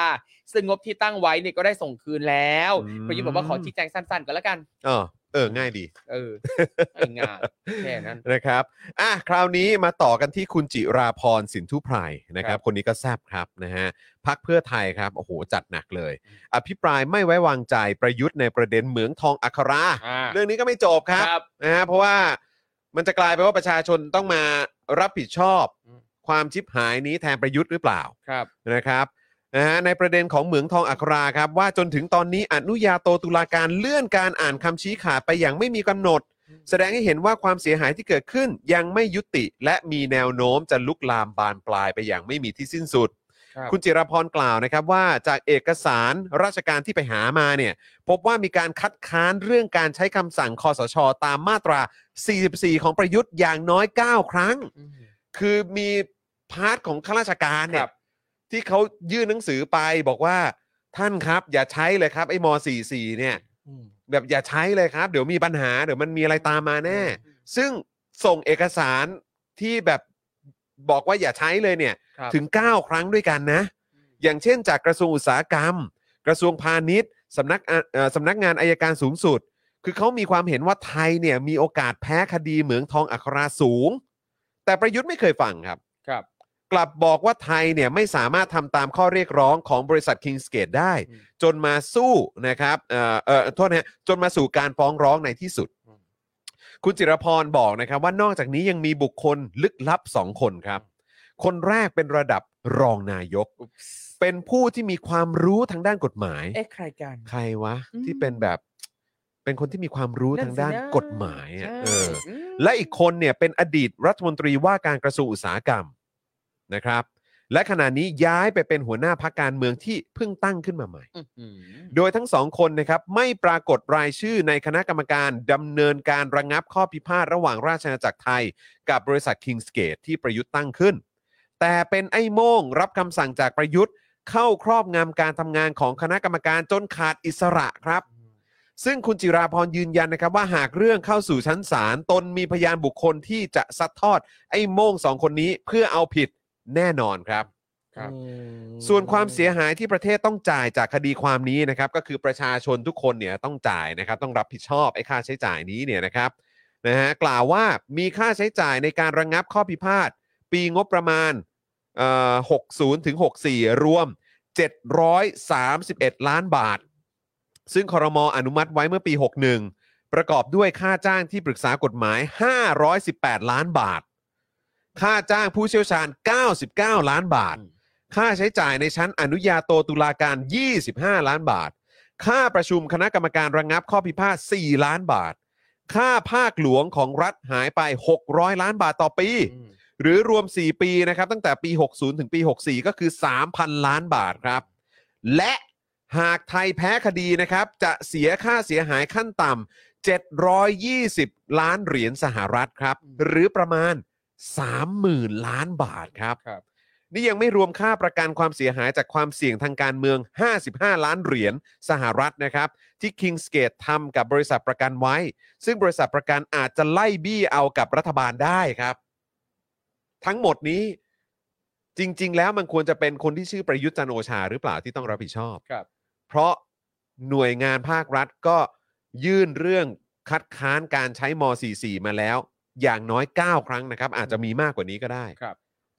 D: ซึ่งงบที่ตั้งไว้เนี่ยก็ได้ส่งคืนแล้วประยุทธ์บอกว่าขอชี้แจงสั้นๆก็แล้วกัน
C: เออเออง่ายดี
D: เออ ไอ้งานแค่นั้น
C: นะครับ อ่ะ คราวนี้มาต่อกันที่คุณจิราพรสินทุไพรนะครับ คนนี้ก็แซบครับนะฮะ พักเพื่อไทยครับ โอ้โห จัดหนักเลย อภิปรายไม่ไว้วางใจประยุทธ์ในประเด็นเหมืองทองอัครา
D: อ่า
C: เรื่องนี้ก็ไม่จบครับ
D: ครับ
C: นะฮะเพราะว่ามันจะกลายไปว่าประชาชนต้องมารับผิดชอบ
D: อืม
C: ความชิบหายนี้แทนประยุทธ์หรือเปล่า
D: ครับ
C: นะครับนะฮะในประเด็นของเหมืองทองอัคราครับ ว่าจนถึงตอนนี้อนุญาโตตุลาการเลื่อนการอ่านคำชี้ขาดไปอย่างไม่มีกำหนด แสดงให้เห็นว่าความเสียหายที่เกิดขึ้นยังไม่ยุติ และมีแนวโน้มจะลุกลามบานปลายไปอย่างไม่มีที่สิ้นสุด
D: ครับ
C: คุณจิรพรกล่าวนะครับว่าจากเอกสารราชการที่ไปหามาเนี่ย พบว่ามีการคัดค้านเรื่องการใช้คำสั่งคอสช ตามมาตรา 44 ของประยุทธ์อย่างน้อย 9 ครั้ง คือมีพาร์ทของข้าราชการเนี่
D: ค
C: ย
D: รับ
C: ที่เขายื่นหนังสือไปบอกว่าท่านครับ อย่าใช้เลยครับไอ้ม 44 เนี่ย แบบอย่าใช้เลยครับ เดี๋ยวมีปัญหาเดี๋ยวมันมีอะไรตามมาแน่ ซึ่งส่งเอกสารที่แบบบอกว่าอย่าใช้เลยเนี่ย
D: ครับ
C: ถึง 9 ครั้งด้วยกันนะ อย่างเช่นจากกระทรวงอุตสาหกรรม กระทรวงพาณิชย์สำนักอ่ะเอ่อสำนักงานอายการสูงสุด คือเขามีความเห็นว่าไทยเนี่ยมีโอกาสแพ้คดีเหมืองทองอัคราสูง แต่ประยุทธ์ไม่เคยฟังครับ
D: ครับ
C: กลับบอกว่าไทยเนี่ยไม่สามารถทำตามข้อเรียกร้องของบริษัท Kingsgate ได้
D: อืม
C: จนมาสู้นะครับเอ่อเอ่อโทษนะฮะจนมาสู่การฟ้องร้องในที่สุด คุณจิรพรบอกนะครับว่านอกจากนี้ยังมีบุคคลลึกลับ 2 คนครับ คนแรกเป็นระดับรองนายก เป็นผู้ที่มีความรู้ทางด้านกฎหมาย
D: เอ๊ะใครกัน
C: ใครวะ
D: อืม
C: ที่เป็นแบบเป็นคนที่มีความรู้ทางด้าน
D: สิะ
C: กฎหมายอะ
D: ใช่
C: เออ
D: ม
C: และอีกคนเนี่ยเป็นอดีตรัฐมนตรีว่าการกระทรวงอุตสาหกรรมนะครับ และขณะนี้ย้ายไปเป็นหัวหน้าพักการเมืองที่เพิ่งตั้งขึ้นมาใหม่
D: อืม
C: โดยทั้งสองคนนะครับไม่ปรากฏรายชื่อในคณะกรรมการดำเนินการระงงับข้อพิพาทระหว่างราชอาณาจักรไทย กับบริษัท Kingsgate ที่ประยุทธ์ตั้งขึ้น แต่เป็นไอ้โม่งรับคำสั่งจากประยุทธ์ เข้าครอบงำการทำงานของคณะกรรมการจนขาดอิสระครับ ซึ่งคุณจิราพรยืนยันนะครับว่าหากเรื่องเข้าสู่ชั้นศาลตนมีพยานบุคคลที่จะซัดทอด ไอ้โม่งสองคนนี้เพื่อเอาผิดแน่นอนครับ
D: ครับ
C: ส่วนความเสียหายที่ประเทศต้องจ่ายจากคดีความนี้นะครับ ก็คือประชาชนทุกคนเนี่ยต้องจ่ายนะครับ ต้องรับผิดชอบไอ้ค่าใช้จ่ายนี้เนี่ยนะครับนะฮะกล่าวว่ามีค่าใช้จ่ายในการระงงับข้อพิพาทปีงบประมาณเอ่อ60ถึง64 รวม 731 ล้านบาท ซึ่งคอรมออนุมัติไว้เมื่อปี 61 ประกอบด้วยค่าจ้างที่ปรึกษากฎหมาย 518 ล้านบาท ค่าจ้างผู้เชี่ยวชาญ 99 ล้านบาท ค่าใช้จ่ายในชั้นอนุญาโตตุลาการ 25 ล้านบาท ค่าประชุมคณะกรรมการระงงับข้อพิพาท 4 ล้านบาท ค่าภาคหลวงของรัฐหายไป 600 ล้านบาทต่อปี หรือรวม 4 ปีนะครับตั้งแต่ปี 60 ถึงปี 64 ก็คือ 3,000 ล้านบาทครับ และหากไทยแพ้คดีนะครับ จะเสียค่าเสียหายขั้นต่ำ720 ล้านเหรียญสหรัฐครับ หรือประมาณ 30,000 ล้านบาทครับ
D: ครับ
C: นี่ยังไม่รวมค่าประกันความเสียหายจากความเสี่ยงทางการเมือง 55 ล้านเหรียญสหรัฐนะครับ ที่ Kingsgate ทำกับบริษัทประกันไว้ ซึ่งบริษัทประกันอาจจะไล่บี้เอากับรัฐบาลได้ครับ ทั้งหมดนี้จริง ๆ แล้วมันควรจะเป็นคนที่ชื่อประยุทธ์จันทร์โอชาหรือเปล่าที่ต้องรับผิดชอบ
D: ครับ
C: เพราะหน่วยงานภาครัฐก็ยื่นเรื่องคัดค้านการใช้ม .44 มาแล้ว อย่างน้อย 9 ครั้งนะครับ อาจจะมีมากกว่านี้ก็ได้
D: ครับ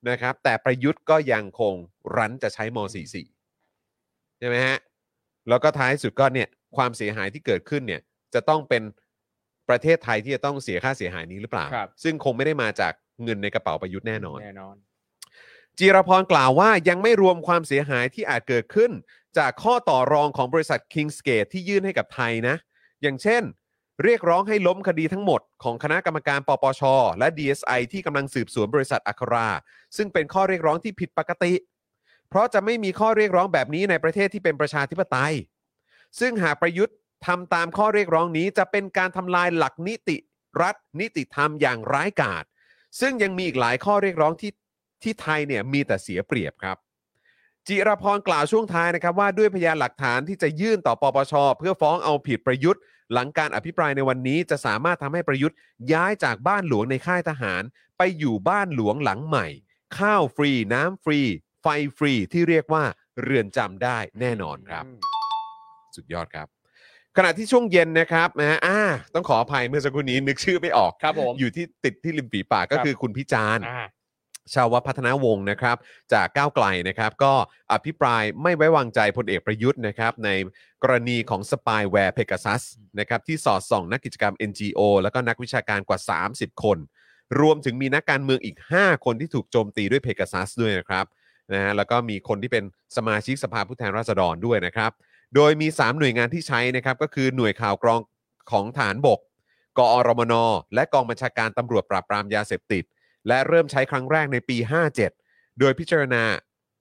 C: นะครับ แต่ประยุทธ์ก็ยังคงรั้นจะใช้ม .44 ใช่ไหมฮะ แล้วก็ท้ายสุดก็เนี่ยความเสียหายที่เกิดขึ้นเนี่ยจะต้องเป็นประเทศไทยที่จะต้องเสียค่าเสียหายนี้หรือเปล่า
D: ครับ
C: ซึ่งคงไม่ได้มาจากเงินในกระเป๋าประยุทธ์แน่นอน
D: แน่นอน
C: จีรพรกล่าวว่ายังไม่รวมความเสียหายที่อาจเกิดขึ้น จากข้อต่อรองของบริษัท Kingsgate ที่ยื่นให้กับไทยนะ อย่างเช่น เรียกร้องให้ล้มคดีทั้งหมดของคณะกรรมการปปช และ DSI ที่กำลังสืบสวนบริษัทอัครา ซึ่งเป็นข้อเรียกร้องที่ผิดปกติ เพราะจะไม่มีข้อเรียกร้องแบบนี้ในประเทศที่เป็นประชาธิปไตย ซึ่งหากประยุทธ์ทำตามข้อเรียกร้องนี้จะเป็นการทำลายหลักนิติรัฐ นิติธรรมอย่างร้ายกาจ ซึ่งยังมีอีกหลายข้อเรียกร้องที่ที่ไทยเนี่ยมีแต่เสียเปรียบครับ จิรพรกล่าวช่วงท้ายนะครับว่าด้วยพยานหลักฐานที่จะยื่นต่อปปช เพื่อฟ้องเอาผิดประยุทธ์ หลังการอภิปรายในวันนี้จะสามารถทำให้ประยุทธ์ย้ายจากบ้านหลวงในค่ายทหาร ไปอยู่บ้านหลวงหลังใหม่ ข้าวฟรี น้ำฟรี ไฟฟรีที่เรียกว่าเรือนจำได้แน่นอนครับ สุดยอดครับ ขณะที่ช่วงเย็นนะครับนะฮะอ่าต้องขออภัยเมื่อสักครู่นี้นึกชื่อไม่ออก
D: ครับผม
C: อยู่ที่ติดที่ริมฝีปากก็
D: ครับ
C: คือคุณพิจารณ์
D: อ่า
C: ชาวพัฒนาวงศ์นะครับ จากก้าวไกลนะครับ ก็อภิปรายไม่ไว้วางใจพลเอกประยุทธ์นะครับ ในกรณีของสปายแวร์เพก a ซัสนะครับ ที่สอดส่องนักกิจกรรม NGO แล้วก็นักวิชาการกว่า 30 คน รวมถึงมีนักการเมืองอีก 5 คนที่ถูกโจมตีด้วยเพก a ซัสด้วยนะครับนะฮะแล้วก็มีคนที่เป็นสมาชิกสภาผู้แทนราษฎรด้วยนะครับ โดยมี 3 หน่วยงานที่ใช้นะครับ ก็คือหน่วยข่าวกรองของฐานบก กอรมน และกองบัญชาการตำรวจปราบปรามยาเสพติด และเริ่มใช้ครั้งแรกในปี 57 โดยพิจารณา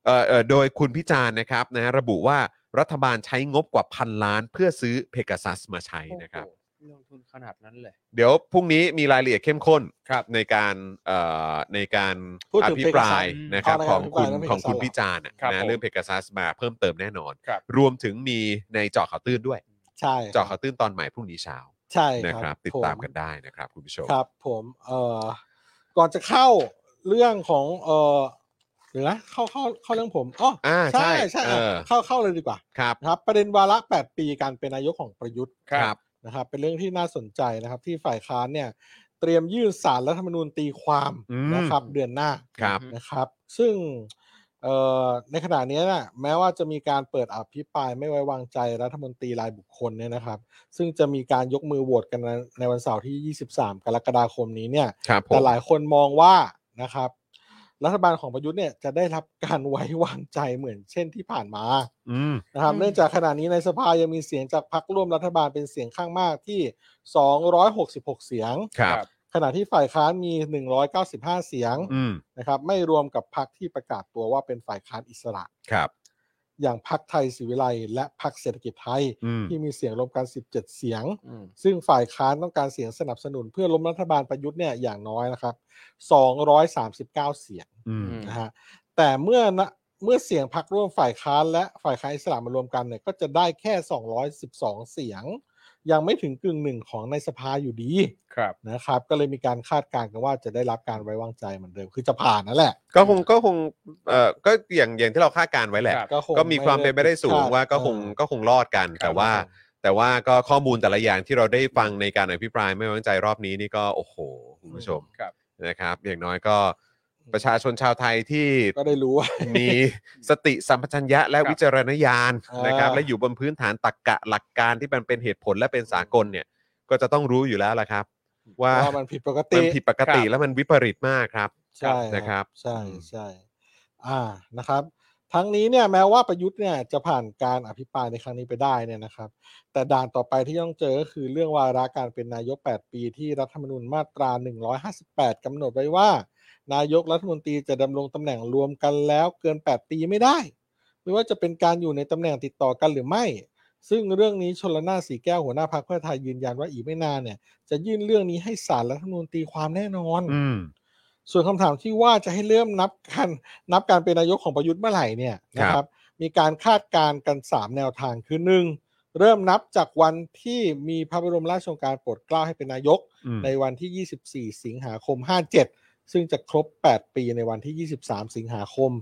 C: เอ่อเอ่อโดยคุณพิจารณ์นะครับนะฮะระบุว่ารัฐบาลใช้งบกว่าพันล้านเพื่อซื้อเพก a ซัสมาใช้นะครับ
D: โอ้โหลงทุนขนาดนั้นเลย
C: เดี๋ยวพรุ่งนี้มีรายละเอียดเข้มข้น
D: ครับ
C: ในการเอ่อในการ
E: พูด
C: อ
E: ถึง
C: ภิปราย
D: Pegasus
C: นะครับ
E: เอาละ
C: ข
E: ครั
C: อบ งคุณ
E: อภิปรายเรื่อง
C: ของคุณ
E: Pegasus
C: พิจารณ์นะครับ นะ
D: ผม
C: เรื่องเพก a ซัสมาเพิ่มเติมแน่นอน
D: ครับ
C: รวมถึงมีในเจาะข่าวตื้นด้วย
E: ใช่
C: เจาะข่าวตื้นตอนใหม่พรุ่งนี้เช้า
E: ใช่
C: นะครับ ติดตาม
E: ผ
C: กันได้นะครับคุณผู้ชม
E: ครับผมเอ่อก่อนจะเข้าเรื่องของเอ่อเดี๋ยวนะเข้าเข้าเข้าเรื่องผมอ๋ออา
C: ใช่
E: ใช่ใช่
C: เออ
E: เข้าเข้าเลยดีกว่า
C: ครับ
E: นะครับ ประเด็นวาระ 8 ปีการเป็นนายกของประยุทธ์
C: ครับ
E: นะครับ เป็นเรื่องที่น่าสนใจนะครับ ที่ฝ่ายค้านเนี่ย เตรียมยื่นสารรัฐธรรมนูญตีความ
C: อืม
E: นะครับ เดือนหน้า
C: ครับ
E: นะครับ ซึ่งเอ่อในขณะนี้นะแม้ว่าจะมีการเปิดอภิปรายไม่ไว้วางใจรัฐมนตรีรายบุคคลเนี่ยนะครับ ซึ่งจะมีการยกมือโหวตกันในในวันเสาร์ที่ 23 กรกฎาคมนี้เนี่ย
C: ครับผ
E: แต่
C: ม
E: หลายคนมองว่านะครับ รัฐบาลของประยุทธ์เนี่ยจะได้รับการ ไว้วางใจเหมือนเช่นที่ผ่านมา
C: อืม
E: นะครับ
D: อืม
E: เนื่องจากขณะนี้ในสภายังมีเสียงจากพรรคร่วมรัฐบาลเป็นเสียงข้างมากที่ 266 เสียง
C: ครับ
E: ขณะที่ฝ่ายค้านมี 195 เสียง
C: อืม
E: นะครับ ไม่รวมกับพรรคที่ประกาศตัวว่าเป็นฝ่ายค้านอิสระ
C: ครับ
E: อย่างพรรคไทยศิวิไลย์และพรรคเศรษฐกิจไทย
C: อืม
E: ที่มีเสียงรวมกัน 17 เสียง
D: อืม
E: ซึ่งฝ่ายค้านต้องการเสียงสนับสนุนเพื่อล้มรัฐบาลประยุทธ์เนี่ยอย่างน้อยนะครับ 239 เสียง
C: อืม
D: อืม
E: นะฮะ แต่เมื่อนะเมื่อเสียงพักร่วมฝ่ายค้านและฝ่ายค้านอิสระมารวมกันเนี่ยก็จะได้แค่ 212 เสียง ยังไม่ถึงกึ่งหนึ่งของในสภาอยู่ดี
D: ครับ
E: นะครับ ก็เลยมีการคาดการณ์กันว่าจะได้รับการไว้วางใจเหมือนเดิม คือจะผ่านนั่นแหละ
C: ก็คงก็คงเอ่อก็อย่างอย่างที่เราคาดการณ์ไว้แหละ
D: ครับ
E: ก็คง
C: ก็มีความเป็นไปได้สูงว่าก็คง
E: เออ
C: ก็คงรอดกัน แต่ว่า แต่ว่าก็ข้อมูลแต่ละอย่างที่เราได้ฟังในการอภิปรายไม่ไว้วางใจรอบนี้นี่ก็โอ้โหคุณผู้ชม
D: ครับ
C: นะครับ อย่างน้อยก็ประชาชนชาวไทยที่
E: ก็ได้รู้ว่า
C: มีสติสัมปชัญญะและ
D: ครับ
C: วิจารณญาณ
E: อ่าน
C: นะครับ และอยู่บนพื้นฐานตรรกกะหลักการที่มันเป็นเหตุผลและเป็นสากลเนี่ย ก็จะต้องรู้อยู่แล้วล่ะครับ ว่า
E: ว่ามันผิดปกติ
C: มันผิดปกติ
D: ครับ
C: และมันวิปริตมากครับ
E: ใช่
C: นะครับ
E: ใช่
C: อืม
E: ใช่อ่านะครับ ทั้งนี้เนี่ยแม้ว่าประยุทธ์เนี่ยจะผ่านการอภิปรายในครั้งนี้ไปได้เนี่ยนะครับ แต่ด่านต่อไปที่ต้องเจอก็คือเรื่องวาระการเป็นนายก 8 ปีที่รัฐธรรมนูญมาตรา 158กำหนดไว้ว่า นายกรัฐมนตรีจะดำรงตำแหน่งรวมกันแล้วเกิน 8 ปีไม่ได้ ไม่ว่าจะเป็นการอยู่ในตำแหน่งติดต่อกันหรือไม่ ซึ่งเรื่องนี้ชนละนานสีแก้วหัวหน้าพรรคเพื่อไทยยืนยันว่าอีกไม่นานเนี่ยจะยื่นเรื่องนี้ให้ศาลรัฐธรรมนูญตีความแน่นอน
B: อืม
E: ส่วนคำถามที่ว่าจะให้เริ่มนับ การนับการเป็นนายกของประยุทธ์เมื่อไหร่เนี่ยนะค
C: ครั
E: รับ
C: บ
E: มีการคาดการณ์กัน 3 แนวทางคือหนึ่งเริ่มนับจากวันที่มีพระบรมราชโองการโปรดเกล้าให้เป็นนายก
B: อืม
E: ในวันที่ 24 สิงหาคม 57 ซึ่งจะครบ 8 ปีในวันที่ 23 สิงหาคม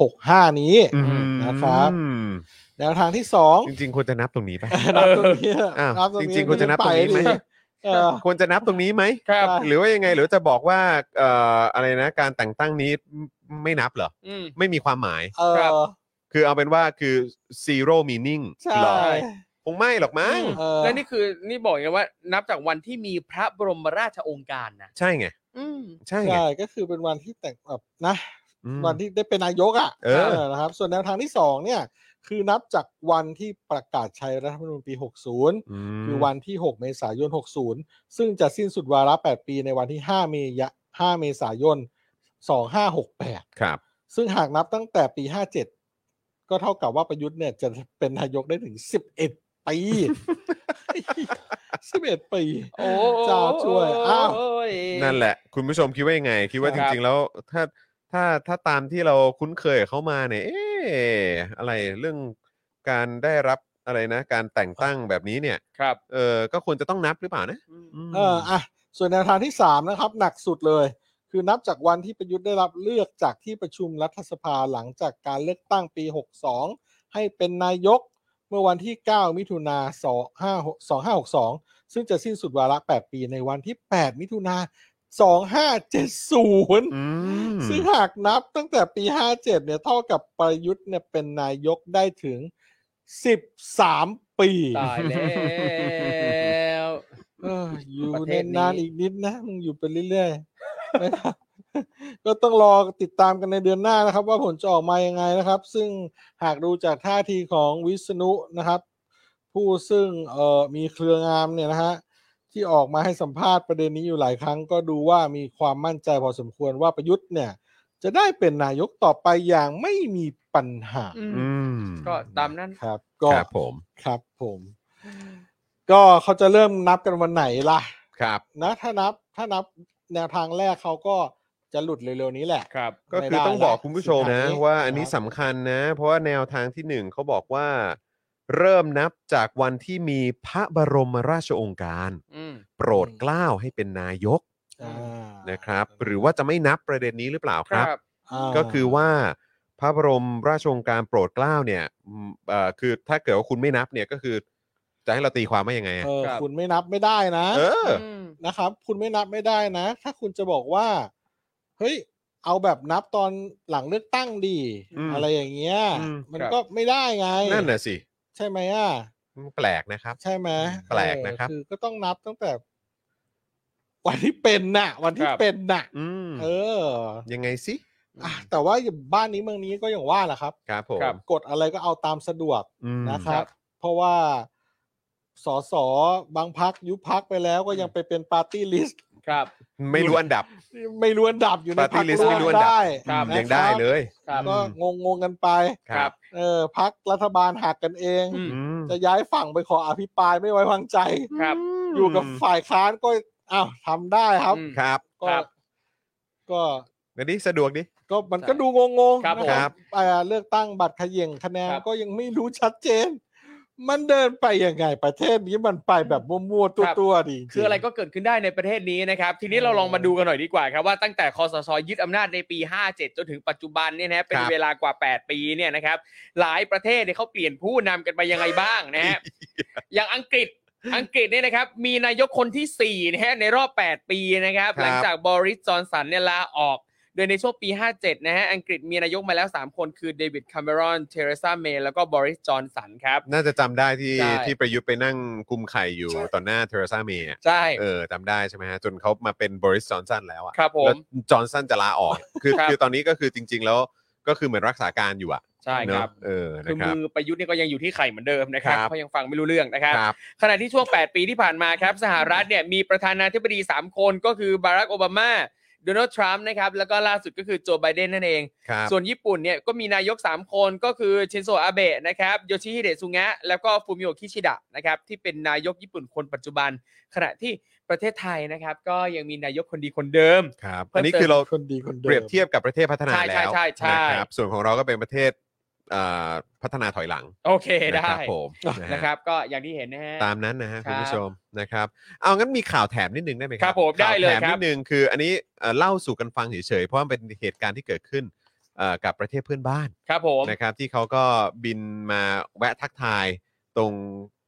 E: 65 นี้
B: อืม
E: นะครับ
B: อืม
E: แนวทางที่ 2
C: จริง ๆ ควรจะนับตรงนี้ ป่ะ
E: นับตรงนี้
C: อ้าว
E: นับตนี้
C: จริงๆควรจะนับตรงนี้ไหม
E: ปดิเออ
C: ควรจะนับตรงนี้ไหม
D: ครับ
C: หรือว่ายังไงหรือจะบอกว่าเอ่ออะไรนะการแต่งตั้งนี้ไม่นับเหรอ
D: อืม
C: ไม่มีความหมาย
E: เอ
D: ครับ
E: อ
C: คือเอาเป็นว่าคือ zero meaning
E: ใช่
C: เหรอคงไม่หรอกมั้ง
E: เออ
D: และนี่คือนี่บอกไงว่า นับจากวันที่มีพระบรมราชโองการนะ
C: ใช่ไง
D: อืม
C: ใช่ไง
E: ใช่ก็คือเป็นวันที่แต่งแบบนะ
C: อืม
E: วันที่ได้เป็นนายกอ่ะ
C: เออ
E: นะครับ ส่วนแนวทางที่สองเนี่ย คือนับจากวันที่ประกาศใช้รัฐธรรมนูญปี 60
C: ม
E: คือวันที่ 6 เมษายน 60 ซึ่งจะสิ้นสุดวาระ 8 ปีในวันที่ 5 เมยะ5เมษายน 2568
C: ครับ
E: ซึ่งหากนับตั้งแต่ปี 57 ก็เท่ากับว่าประยุทธ์เนี่ยจะเป็นนายกได้ถึง 11 ปี 11 ปี
D: โอ้
E: เจ้าช่วยอ้าว
D: โย
C: นั่นแหละ คุณผู้ชมคิดว่ายังไง คิดว่า
D: ค
C: จ
D: รับ
C: ริง ๆ แล้วถ้าถ้าถ้าตามที่เราคุ้นเคยกับเขามาเนี่ยเอ๊ะอะไรเรื่องการได้รับอะไรนะ การแต่งตั้งแบบนี้เนี่ย
D: ครับ
C: เออก็ควรจะต้องนับหรือเปล่านะม
E: เอออ่ะส่วนแนวทางที่ 3 นะครับ หนักสุดเลย คือนับจากวันที่ประยุทธ์ได้รับเลือกจากที่ประชุมรัฐสภาหลังจากการเลือกตั้งปี 62 ให้เป็นนายกเมื่อวันที่ 9 มิถุนา2562 ซึ่งจะสิ้นสุดวาระ 8 ปีในวันที่ 8 มิถุนา2570
B: อืม
E: ซึ่งหากนับตั้งแต่ปี 57 เนี่ยเท่ากับประยุทธ์เนี่ยเป็นนายกได้ถึง 13 ปี
D: ตายแล้ว
E: เอออยู่
D: ประเทศ
E: นาน
D: นี้
E: ๆอีกนิดนะมึงอยู่ไปเรื่อยๆนะครับ ก็ต้องรอติดตามกันในเดือนหน้านะครับ ว่าผลจะออกมายังไงนะครับ ซึ่งหากดูจากท่าทีของวิษณุนะครับ ผู้ซึ่งเอ่อมีเครืองามเนี่ยนะฮะที่ออกมาให้สัมภาษณ์ประเด็นนี้อยู่หลายครั้ง ก็ดูว่ามีความมั่นใจพอสมควรว่าประยุทธ์เนี่ย จะได้เป็นนายกต่อไปอย่างไม่มีปัญหา
D: อืม
B: อืม
D: ก็ตามนั้น
E: ครับ ก็
C: ครับผม
E: ครับผม ก็เขาจะเริ่มนับกันวันไหนล่ะ
C: ครับ
E: นะถ้านับถ้านับแนวทางแรกเขาก็จะหลุดเร็วๆนี้แหละ
D: ครับ
C: ก็คือ
E: ไม่ได้
C: ต้องบอก
E: ละ
C: คุณผู้ชมนะ
E: สุดท้าย
C: ว่าอันนี้
E: ครับ
C: สำคัญนะ เพราะว่าแนวทางที่หนึ่งเขาบอกว่า เริ่มนับจากวันที่มีพระบรมราชโองการ
D: อืม
C: โปรดเกล้าให้เป็นนายก
E: อ่า
C: นะครับ หรือว่าจะไม่นับประเด็นนี้หรือเปล่าครับ
E: อ่า
C: ก็คือว่าพระบรมราชโองการโปรดเกล้าเนี่ยอืมเอ่อคือถ้าเกิดว่าคุณไม่นับเนี่ยก็คือ จะให้เราตีความว่ายังไงอะ
E: เออ
D: ครับ
E: คุณไม่นับไม่ได้นะ
C: เออ
D: ม
E: นะครับ คุณไม่นับไม่ได้นะ ถ้าคุณจะบอกว่าเฮ้ยเอาแบบนับตอนหลังเลือกตั้งดี
C: อืม
E: อะไรอย่างเงี้ย
C: อืม
E: มัน
D: ครับ
E: ก็ไม่ได้ไง
C: นั่นน่ะสิ
E: ใช่ไหมอ่ะ
C: มันแปลกนะครับ
E: ใช่ไหม
C: แปลกนะครับ
E: เออคือก็ต้องนับตั้งแต่ วันที่เป็นน่ะ วันที่
D: ครับ
E: เป็นน่ะ
C: อืม
E: เออ
C: ยังไงสิ
E: อ่ะแต่ว่าอย่างบ้านนี้เมืองนี้ก็อย่างว่าแหละครับ
C: ครับผม
D: ครับ
E: กฎอะไรก็เอาตามสะดวก
B: อืม
E: นะครับ
D: ครับ
E: เพราะว่าสสบางพักยุบพักไปแล้วก็
D: อืม
E: ยังไปเป็นปาร์ตี้ลิสต์
D: ครับ
C: ไม่รู้อันดับ
E: ไม่รู้อันดับอยู่ในพั
C: Party
E: ก
C: list
E: ร่ว
C: ไม่
E: ม
C: รู้อันดับ
E: ได้
D: ครับ
E: นะครับ
C: ยังได้เลย
D: ครับ
E: ก็งงงๆกันไป
D: ครับ
E: เออพักรัฐบาลหักกันเอง
D: อืม
B: อืม
E: จะย้ายฝั่งไปขออภิปรายไม่ไว้วางใจ
D: ครับ
E: อยู่กับฝ่ายค้านก็อ้าวทำได้ครับ
D: อืม
C: ครับ
E: ก็
D: ครับ
E: ก็
C: งั้นดิสะดวกดิ
E: ก็มัน
D: ใช่
E: ก็ดูงงงๆ
D: ครับผม
E: นะครับเอ่อเลือกตั้งบัตรเขย่งคะแนน
D: ครับ
E: ก็ยังไม่รู้ชัดเจน มันเดินไปยังไง ประเทศนี้มันไปแบบมั่วๆ
D: ครับ
E: ตัวๆดีจงๆ
D: คืออะไรก็เกิดขึ้นได้ในประเทศนี้นะครับ ทีนี้เราลองมาดูกันหน่อยดีกว่าครับว่าตั้งแต่คอสชยึดอำนาจในปี 57 จนถึงปัจจุบันเนี่ยนะฮะเป็
C: คน รับ
D: เวลากว่า 8 ปีเนี่ยนะครับ หลายประเทศเนี่ยเขาเปลี่ยนผู้นำกันไปยังไงบ้างนะ ฮะ อย่างอังกฤษอังกฤษเนี่ยนะครับมีนายกคนที่ 4 นะฮะในรอบ 8 ปีนะครับ
C: ครับ
D: หลังจากบริสจอนสันเนี่ยลาออก โดยในช่วงปี 57 นะฮะอังกฤษมีนายกมาแล้ว 3 คนคือเดวิดคาเมรอนเทเรซาเมย์แล้วก็บริสจอนสันครับ
C: น่าจะจำได้ที่
D: ใช่
C: ที่ประยุทธ์ไปนั่งกุมไข่อยู่ต่อหน้าเทเรซาเมย์อะ
D: ใช่
C: เออจำได้ใช่ไหมฮะ จนเขามาเป็นบริสจอนสันแล้วอะ
D: ครับผม
C: แล้วจอนสันจะลาออก คือ
D: ครับ
C: คือตอนนี้ก็คือจริง ๆ แล้ว ก็คือเหมือนรักษาการอยู่อะ
D: ใช่ครับ
C: เนอะเออ
D: คื
C: นะ
D: อ
C: ครับ
D: มือประยุทธ์เนี่ยก็ยังอยู่ที่ไข่เหมือนเดิมนะครับ
C: ครับ
D: เขายังฟังไม่รู้เรื่องนะครับ
C: ครับ
D: ขณะที่ช่วง 8 ปีที่ผ่านมาครับ สหรัฐเนี่ยมีประธานาธิบดี 3 คนก็คือบารักโอบามาโดนัลด์ทรัมป์นะครับ แล้วก็ล่าสุดก็คือโจไบเดนนั่นเอง
C: ครับ
D: ส่วนญี่ปุ่นเนี่ยก็มีนายก 3 คนก็คือชินโซอาเบะนะครับโยชิฮิเดะซุงะ แล้วก็ฟูมิโอคิชิดะนะครับที่เป็นนายกญี่ปุ่นคนปัจจุบัน ขณะที่ประเทศไทยนะครับก็ยังมีนายกคนดีคนเดิม
C: ครับ
D: เพิ่ม
C: อันนี้คือเรา
E: คนดีคนเดิม
C: เปรียบเทียบกับประเทศพัฒนา
D: ใช่
C: แล้
D: ใช่
C: ว
D: ใช่ใช่
C: นะครับส่วนของเราก็เป็นประเทศเอ่อพัฒนาถอยหลัง
D: โอเค
C: นะค
D: ได้
C: รับผมนะฮะ
D: นะครับก็อย่างที่เห็นนะฮะ
C: ตามนั้นนะฮะ
D: ครับ
C: คุณผู้ชมนะครับเอางั้นมีข่าวแถมนิดนึงได้ไหมครั
D: ครับผมได้เลย
C: ข่าวแถม
D: ครับ
C: นิดนึงคือ อันนี้เอ่อเล่าสู่กันฟังเฉยๆเพราะมันเป็นเหตุการณ์ที่เกิดขึ้นเอ่อกับประเทศเพื่อนบ้าน
D: ครับผม
C: นะครับที่เขาก็บินมาแวะทักทายตรง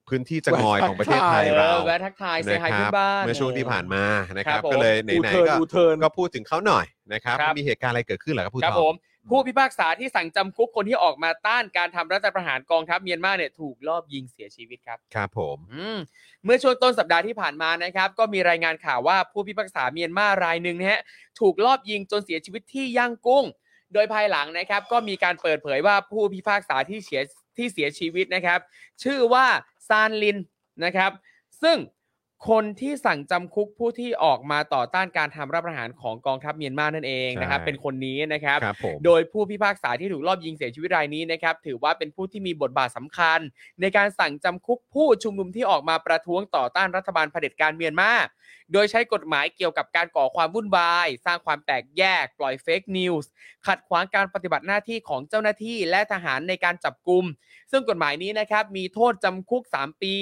C: พื้นที่จังหอยของประเทศไทย
D: เอ
C: เรา
D: อแวะทักทายเซฮาย
C: นะค
D: ที่
C: รับ
D: บ้าน
C: เมื่อช่วงที่ผ่านมานะครับ
D: ครับผม
C: ก็เลยไห
E: อู
C: น
E: เทิ
C: ๆก็
E: ร์นอูเทิร์น
C: ก็พูดถึงเขาหน่อยนะครับ
D: ครับ
C: มีเหตุการณ์อะไรเกิดขึ้นเหรอครับผู้
D: ครับ
C: ท
D: ผ
C: อ
D: ม ผู้พิพากษาที่สั่งจำคุกคนที่ออกมาต้านการทำรัฐประหารกองทัพเมียนมาเนี่ยถูกลอบยิงเสียชีวิตครับ
C: ครับผม
D: อืมเมื่อช่วงต้นสัปดาห์ที่ผ่านมานะครับ ก็มีรายงานข่าวว่าผู้พิพากษาเมียนมารายหนึ่งนะฮะถูกลอบยิงจนเสียชีวิตที่ย่างกุ้ง โดยภายหลังนะครับ ก็มีการเปิดเผยว่าผู้พิพากษาที่เสียที่เสียชีวิตนะครับ ชื่อว่าซานลินนะครับ ซึ่งคนที่สั่งจำคุกผู้ที่ออกมาต่อต้านการทำรัฐประหารของกองทัพเมียนมานั่นเองนะครับ เป็นคนนี้นะครับ
C: ครับผม
D: โดยผู้พิพากษาที่ถูกลอบยิงเสียชีวิตรายนี้นะครับ ถือว่าเป็นผู้ที่มีบทบาทสำคัญ ในการสั่งจำคุกผู้ชุมนุมที่ออกมาประท้วงต่อต้านรัฐบาลเผด็จการเมียนมา โดยใช้กฎหมายเกี่ยวกับการก่อความวุ่นวาย สร้างความแตกแยก ปล่อยเฟกนิวส์ขัดขวางการปฏิบัติหน้าที่ของเจ้าหน้าที่และทหารในการจับกลุ่ม ซึ่งกฎหมายนี้นะครับมีโทษจำคุก 3 ปี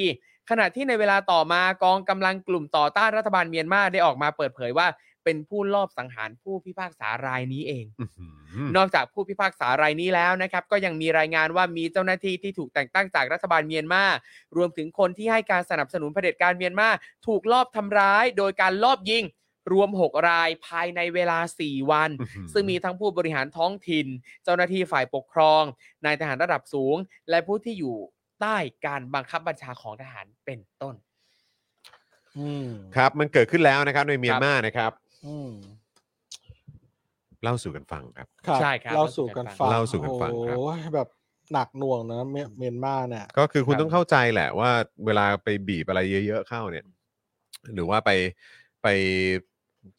D: ขณะที่ในเวลาต่อมากองกำลังกลุ่มต่อต้านรัฐบาลเมียนมาได้ออกมาเปิดเผยว่า เป็นผู้ลอบสังหารผู้พิพากษารายนี้เอง
C: อื้อหือน
D: อกจากผู้พิพากษารายนี้แล้วนะครับ ก็ยังมีรายงานว่ามีเจ้าหน้าที่ที่ถูกแต่งตั้งจากรัฐบาลเมียนมา รวมถึงคนที่ให้การสนับสนุนเผด็จการเมียนมาถูกลอบทำร้าย โดยการลอบยิง รวม 6 รายภายในเวลา 4 วัน
C: อื้อหือ
D: ซึ่งมีทั้งผู้บริหารท้องถิ่น เจ้าหน้าที่ฝ่ายปกครอง นายทหารระดับสูง และผู้ที่อยู่ใต้การบังคับบัญชาของทหารเป็นต้น
E: อืม
C: ครับมันเกิดขึ้นแล้วนะครับในเมียนมานะครับ
E: อืม
C: เล่าสู่กันฟังครับ
E: ครับ
D: ใช่ครับ
E: เล่าสู่กันฟัง
C: เล่าสู่กันฟังครับ
E: โอ้ยแบบหนักหน่วงนะเมียเมียนมาเนี่ย
C: ก็คือคุณ
D: ครับ
C: ต้องเข้าใจแหละว่าเวลาไปบีบอะไรเยอะ ๆ เข้าเนี่ย หรือว่าไปไป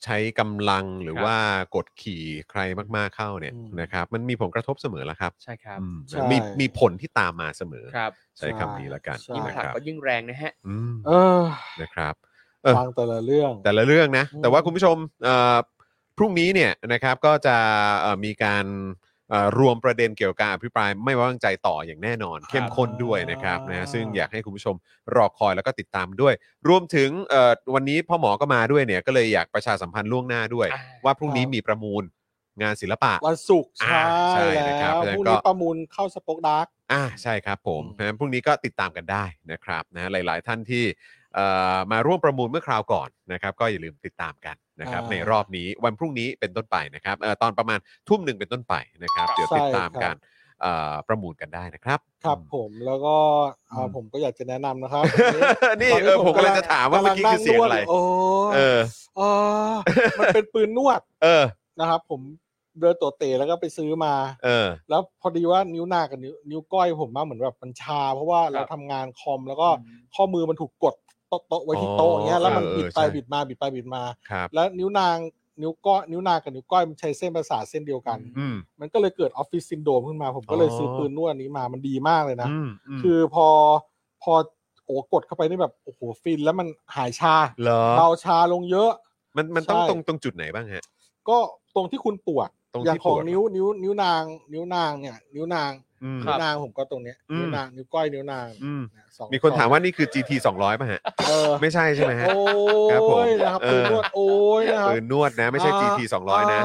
C: ใช้กำลังหรือ
D: ครับ
C: ว่ากดขี่ใครมากๆเข้าเนี่ย
E: อืม
C: นะครับ มันมีผลกระทบเสมอละครับ
D: ใช่ครับ
C: อืม
E: ใช่
C: มีมีผลที่ตามมาเสมอ
D: ครับ
C: ใช้คำนี้ละกัน
E: ใช่
D: ยิ่ง
C: นะ
D: ผลัก
C: ครับ
D: ก็ยิ่งแรงนะฮะ
C: อืม
E: เออ
C: นะครับ เออ
E: ฟังแต่ละเรื่อง
C: แต่ละเรื่องนะ
E: อืม
C: แต่ว่าคุณผู้ชมเอ่อพรุ่งนี้เนี่ยนะครับก็จะเอ่อมีการเอ่อรวมประเด็นเกี่ยวกับการอภิปรายไม่ไว้วางใจต่ออย่างแน่นอน เข้มข้นด้วยนะครับนะซึ่งอยากให้คุณผู้ชมรอคอยแล้วก็ติดตามด้วย รวมถึงเอ่อวันนี้พ่อหมอก็มาด้วยเนี่ยก็เลยอยากประชาสัมพันธ์ล่วงหน้าด้วย
D: อ่า
C: ว่าพรุ่งนี้มีประมูลงานศิลปะ
E: วันศุกร์
C: อ่า
E: ใช่
C: ใช่
E: แล้
C: นะครับ
E: ว
C: เพราะฉะนั้น
E: พ
C: ก็
E: รุ่งนี้ประมูลเข้าสป็อกดาร์ก
C: อ่าใช่ครับผม
E: อื
C: เพราะฉะนั้
E: ม
C: นพรุ่งนี้ก็ติดตามกันได้นะครับนะหลายๆท่านที่เอ่อมาร่วมประมูลเมื่อคราวก่อนนะครับ ก็อย่าลืมติดตามกันนะครับ ในรอบนี้วันพรุ่งนี้เป็นต้นไปนะครับเอ่อตอนประมาณทุ่มหนึ่งเป็นต้นไปนะครับ เดี๋ยวติดตามการเอ่อประมูลกันได้นะครับ
E: ครับผมแล้วก็อ่า
B: อืม
E: ผมก็อยากจะแนะนำนะครับ
C: นี่เออผมกำลังจะถามว่าเมื่อกี้คือเสียงอะไร
E: โอ้
C: เออ
E: เออมันเป็นปืนนวด
C: เออ
E: นะครับ ผมเดินตัวเตะแล้วก็ไปซื้อมา
C: เออ
E: แล้วพอดีว่านิ้วหน้ากับนิ้วนิ้วก้อยผมมาเหมือนแบบมันชา เพราะว่าเราทำงานคอมแล้วก็ข้อมือมันถูกกดโต๊ะโต๊ะไว้ที่โต๊ะอย่างเงี้ยแล้วมัน
C: เออเออ
E: บิดไป
C: ใช่
E: บิดมาบิดไปบิดมา
C: ครับ
E: แล้วนิ้วนางนิ้วก้อยนิ้วนางกับนิ้วก้อยมันใช้เส้นประสาทเส้นเดียวกัน
C: อืม
E: มันก็เลยเกิดออฟฟิศซินโดรมขึ้นมา ผมก็เลย
C: อ๋อ
E: ซื้อปืนนวดนี้มามันดีมากเลยนะ
C: อืมม
E: คือพอพอโอ้กดเข้าไปนี่แบบโอ้โหฟินแล้วมันหายชา
C: เหรอ
E: เบาชาลงเยอะ
C: มันมันต้อง
E: ใช่
C: ตรงตรงจุดไหนบ้างฮะ
E: ก็ตรงที่คุณปวด
C: ตรง
E: อย่าง
C: ที่
E: ของ
C: ปวด
E: นิ้วนิ้วนิ้วนาง นิ้วนางเนี่ย นิ้วนาง
C: อืม
D: ครั
E: นิ้ว
D: บ
E: นางผมก็ตรงเนี้ย
C: อืม
E: นิ้วนางนิ้วก้อยนิ้วนาง
C: อืม
E: นะสอง
C: มีคน
E: สอง
C: ถามว่านี่คือ GT 200ป่ะฮะ
E: เออ
C: ไม่ใช่ใช่ไหมฮะ
E: โอ้
C: ครับผม
E: ยนะครับ
C: เอ
E: ปื
C: อ
E: นนวดโอ้ยนะครับ
C: ปืนนวดนะ ไม่ใช่
E: อ่า
C: GT 200 นะ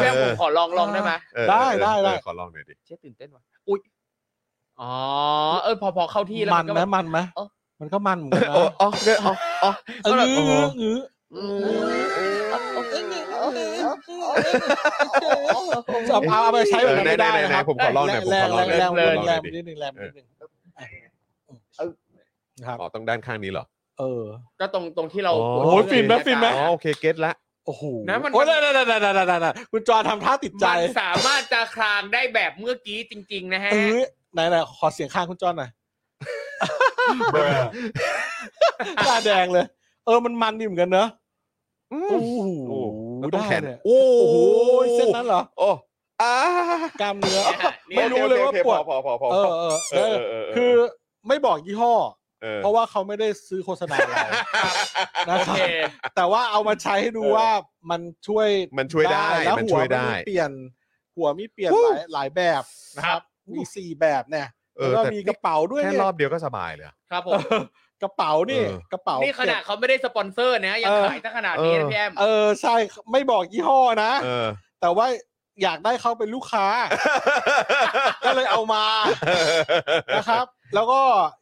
C: เออ
D: เพื่อนผมขอลองลองได้ไหม
C: เออ
E: ได้
C: เออ
E: ได้
C: เออ
E: ได้
C: ขอลองหน่อยดิ
D: เจ๊ตื่นเต้นว่ะ อุ้ย อ๋อ เออ พอพอเข้าที่แล้ว
E: มั
D: มัน นก็
E: ไหม
D: แบบ
E: มันไหม
D: เออ
E: มันก็มันเหมือนกันนะ
C: อ๋อเนี่ยอ๋ออ๋อ
E: เออ
C: เออ
E: เอ
C: โอ้โห
E: อเออ เอาเอาไปใช้แบบนั้นไม่ได้นะครับ
C: เออไหนๆๆผมขอลองหน่อยผมขอลองหน่อย
E: แรมแร
C: ผ
E: ม
C: มขอลองห
E: แร
C: น่อย
E: มนิดนึงแรมนิดนึงนะครับ
C: อ๋อต้องด้านข้างนี้เหรอ
E: เออ
D: ก็ตรงตรงที่เรา
C: โอ้
D: ปวด
E: โอ้ยฟินไหมฟินไหม
C: อ๋อโอเคเก็ตละ
E: โอ้โห
D: นะมัน
E: โอ้ยนั่นนั่นนั่นนั่นนั่นนั่นคุณจอทำท่าติดใจ
D: มันสามารถจะคลางได้แบบเมื่อกี้จริง ๆ นะฮะ
E: เออไหนไหนขอเสียงข้างคุณจอหน่อย ตาแดงเลย เออมันมันดิเหมือนกันเนอะ
C: อืม
E: โอ้โห
C: โอ้โหแล้วต้องแขน
E: ได้เลย
C: โอ้
E: โอ้
C: โห
E: โหเส้นนั้นเหรอ
C: โอ้อ่าก
E: ล้ามเนื้อ
D: เนี่ยฮะเนี่ย
E: ไม่รู้เลยว่าปวด
C: พอพอพอ
E: เอ
C: พอ
E: อเออ
C: เอ
E: เอ
C: อ
E: อ
C: เออ
E: คือไม่บอกยี่ห้อ
C: เออ
E: เพราะว่าเขาไม่ได้ซื้อโฆษณาเรานะ
D: โอ
E: ครับ
D: เค
E: แต่ว่าเอามาใช้ให้ดู
C: เออ
E: ว่ามันช่วย
C: มันช่วยได้
E: แล้ว
C: มัน
E: หัว
C: ช่วย
E: มัน
C: ได้
E: มีเปลี่ยน หัวมีเปลี่ยน
C: วู้
E: หลายหลายแบบนะครับ มีสี่แบบเนี่ย
C: เออ
E: แล้วก็
C: แต่
E: มีกระเป๋าด้วย
C: แค่
E: เนี่ย
C: รอบเดียวก็สบายเลยอะ
D: ครับผ
E: เอ
D: ม
E: อกระเป๋านี่
C: เออ
E: กระเป๋า
D: นี่
E: นี่
D: ขนาดเขาไม่ได้สปอนเซอร์นะ ยัง
E: เออ
D: ขายตั้งขนาดนี้นะพี่แอม
E: เออใช่ไม่บอกยี่ห้อนะ
C: เออ
E: แต่ว่าอยากได้เขาเป็นลูกค้า ก็เลยเอามานะครับ แล้วก็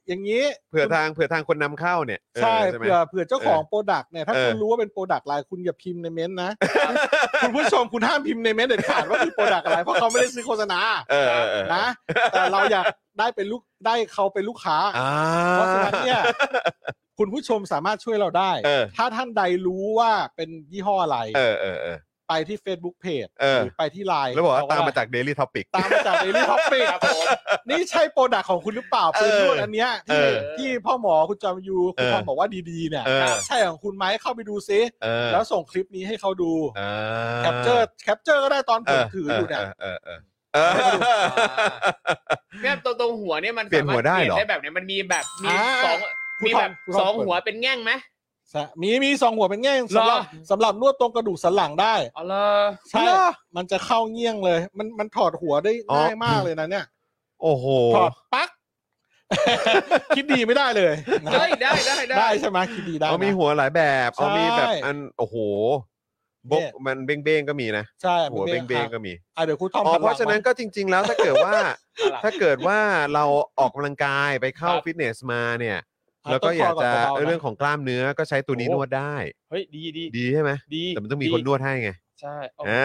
E: อย่างนี้
C: เผื่อทางเผื่อทางคนนำเข้าเนี่ย
E: ใช่
C: ไหม
E: เผื่อเผื่อเจ้าของโปรดักต์เนี่ยถ้า
C: เออ
E: คุณรู้ว่าเป็นโปรดักต์อะไรคุณอย่าพิมพ์ในเม้นต์นะ คุณผู้ชมคุณห้ามพิมพ์ในเม้นต์เด็ดขาดว่าคือโปรดักต์อะไร เพราะเขาไม่ได้ซื้อโฆษณา
C: เออเออเออ
E: นะแต่เราอยากได้เป็นลูกได้เขาเป็นลูกค้า
C: อ่า
E: เพราะฉะนั้นเนี่ยคุณผู้ชมสามารถช่วยเราได้
C: เออ
E: ถ้าท่านใดรู้ว่าเป็นยี่ห้ออะไร
C: เออเออเออ
E: ไปที่ Facebook Page
C: เออ
E: หรือไปที่ไลน์
C: แล้วบอกว่าตามมาจาก Daily Topic
E: ตามมาจาก Daily Topic
D: ครับผม
E: นี่ใช่โปรดักของคุณหรือเปล่า
C: เออ
E: ปืนนวดอันเนี้ยที่
C: เออ
E: ที่พ่อหมอคุณจอมยูคุณ
C: เออ
E: ทอมบอกว่าดีๆเนี่ย
C: เออ
E: ใช่ของคุณไหมเข้าไปดูซิ
C: เออ
E: แล้วส่งคลิปนี้ให้เขาดู
C: อ่า
E: แคปเจอร์แคปเจอร์ก็ได้ตอนผมถืออยู่เนี่ย
C: เออเออเออเออ
D: พี่แอมตรงตรงหัวเนี่ยมัน
C: เปลี่ยนหัวได้เหรอ
D: สามารถเปลี่ยนได้แบบไหนมันมีแบบมี
E: อ่า
D: สอง
E: คุณ
D: มีแบบ
E: ท
D: ส
E: อมคุณทอม
D: องหัวเป็นแง่งไหม
E: สะมีมีสองหัวเป็นแง่งสำห
D: เหร
E: รับ
D: อ
E: สำหรับนวดตรงกระดูกสันหลังได้
D: อ๋อเหรอ
E: ใช่ มันจะเข้าเงี้ยงเลย มันมันถอดหัวได้ง่ายมากเลยนะเนี่ย
C: โอ้โห
E: ถอดปลั๊ก คิดดีไม่ได้เลยนะ
D: ได้ได้ได้
E: ได้ใช่ไหมคิดดีได้
C: เอามี
E: นะ
C: หัวหลายแบบ
E: ใช่
C: เอามีแบบอัน โอ้โหบก
E: เนี่ย
C: มันเบ้งเบ้งๆก็มีนะ
E: ใช่
C: หัวเบ้งเบ้งๆก็มี
E: อ่ะเดี๋ยวคุณทอม
C: อ๋อ
E: หันห
C: เพ
E: ลัง
C: ราะฉะนั้นก็จริง ๆ แล้วถ้าเกิด ว่า ถ้าเกิดว่าเราออกกำลังกายไปเข้าฟิตเนสมาเนี่ย
E: ะ
C: แล้วก็อยากจะ
E: ต้งคบ
C: เออ
E: เบาๆนะ
C: เรื่องของกล้ามเนื้อก็ใช้ตัวนี้นวดได้
D: เฮ้ยดีดี
C: ดีใช่ไหม
D: ดี
C: แต่มันต้องมีคนนวดให้ไง
D: ใช่
C: อ่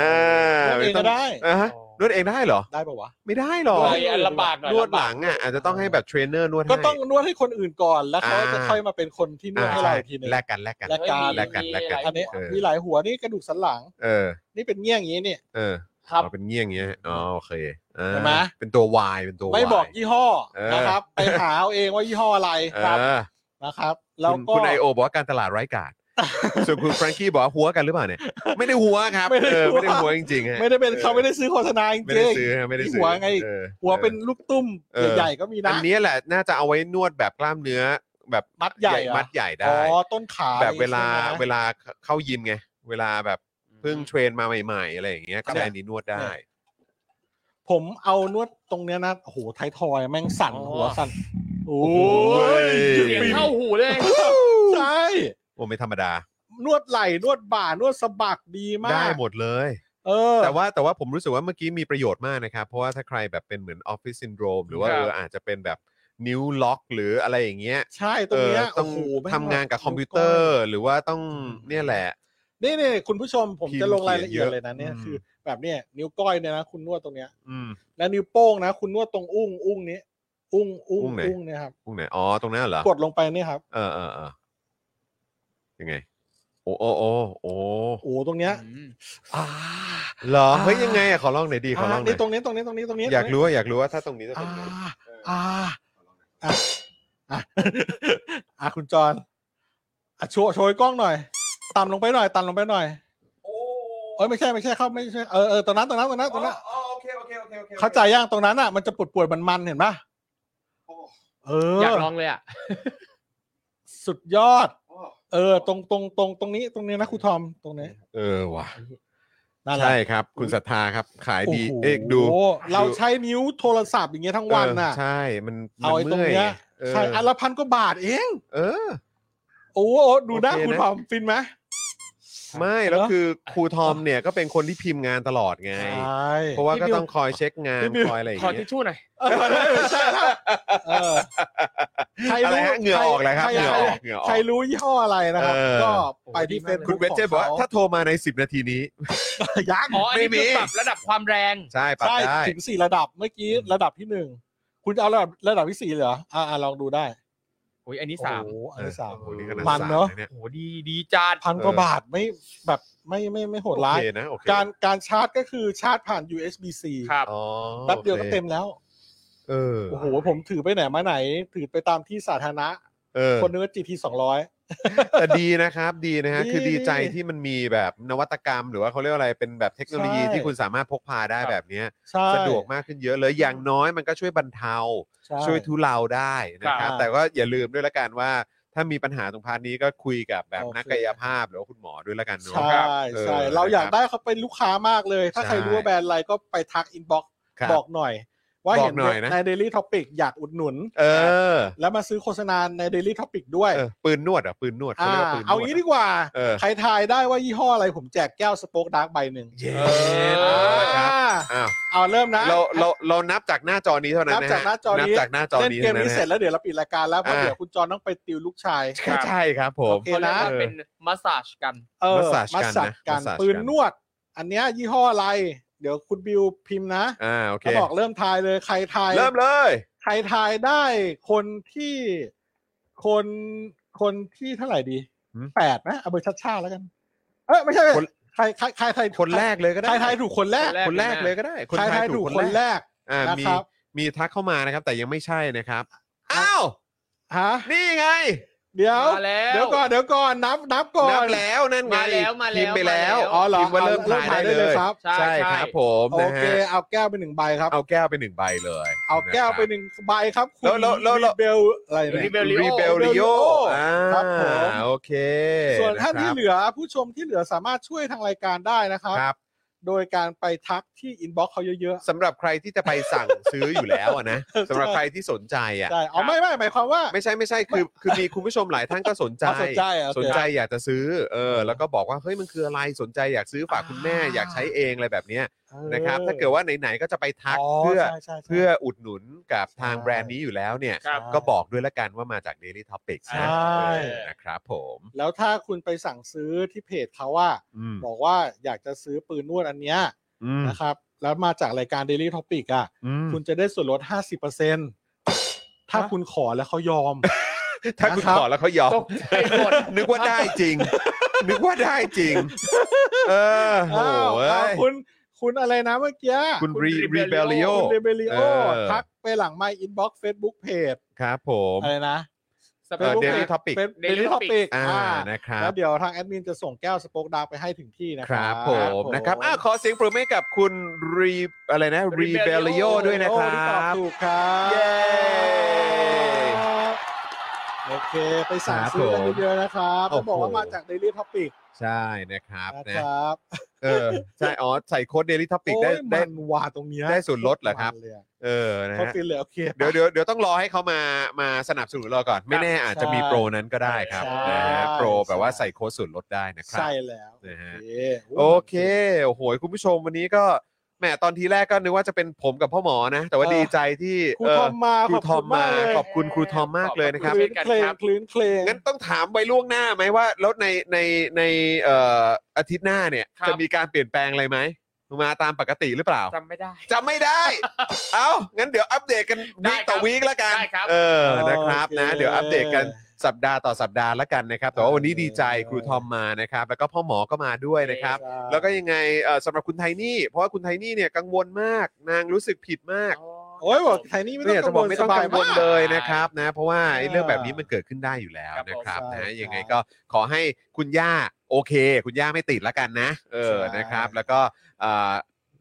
C: าน
E: วดเองก็ได้
C: อ่าฮะนวดเองได้เหรอ
E: ได้ปะวะ
C: ไม่ได้หรอก
E: ได้
D: เลยลำบากหน่อย
C: นวดหลังอ่ะอาจจะต้องให้แบบเทรนเนอร์นวดให้
E: ก็ต้องนวดให้คนอื่นก่อนแล้วเขาจะค่อยมาเป็นคนที่นวด
C: อ่า
E: ให้เรา
C: ใช่
E: อีกทีหนึง
C: แลกกันแลกกัน
E: แลกกัน
D: มี
C: แลกกันแลกกัน
D: มี
E: อันนี้
D: หลายหัว
E: มีหลายหัวนี่กระดูกสันหลัง
C: เออ
E: นี่เป็นเงี้ยอย่างนี้นี่
C: เออ
D: ครับ
C: เอาเป็นเงี้ยอย่างเงี้ยอ๋อโอเคอ่า
E: เห็นไหม
C: เป็นตัววายเป็นตัววาย
E: ไม่บอกยี่ห้อ
C: เออ
E: นะครับ ไปหาเอาเองว่ายี่ห้ออะไร
C: เอ
E: ครับ
C: อ
E: นะครับ
C: คุณ
E: แล้วก็
C: คุณไอโอบอกว่าการตลาดไร้กาดส่วนคุณแฟรงกี้บอกว่าหัวกันหรือเปล่า เนี่ย ไม่ได้หัวครับ
E: ไม่ได้
C: เออ
E: หัว
C: ไม่ได้หัวจริงๆฮะ
E: ไม่ได้เป็นเขาไม่ได้ซื้อโฆษณาจริง
C: ไม่ได้ซื้อฮะไม่ได้
E: ที่
C: ซื้
E: หัวไง
C: ออ
E: หัวเป็นลูกตุ้ม
C: เออ
E: ใหญ่ๆก็มี
C: อั
E: นะ
C: นเนี้ยแหละน่าจะเอาไว้นวดแบบกล้ามเนื้อแบบ
E: มัดใหญ่เหรอ
C: มัดใหญ่
E: อ๋
C: ได้
E: อต้นขา
C: แบบเวลา
E: ใช่ไหม
C: เวลาเข้ายิมไง เวลาแบบเพิ่งเทรนมาใหม่ ๆ อะไรอย่างเงี้ยก็ได้
E: เนี่ย
C: อันนี้นวดได้
E: ผมเอานวดตรงเนี้ยนะโอ้โหไทยทอยแม่งสั่น
D: อ๋อ
E: หัวสั่นโอ้ย
C: ย
D: เสียงเข้าหูเลย
E: ใช่
C: โอ้ไม่ธรรมดา
E: นวดไหล่นวดบ่านวดสะบักดีมาก
C: ได้หมดเลย
E: เออ
C: แต่ว่าแต่ว่าผมรู้สึกว่าเมื่อกี้มีประโยชน์มากนะครับ เพราะว่าถ้าใครแบบเป็นเหมือนออฟฟิศซินโดรมหรือว่า
D: ครั
C: เอบ ออาจจะเป็นแบบนิ้วล็อกหรืออะไรอย่างเงี้ย
E: ใช่ตร
C: เองอ
E: เนี้ย
C: ต้อง
E: โโหแม่
C: ทำงานกับคอมพิวเตอร์ หรือว่าต้องเนี่ยแหละ
E: นี่นี่คุณผู้ชมผม
C: พิมพ์
E: จะลงรายละ
C: เขียน
E: เอียด
C: เยอะ
E: เลยนะเนี่ย
C: อืม
E: คือ แบบเนี้ยนิ้วก้อยเนี่ยนะคุณนวดตรงเนี้ย
C: อืม
E: แล้วนิ้วโป้งนะ คุณนวดตรงอุ้งอุ้งนี้อุ้งอุ้ง
C: อุ้งไหน
E: อุ้งเนี่ยครับ
C: ตรงไหนอ๋อตรงนั้นเหรอก
E: ดลงไปเนี่ยครับ
C: เออเออเออยังไง โอ้โอ้โอ้โอ้
E: โอ้โหตรงเนี้ยอ่า
C: เหรอเฮ้ยยังไงอะขอลองหน่อยดีขอลองหน่
E: นี่
C: อย
E: ตรงนี้ตรงนี้ตรงนี้ตรงนี้
C: อยากรู้ว่าอยากรู้ว่าถ้าตรงนี้จะเป็
E: อ่าน
C: ไง
E: อ่าอ่ะอ่ะอ่ะคุณจอนอ่ะโชว์โชว์ให้กล้องหน่อยต่ำลงไปหน่อยต่ำลงไปหน่อยเอ้ยไม่ใช่ไม่ใช่เข้าไม่ใช่เออเออตรงนั้นตรงนั้นตรงนั้นตรงนั้นเข้าใจย่างตรงนั้นอ่ะมันจะปวดปวดมันมันๆเห็นปะเอออย
D: อากลองเลยอ่ะ
E: สุดยอด เออ ตรงตรงตรงตรงนี้ตรงนี้นะครูทอมตรงนี้
C: เออว่ะ
E: นั่นแหละ
C: ใช่ครับ คุณศรัทธาครับ ขาย
E: โอ้
C: ดี
E: โห
C: เอ๊ะดู
E: เราใช้นิ้วโทรศัพท์อย่างเงี้ยทั้งวันน่ะ
C: เออใช่มัน
E: เอาไอ้ตรงเนี้ย
C: มันมื่อ
E: ใช่
C: ไง
E: อันละพันกว่าบาทเอง
C: เออ
E: โอ้โหดูหน้า
C: โอเคนะ
E: คุณทอมฟินไหม
C: ไม่แล้ว
E: เนอะ
C: คือครูทอมเนี่ยก็เป็นคนที่พิมพ์งานตลอดไง
E: ใช่
C: เพราะว่า
D: พี่
C: ก็
D: บิว
C: ต้องคอยเช็คงาน
E: พี่บิว
C: คอยอะไรอย่าง
D: ขอทิ
C: เงี้
D: ช
C: ย
D: ชู่หน่อย
E: เออไม่ใช่ครับเออใคร
C: อะไร
E: รู้
C: ฮะเหงื่อออกแล้วครับ
E: ใ
C: เหงื่อออกเหงื่อออก
E: ใครรู้ยี่ห้ออะไรนะครับ
C: เออ
E: ก็ไปที่เฟซ
C: คุณเวทเจบอกว่าถ้าโทรมาใน 10 นาทีนี้
E: ยักษ์
D: อ๋ออันนี้
C: ไม่มี
D: คือปรับระดับความแรง
C: ใช่ปรับ
E: ใช่
C: ได้
E: ถึงสี่ระดับเมื่อกี้ระดับที่หนึ่งคุณจะเอาระดับระดับที่สี่เหรออ่าอ่าลองดูได้
D: โอ้ยอันนี้สาม
E: โอ้โหอันที่สาม
C: โอ้โหนี่ขนาด
E: มั
C: สาน ม
E: เนอะ
C: เลยเนี่ย
D: โอ้โหดีดีจาน
E: พันกว่าบาทไม่แบบไม่ไม่ไม่โหด
C: โอ
E: ร้าย
C: เคนะโอเค
E: การการชาร์จก็คือชาร์จผ่าน USB C
D: ครับ
C: อ๋อ
E: แป๊บเดียวก็
C: โอค
E: เต็มแล้ว
C: เออ
E: โอ้โห ผมถือไปไหนมาไหน ถือไปตามที่สาธารณะ
C: เออ
E: คนนึกว่า GT 200
C: แต่ดีนะครับดีนะฮะ
E: ดี
C: คือดีใจ
E: ดี
C: ที่มันมีแบบนวัตกรรม หรือว่าเขาเรียกว่าอะไรเป็นแบบเทคโนโลยี
E: ใช่
C: ที่คุณสามารถพกพาได้แบบเนี้ย
E: ใช่
C: สะดวกมากขึ้นเยอะเลยอย่างน้อยมันก็ช่วยบรรเทา
E: ใช่
C: ช่วยทุเลาได้นะครับ
E: ครับ
C: แต่ก็อย่าลืมด้วยละกันว่า ถ้ามีปัญหาตรงพาร์ทนี้ก็คุยกับแบบ
E: โอเค
C: นักกายภาพหรือว่าคุณหมอด้วยละกันเนาะ
E: ใช่
C: ออ
E: ใช่เราอยาก
C: นะคบ
E: ได้เขาเป็นลูกค้ามากเลย ถ้าใคร
C: ใช่
E: รู้ว่าแบรนด์อะไรก็ไปทักอินบ็อก
C: ครับ
E: บอกหน่อย ว่า
C: บอก
E: เห็น
C: หน่อยนะ
E: ใน Daily Topic อยากอุดหนุน
C: เออ
E: แล้วมาซื้อโฆษณาใน Daily Topic ด้วย
C: เออปืนนวดเหรอ่ะปืนนวดเขา
E: อ่า
C: เรียกว่าปืนนวด
E: เอางี้ดีกว่า
C: เออ
E: ใครทายได้ว่ายี่ห้ออะไรผมแจกแก้วสโป๊กดาร์กใบหนึ่ง
C: เย้
D: เออ
C: เอาละครับ
E: อ่า
C: อ้าว
E: เอาเริ่มนะ
C: เราเราเรานับจากหน้าจอนี้เท่านั้นนะ
E: นับจากหน้าจอนี้
C: บจากหน้าจอ
E: เล่น
C: นี้
E: เกมนี้
C: ท่าะฮะ
E: เสร็จแล้วเดี๋ยวเราปิดรายการแล้วเพราะ
C: อ่า
E: เดี๋ยวคุณจอนต้องไปติวลูกชาย
D: ครับ
C: ใช่ครับผม
E: โอ เอ ค นะ
D: ขารียกว่าเป็นมาสซาจกัน
E: เออ
C: มัสซาจกันนะ
E: สซาจกัน
C: มัสซาจกัน
E: ปืนนวด อันเนี้ยยี่ห้ออะไร เดี๋ยวคุณบิวพิมพ์นะ
C: อ่าโอเค
E: แล้วบอกเริ่มทายเลยใครทาย
C: เริ่มเลย
E: ใครทายได้คนที่คนคนที่เท่าไหร่ดี
C: หืม
E: แปดนะเอาเบอร์ชัดชาติแล้วกัน เอ้ยไม่ใช่
C: คน
E: ใครใครใครทาย
C: คนแรกเลยก็ได้
E: ใครทายถูกคนแรก
C: คนแรกเลยก็ได้
E: ใครทายถูกคนแรก
C: อ่า
E: นะ
C: มี
E: ครับ
C: มีทักเข้ามานะครับ แต่ยังไม่ใช่นะครับอ้าว
E: ฮะ
C: นี่ไง
E: เดี๋ยว
D: มาแล้ว
E: เดี๋ยวก่อนเดี๋ยวก่อนนับนับก่อน
C: นับแล้วนั่นไง
D: มาแล้วมาแล้ว
C: พิมพ์ไปแล้ว
D: มาแล้ว
E: อ๋อเหรอ
C: พิมพ์ว่า
E: เอา
C: เริ่ม
E: เริ่ม
C: ถ่าย
E: ถ่าย
C: ได้
E: ได้
C: เล
E: เล
C: ย
E: ยครับ
C: ใช่ครับผม
E: โอ
C: นะ
E: เค
C: ฮะ
E: เอาแก้วไปหนึ่งใบครับ
C: เอาแก้วไปหนึ่งใบเลย
E: เอาแก้วไป
C: นะ
E: หนึ่งใบครับคุณ
C: แล้วแล้วแล้วแล้ว
E: เบลอะไร
D: เดี๋ยวรี
E: เนี่ย
D: เบล
C: ครีเบ
D: ลิโอ
C: ลลิโออ่า
E: ครับผม
C: โอเค
E: ส่วนท่านที่
C: ะ
E: เหลือผู้ชมที่เหลือสามารถช่วยทางรายการได้นะค
C: ค
E: รั
C: รับ บครับ
E: โดยการไปทักที่อินบ็อกซ์เขาเยอะ
C: สำหรับใครที่จะไปสั่งซื้ออยู่แล้ว อะนะสำหรับใครที่สนใจ
E: ๆ
C: อ่ะ
E: ใช่เอาไม่ไม่หมายความว่า
C: ไม่ใช่ไม่ใช่คือคือมีคุณผู้ชมหลายท่านก็สนใจ
E: อ๋อสนใจเหรอ
C: สนใจอยากจะซื้อเออแล้วก็บอกว่าเฮ้ยมันคืออะไรสนใจอยากซื้อฝากคุณแม่
E: อ่า
C: อยากใช้เองอะไรแบบเนี้ย
E: เออ
C: นะครับถ้าเกิดว่าไหนๆก็จะไปทักเพื่อ
E: ใช่ใช่ใช่
C: เพื่ออุดหนุนกับทาง
E: ใช่
C: แบรนด์นี้อยู่แล้วเนี่ย
D: ครับ
C: ก็บอกด้วยละกันว่ามาจาก Daily Topics นะ
E: ใช่
C: เออนะครับผม
E: แล้วถ้าคุณไปสั่งซื้อที่เพจเขาว่า
C: อืม
E: บอกว่าอยากจะซื้อปืนนวดอันเนี้ย
C: อืม
E: นะครับ แล้วมาจากรายการ Daily Topic อ่ะ
C: อืม
E: คุณจะได้ส่วนลด 50%ถ้าคุณขอแล้วเขายอม
C: ถ้าคุณ
E: นะครับ
C: ขอแล้วเขายอม
D: ตกใจหมด
C: นึกว่าได้จริง นึกว่าได้จริง เออโอ้
E: อ้าว
C: โห
E: อ้าวคุณคุณอะไรนะเมื่อกี้
C: คุณรี
D: คุณ
C: รีเบลลิโอ
D: Rebellio
E: คุณเดเบลิโอ
C: เออ
E: ทักไปหลังไมค์อินบ็อกซ์เฟซบุ๊กเพจ
C: ครับผม
E: อะไรนะ
D: สเป
C: เออ
D: ซ
E: Facebook
C: Daily
E: Page
C: Topic
E: เป็น
D: Daily
E: Daily
D: Topic
E: Topic
C: อ่า
E: อ่า
C: นะครับ
E: แล้วเดี๋ยวทางแอดมินจะส่งแก้วสโป๊กดาร์กไปให้ถึงที่นะ
C: ค
E: ครั
C: รั
E: บบ
C: ผมนะครับอ่ะขอเสียงปรบมือให้กับคุณรีอะไรนะรีเบลลิโอด้วยนะครั
E: โอ้ที่ตอบบ ถูกครับ
C: เย้
E: โอเค ไปสั่งซื้อกันเยอะๆนะครับ
C: โอ้
E: ต้อง
C: โห
E: บอกว่ามาจาก Daily Topic
C: ใช่นะครับ
E: นะ
C: นะครับ เออใช่อ๋อใส่โค้ด Daily Topic
E: โอ้
C: ได้
E: ย
C: ได้
E: มันว่าตรงเนี้ย
C: ได้ส่วนลดเหรอครับ
E: มันลยอะ
C: เออนะ
E: เขา
C: ฮะ
E: ฟินเลยโอเค
C: เดี๋ยวเดี๋ยวเดี๋ยวต้องรอให้เขามามาสนับสนุนเราก่อน ไม่แน่อาจจะมีโปรนั้นก็ได้ครับ
E: ใช่
C: นะฮะโปรแบบว่า
E: ใช่
C: ใส่โค้ดส่วนลดได้นะครับ
E: ใช่แล้ว
C: นะฮะ
E: โอ
C: โอ
E: เค
C: เคโอ้โหคุณผู้ชมวันนี้ก็แหมตอนทีแรกก็นึกว่าจะเป็นผมกับพ่อหมอนะ แต่ว่า
E: เออ
C: ดีใจที่
E: ครู
C: เออ
E: ทอมมา
C: ครูทอมมาข
E: ข
C: อ
E: อ
C: บบ คุณครูทอมมากเลยนะครับ
D: ขอบ
E: คุณมากเลย
D: ครับ
E: คลื่นเคลงคลื่นเคลง
C: งั้นต้องถามไว้ล่วงหน้าไหมว่าแล้วในในในเอ่ออาทิตย์หน้าเนี่ย
D: ครับ
C: จะมีการเปลี่ยนแปลงอะไรไหมมาตามปกติหรือเปล่า
D: จำไม่ได้
C: จะไม่ ได้ เอ้างั้นเดี๋ยวอัปเดตกัน
D: ได้
C: วีค
D: ครับ
C: ต่อวีคละกัน
D: ได้ครับ
C: เออนะครับนะ
E: โอเค
C: เดี๋ยวอัปเดตกัน สัปดาห์ต่อสัปดาห์ละกันนะครับ แต่ว่าวันนี้ดีใจครูทอมมานะครับ แล้วก็พ่อหมอก็มาด้วยนะครับ
E: ใช่
C: แล้วก็ยังไงเอ่อสำหรับคุณไทนี่ เพราะว่าคุณไทนี่เนี่ยกังวลมาก นางรู้สึกผิดมาก
E: โอ้ยบอกไทยนี่ไม่
C: ไม่
E: ต้
C: อาก
E: อยงกั
C: จะบ
E: งว
C: อก
E: ล
C: ไม่
E: ส
C: ต้อง
E: บา
C: กั
E: ย
C: งวล
E: มาก
C: เลยนะครับนะ เพราะว่าไอ้
E: เออ
C: เรื่องแบบนี้มันเกิดขึ้นได้อยู่แล้ว
D: ครับ
C: นะ
D: ผม
C: ครับ
E: ใช่
C: นะ ยังไง
E: ครับ
C: ก็ขอให้คุณย่าโอเค คุณย่าไม่ติดละกันนะ เออ
E: ใช่
C: นะครับ แล้วก็เอ่อ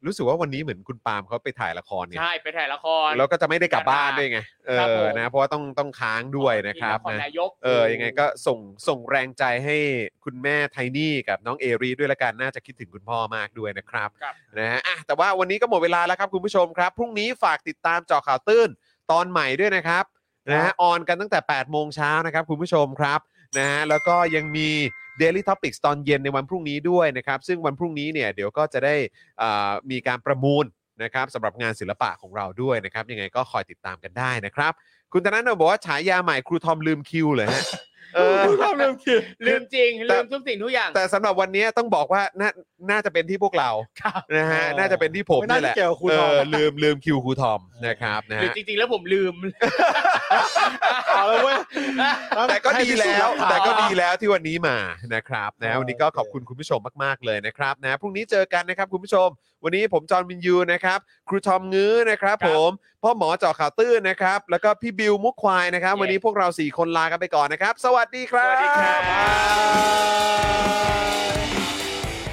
C: รู้สึกว่าวันนี้เหมือนคุณปาล์มเขาไปถ่ายละครเนี่ย
D: ใช่ไปถ่ายละคร
C: แล้วก็จะไม่ได้กลับบ้านด้วยไง เอ
D: ครับผ
C: อ
D: ม
C: นะ เพราะว่าต้องต้องค้างด้วยนะครับ
D: ที่นคร
C: นะ
D: นายก
C: เออ ยังไงก็ส่งส่งแรงใจให้คุณแม่ไทนี่กับน้องเอรีด้วยละกัน น่าจะคิดถึงคุณพ่อมากด้วยนะครับ
D: ครับ
C: นะฮะอ่ะแต่ว่าวันนี้ก็หมดเวลาแล้วครับคุณผู้ชมครับ พรุ่งนี้ฝากติดตามเจาะข่าวตื้นตอนใหม่ด้วยนะครับนะฮะออนกันตั้งแต่ 8 โมงเช้านะครับคุณผู้ชมครับนะฮะแล้วก็ยังมี Daily Topics ตอนเย็นในวันพรุ่งนี้ด้วยนะครับ ซึ่งวันพรุ่งนี้เนี่ยเดี๋ยวก็จะได้อ่ามีการประมูลนะครับสำหรับงานศิลปะของเราด้วยนะครับยังไงก็คอยติดตามกันได้นะครับ คุณธนาโนบอกว่าฉายาใหม่ครูทอมลืมคิวเลยฮะ เออ
D: ลืมคิดลืมจริง
C: แต่
D: ลืมทุกสิ่งทุกอย่าง
C: แต่สำหรับวันนี้ต้องบอกว่าน่าน่าจะเป็นที่พวกเรา
D: ครับ
C: นะฮะ
E: เออ
C: น่าจะเป็นที่ผม
E: ไม่น่า
C: นี่แหละ
E: จะเกี่ยวกับครูทอม
C: เลืมลืมคิวครูทอม นะครับนะ
D: หรือ
C: ฮะ
D: จริงๆ แล้วผมลืม
E: เอาแล้วเว้ย
C: แต่ก็ดีแล้ว
E: ให้พิสูจน์หลักฐาน
C: แต่ก็ดีแล้วที่วันนี้มานะครับนะวันนี้ก็ขอบคุณคุณผู้ชมมากๆเลยนะครับนะพรุ่งนี้เจอกันนะครับคุณผู้ชม วันนี้ผมจอห์นวินยูนะครับครูทอมงื้อนะครับ
D: ครับ
C: ผมพ่อหมอเจอข่าวตื้นนะครับแล้วก็พี่บิวมุกควายนะครับ
D: เย้
C: วันนี้พวกเราสี่คนลากันไปก่อนนะครับ สวัสดีครับ
D: สวัสดีครับ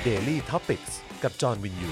B: Daily Topics กับจอห์นวินยู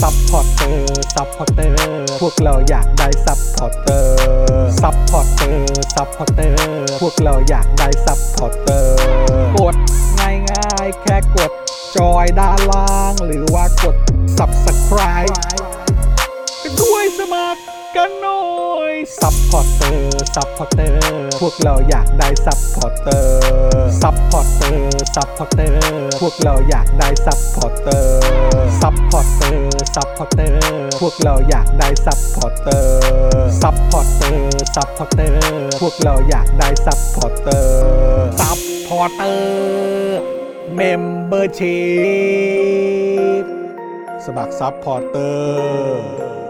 A: ซัพพอร์เตอร์ ซัพพอร์เตอร์ พวกเราอยากได้ซัพพอร์เตอร์ ซัพพอร์เตอร์ ซัพพอร์เตอร์ พวกเราอยากได้ซัพพอร์เตอร์ กดง่ายๆ แค่กดจอยด้านล่าง หรือว่ากด subscribe กันด้วยสมัครกันหน่อย ซัพพอร์เตอร์ ซัพพอร์เตอร์ พวกเราอยากได้ซัพพอร์เตอร์ ซัพพอร์เตอร์ ซัพพอร์เตอร์ พวกเราอยากได้ซัพพอร์เตอร์ ซัพพอร์เตอร์ ซัพพอร์เตอร์ พวกเราอยากได้ซัพพอร์เตอร์ ซัพพอร์เตอร์ ซัพพอร์เตอร์ พวกเราอยากได้ซัพพอร์เตอร์ ซัพพอร์เตอร์ เมมเบอร์ชีพ
E: สมัครซับพอร์เตอร์